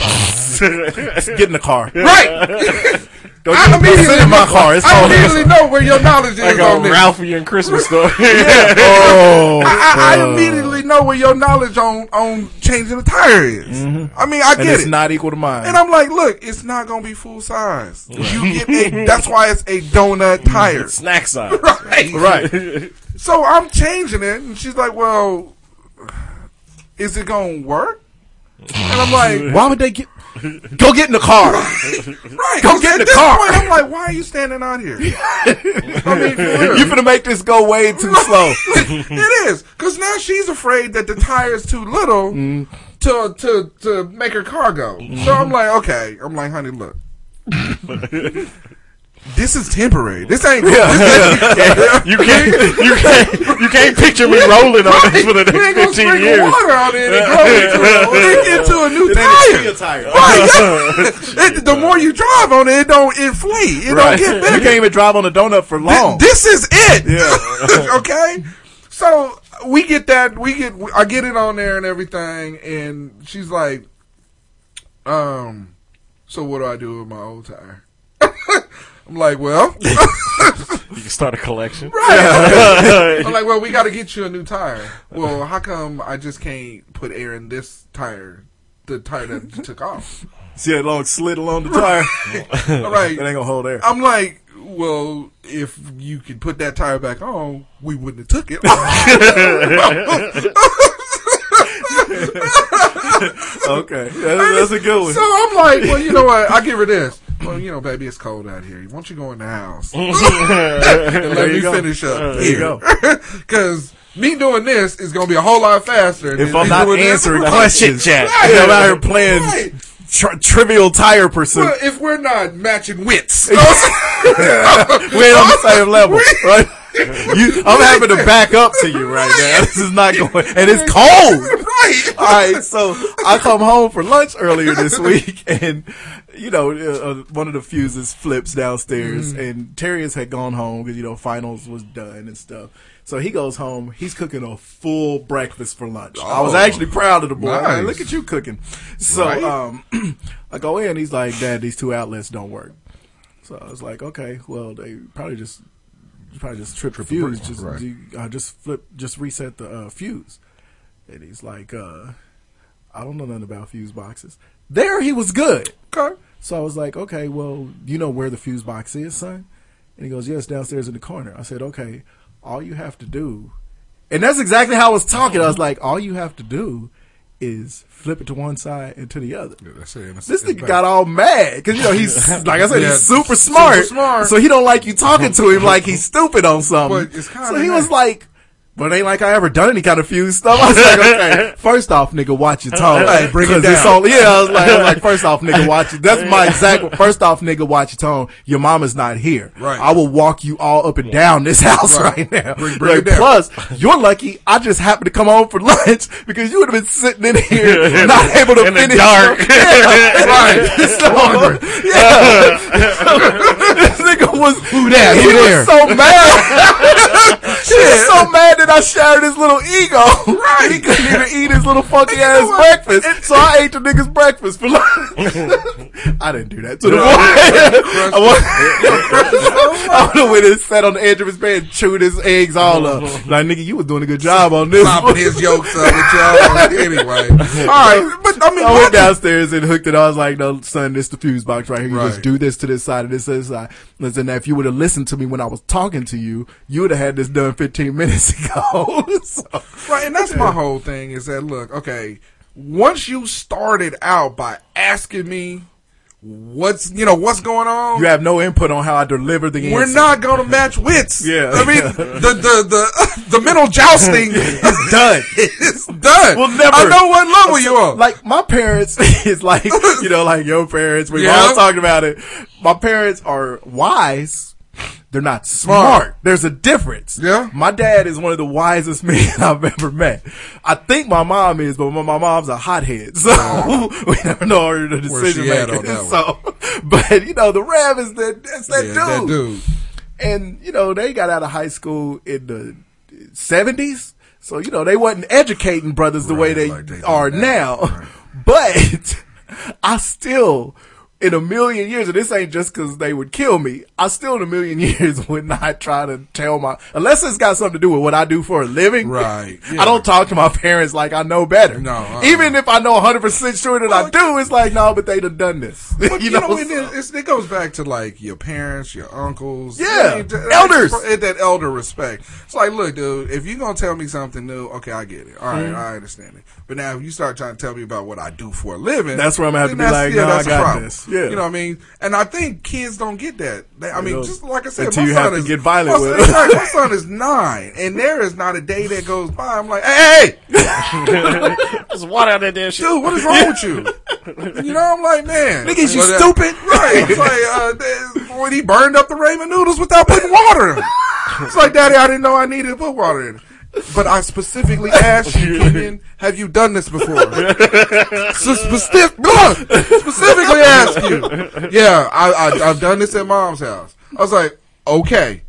L: Get in the car.
M: (laughs) right.
L: (laughs) Don't
M: I
L: you
M: immediately
L: sit in my car. It's
M: I
L: all
M: immediately know where your knowledge
D: Like
M: is on
D: a
M: this.
D: Ralphie and Christmas (laughs) story.
M: Yeah.
L: Oh,
M: I, I, I
L: uh.
M: immediately know where your knowledge on on changing the tire is. I mean, I
L: Mm-hmm. and
M: get
L: it's
M: it.
L: not equal to mine.
M: and I'm like, look, it's not gonna be full size. You
L: (laughs)
M: get a, that's why it's a donut
L: Mm-hmm.
M: tire,
D: snack size.
M: (laughs)
L: (laughs)
M: right? (laughs)
L: Right.
M: So I'm changing it, and she's like, well, is it gonna work? And
L: (laughs)
M: I'm like,
L: Why would they get? Go get in the (laughs) car.
M: right.
L: Go
M: 'cause
L: get in the
M: at this
L: car.
M: Point, I'm like, why are you standing
L: (laughs)
M: out here? I mean, for real.
L: You're gonna make this go way too slow.
M: it is because now she's afraid that the tire is too little
D: Mm.
M: to to to make her car go. So I'm like, okay, I'm like,
D: (laughs)
M: honey, look. This is temporary. This ain't. This ain't
D: You
M: (laughs)
D: can't, you can't, you can't picture me rolling on (laughs) this for the
M: you ain't gonna
D: next 15
M: sprinkle
D: years.
M: water on it and
D: (laughs)
M: grow into, a- into a new tire. Right, yeah. (laughs) It- the more you drive on it, it don't inflate. It
L: Right.
M: don't get
L: You
M: bigger.
L: can't even drive on a donut for long.
M: This is it.
L: Oh. Yeah.
M: (laughs) okay. So we get that. We get. I get it on there and everything, and she's like, um, so what do I do with my old tire? (laughs) I'm like, well,
D: You can start a collection.
M: right. I'm like, well, we got to get you a new tire. Well, how come I just can't put air in this tire? The tire that you took off.
L: See that long slit along the tire?
M: All (laughs) right.
L: It ain't gonna hold air.
M: I'm like, well, if you could put that tire (laughs) back on, we wouldn't have took it.
L: okay, that's, that's a good one.
M: So I'm like, well, you know what? I'll give her this. Well, you know, baby, it's cold out here. Why don't you go in the house
L: (laughs)
M: and
L: There
M: let
L: you
M: me
L: go.
M: finish up?
L: There you go.
M: (laughs) Because me doing this is going to be a whole lot faster.
L: If
M: than
L: I'm
M: me
L: not
M: doing this.
L: answering
M: Right.
L: questions, Jack,
M: Right.
L: I'm out here playing
M: Right.
L: tri- trivial tire pursuit. (laughs)
M: Well, if we're not matching wits, you know
L: what I'm saying? We're
M: (laughs)
L: on the same level, right? You, I'm having to back up to you right now. This is not going, and it's cold.
M: (laughs)
P: (laughs)
M: Right.
L: All right. So I come home for lunch earlier this week, and you know, uh, uh, one of the fuses flips
P: Mm.
L: downstairs, and Terrius had gone home because you know finals was done and stuff. So he goes home. He's cooking a full breakfast for lunch. I was
P: Oh.
L: actually proud of the boy. I'm like,
P: Nice.
L: Look at you cooking. So
P: Right.
L: um, (clears throat) I go in. He's like, Dad, these two outlets don't work. So I was like, okay, well, they probably just probably just tripped the fuse.
P: break,
L: Just
P: right.
L: do- uh, just flip, just reset the uh, fuse. And he's like, uh, I don't know nothing about fuse boxes. There, he was good. Okay. So I was like, okay, well, you know where the fuse box is, son. And he goes, yes, downstairs in the corner. I said, okay, all you have to do, and that's exactly how I was talking. I was like, all you have to do is flip it to one side and to the other. This nigga got all mad because you know he's like I said,
P: Yeah,
L: he's super
P: super
L: smart,
P: smart.
L: So he don't like you talking to him like he's stupid on something.
P: But it's kinda
L: so he
P: nice.
L: was like. But it ain't like I ever done any kind of fuse stuff. I was like,
P: (laughs)
L: okay, first off, nigga, watch your tone.
P: Hey, bring it
L: 'Cause it's
P: down.
L: all- yeah, I was like, I was like, first off, nigga, watch it. That's
P: (laughs)
L: my exact. First off, nigga, watch your tone. Your mama's not here.
P: Right.
L: I will walk you all up and down this (laughs) house right,
P: Right.
L: now.
P: Bring- bring it
L: Like,
P: down.
L: plus, you're lucky. I just happened to come home for (laughs) lunch because you would have been sitting
P: (laughs)
L: in here not able to
P: In the
L: finish.
P: dark. (laughs)
L: (laughs) Yeah.
P: Right.
L: So, yeah. (laughs) this nigga was who
P: that?
L: He
P: Who
L: was
P: there?
L: so
P: (laughs)
L: mad. he was so mad that I shared his little ego. Right. He couldn't even eat his little funky ass breakfast. so I ate the nigga's breakfast for lunch. (laughs) I didn't do that to the boy. I wa- I would have went and sat on the edge of his bed, chewed his eggs all
M: (laughs)
L: up. Like nigga, you was doing a good job on this.
M: Popping his yolks up
L: (laughs)
M: with y'all anyway. All right, but I mean,
L: I
M: why
L: went downstairs and hooked it. I was like, "No, son, this the fuse box right here. You just
M: Right.
L: do this to this side of this to this side." Listen, now, if you would have listened to me when I was talking to you, you would have had this done 15 (laughs) minutes ago. (laughs) so,
M: Right, and that's my whole thing is that look, okay, once you started out by asking me what's you know what's going on,
L: you have no input on how I deliver the
M: we're
L: answer.
M: not going to match wits.
L: Yeah.
M: I mean the the the (laughs) the
L: (laughs)
M: mental jousting
L: is done.
M: (laughs) It's done.
L: We'll never.
M: I know what level you are.
L: Like my parents (laughs) is like you know like your parents. We've
P: Yeah.
L: all talked about it. My parents are wise. They're not smart.
P: Smart.
L: There's a difference. Yeah. My dad is one of the wisest (laughs) men I've ever met. I think my mom is, but my, my mom's a hothead. (laughs) So we never know her the
P: Where
L: decision
P: she at
L: maker.
P: on that one.
L: (laughs) So, but you know, the Rev is that, that's that,
P: Yeah, that
L: dude.
M: dude.
L: And, you know, they got out of high school in the 70s. So, you know, they wasn't educating brothers the way they, are now. (laughs) But I still, in a million years, and this ain't just because they would kill me, I still in a million (laughs) years would not try to tell my, unless it's got something to do with what I do for a living.
M: Right,
L: (laughs) I don't talk to my parents like I know better. No. uh-uh. Even if I know 100% sure that I do, it's like, no, but they done done this. (laughs)
M: But you,
L: you
M: know,
L: know,
M: it, it's, it goes back to like your parents, your uncles,
L: Yeah,
M: I mean, that-
L: elders.
M: that- that elder respect. It's like, look, dude, if you're gonna tell me something new, okay, I get it. All right,
L: Mhm.
M: I understand it. But now, if you start trying to tell me about what I do for a living,
L: That's where I'm gonna have
M: then
L: to be
M: that's-
L: like, no, I
M: that's a
L: got
M: problem.
L: this. Yeah.
M: you know what I mean. And I think kids don't get that. They- I
L: They
M: mean,
L: don't.
M: just like I said,
L: Until
M: my
L: you
M: son
L: have to
M: is,
L: get violent
M: my,
L: with (laughs)
M: son,
L: them.
M: exactly, my son is nine, and there is not a day that goes by. I'm like, hey, hey,
D: There's water out that damn shit.
M: dude, what is wrong with you? You know, I'm like, man,
D: Niggas, you
M: Well, that-
D: stupid.
M: (laughs) Right? It's like uh, that- when he burned up the ramen noodles without putting water in them. It's like, Daddy, I didn't know I needed to put water in. it. But I specifically asked
D: (laughs)
M: you, Kenyon, have you done this before? So (laughs) specif- look, specifically asked you. Yeah, I, I, I've done this at mom's house. I was like, okay.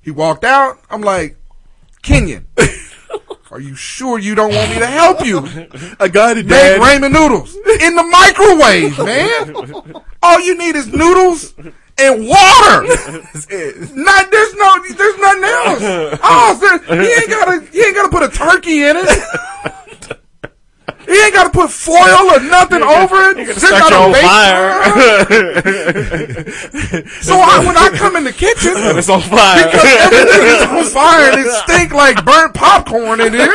M: He walked out. I'm like, Kenyon, are you sure you don't want me to help you
L: I got it,
M: make
L: Dad.
M: ramen noodles in the microwave, man? All you need is noodles and water. Not there's no there's nothing else. Oh, so you ain't gotta you ain't gotta put a turkey in it. He ain't gotta put foil or nothing over it. Just
P: start
M: gotta
P: your own
M: bake- so I,
P: on-
M: when I come in the kitchen,
P: It's on fire.
M: Because everything is on fire and it stink like burnt popcorn in here.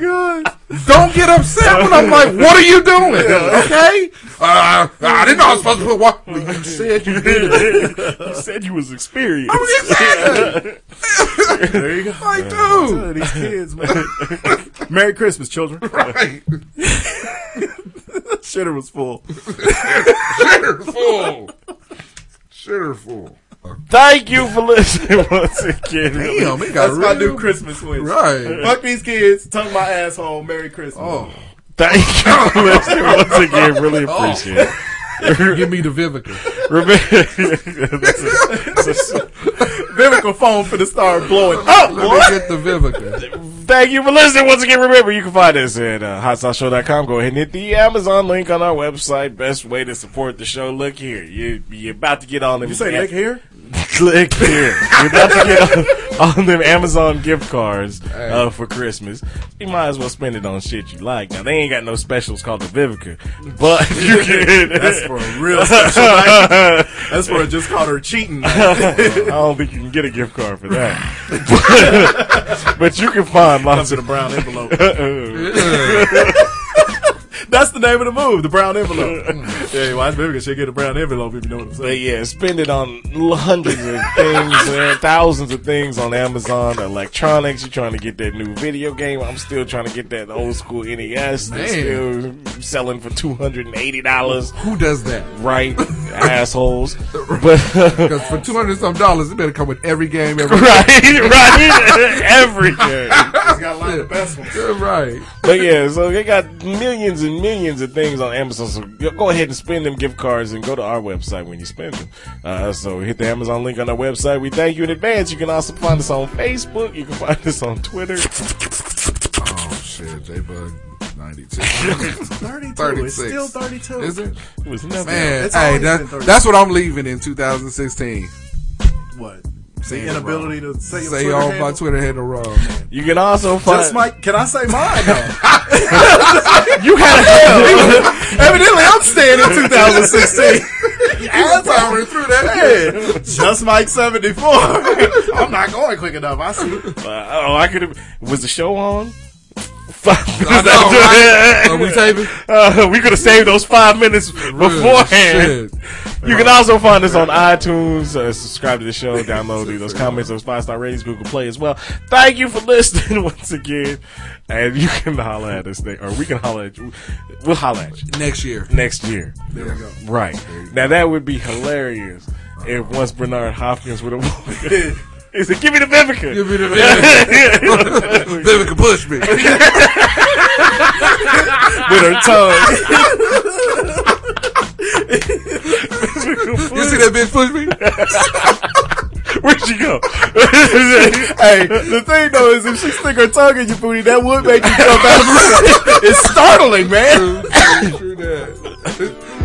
L: god!
M: Don't get upset when I'm like, what are you doing? Okay? Uh, I didn't know I was supposed to put what. Well, you said you did it.
D: you said you was experienced.
M: I mean, exactly.
L: There you go.
M: Like,
L: (laughs)
M: dude.
L: These kids, man. Merry Christmas, (laughs) children.
M: Right.
L: Shitter was (laughs) full.
M: Shitterful. Shitterful.
D: Thank you for listening once again.
M: Damn, it got
L: That's my
M: real-
L: new Christmas wish.
M: Right.
L: Fuck these kids. Tongue my asshole. Merry Christmas.
M: Oh.
D: (laughs) Thank you
L: (laughs)
D: for listening once again. Really
L: Oh.
D: appreciate it.
M: Give me the Vivica.
D: Remember, (laughs) that's a- that's a-
L: Vivica phone for the star blowing
M: Let
L: up.
M: me
L: boy.
M: get the Vivica.
D: Thank you for listening. Once again, remember, you can find us at uh, hotsauceshow.com. Go ahead and hit the Amazon link on our website. Best way to support the show. Look here. You, you're about to get all them.
L: You say neck here?
D: Click here. You're about to get all, all them Amazon gift cards uh, for Christmas. You might as well spend it on shit you like. Now, they ain't got no specials called the Vivica. But (laughs) you can.
L: That's for a real special (laughs) night. That's where I just caught her cheating.
D: I don't think you can get a gift card for that. but, (laughs) but you can find lots
L: Comes in
D: of
L: a brown envelope.
D: Uh-oh.
L: That's the name of the move, the brown
D: (laughs)
L: envelope. yeah, watch Vivica. She'll get a brown envelope if you know what I'm
D: But
L: saying.
D: yeah, spend it on hundreds of things, man, thousands of things on Amazon, electronics. You're trying to get that new video game. I'm still trying to get that old school NES that's still selling for two hundred and eighty dollars.
M: Who does that?
L: (laughs)
D: Right, assholes. But
M: Because for two hundred some dollars, it better come with every game, every
D: right, right, (laughs) every game.
L: got a lot of best ones.
M: Yeah, right.
D: But yeah, so they got millions and millions of things on Amazon. So go go ahead and spend them gift cards and go to our website when you spend them. Uh, so hit the Amazon link on our website. We thank you in advance. You can also find us on Facebook. You can find us on Twitter.
M: Oh shit, J Bug ninety two.
L: 32. It's
M: 36.
L: still 32.
M: Is it?
D: It was nothing.
M: Man,
L: It's
M: hey,
L: always
M: that-
L: been 36.
M: that's what I'm leaving in 2016.
L: What?
M: Say
L: The
M: it
L: inability
M: wrong.
L: to say, your
M: Say
L: Twitter
M: all my
L: handle?
M: Twitter handle wrong.
D: You can also
L: Just
D: find.
L: like, can I say mine?
M: (laughs)
L: though?
D: you had a
M: (laughs)
L: Evidently, I'm staying (laughs) in 2016.
M: I'm powering through that.
L: Yeah, just Mike 74. (laughs) I'm not going quick enough. I see.
D: Uh, oh, I could have. Was the show on?
M: I know, right?
D: (laughs)
M: Are we taping?
D: Uh, we could have saved those five minutes
M: Real
D: beforehand.
M: shit.
D: You can also find us on iTunes. Uh, subscribe to the
M: (laughs)
D: show. Download leave those comments, those five star ratings, Google Play as well. Thank you for listening (laughs) once again. And you can holler at us, ne- or we can holler at you. We'll holler at you
M: Next year.
D: next year. There we go. Right. Now that would be hilarious if once Bernard Hopkins (laughs) would
M: (laughs)
D: have. He said, "Give me the Vivica."
M: Give me the
D: (laughs)
M: Vivica push
L: (laughs)
M: me.
D: with her tongue.
M: You see that bitch push me?
D: (laughs)
M: (laughs)
D: Where'd she go?
L: (laughs) Hey, the thing though is, if she stick her tongue in your booty, that (laughs) would make you jump out of the It's startling, man.
M: True that.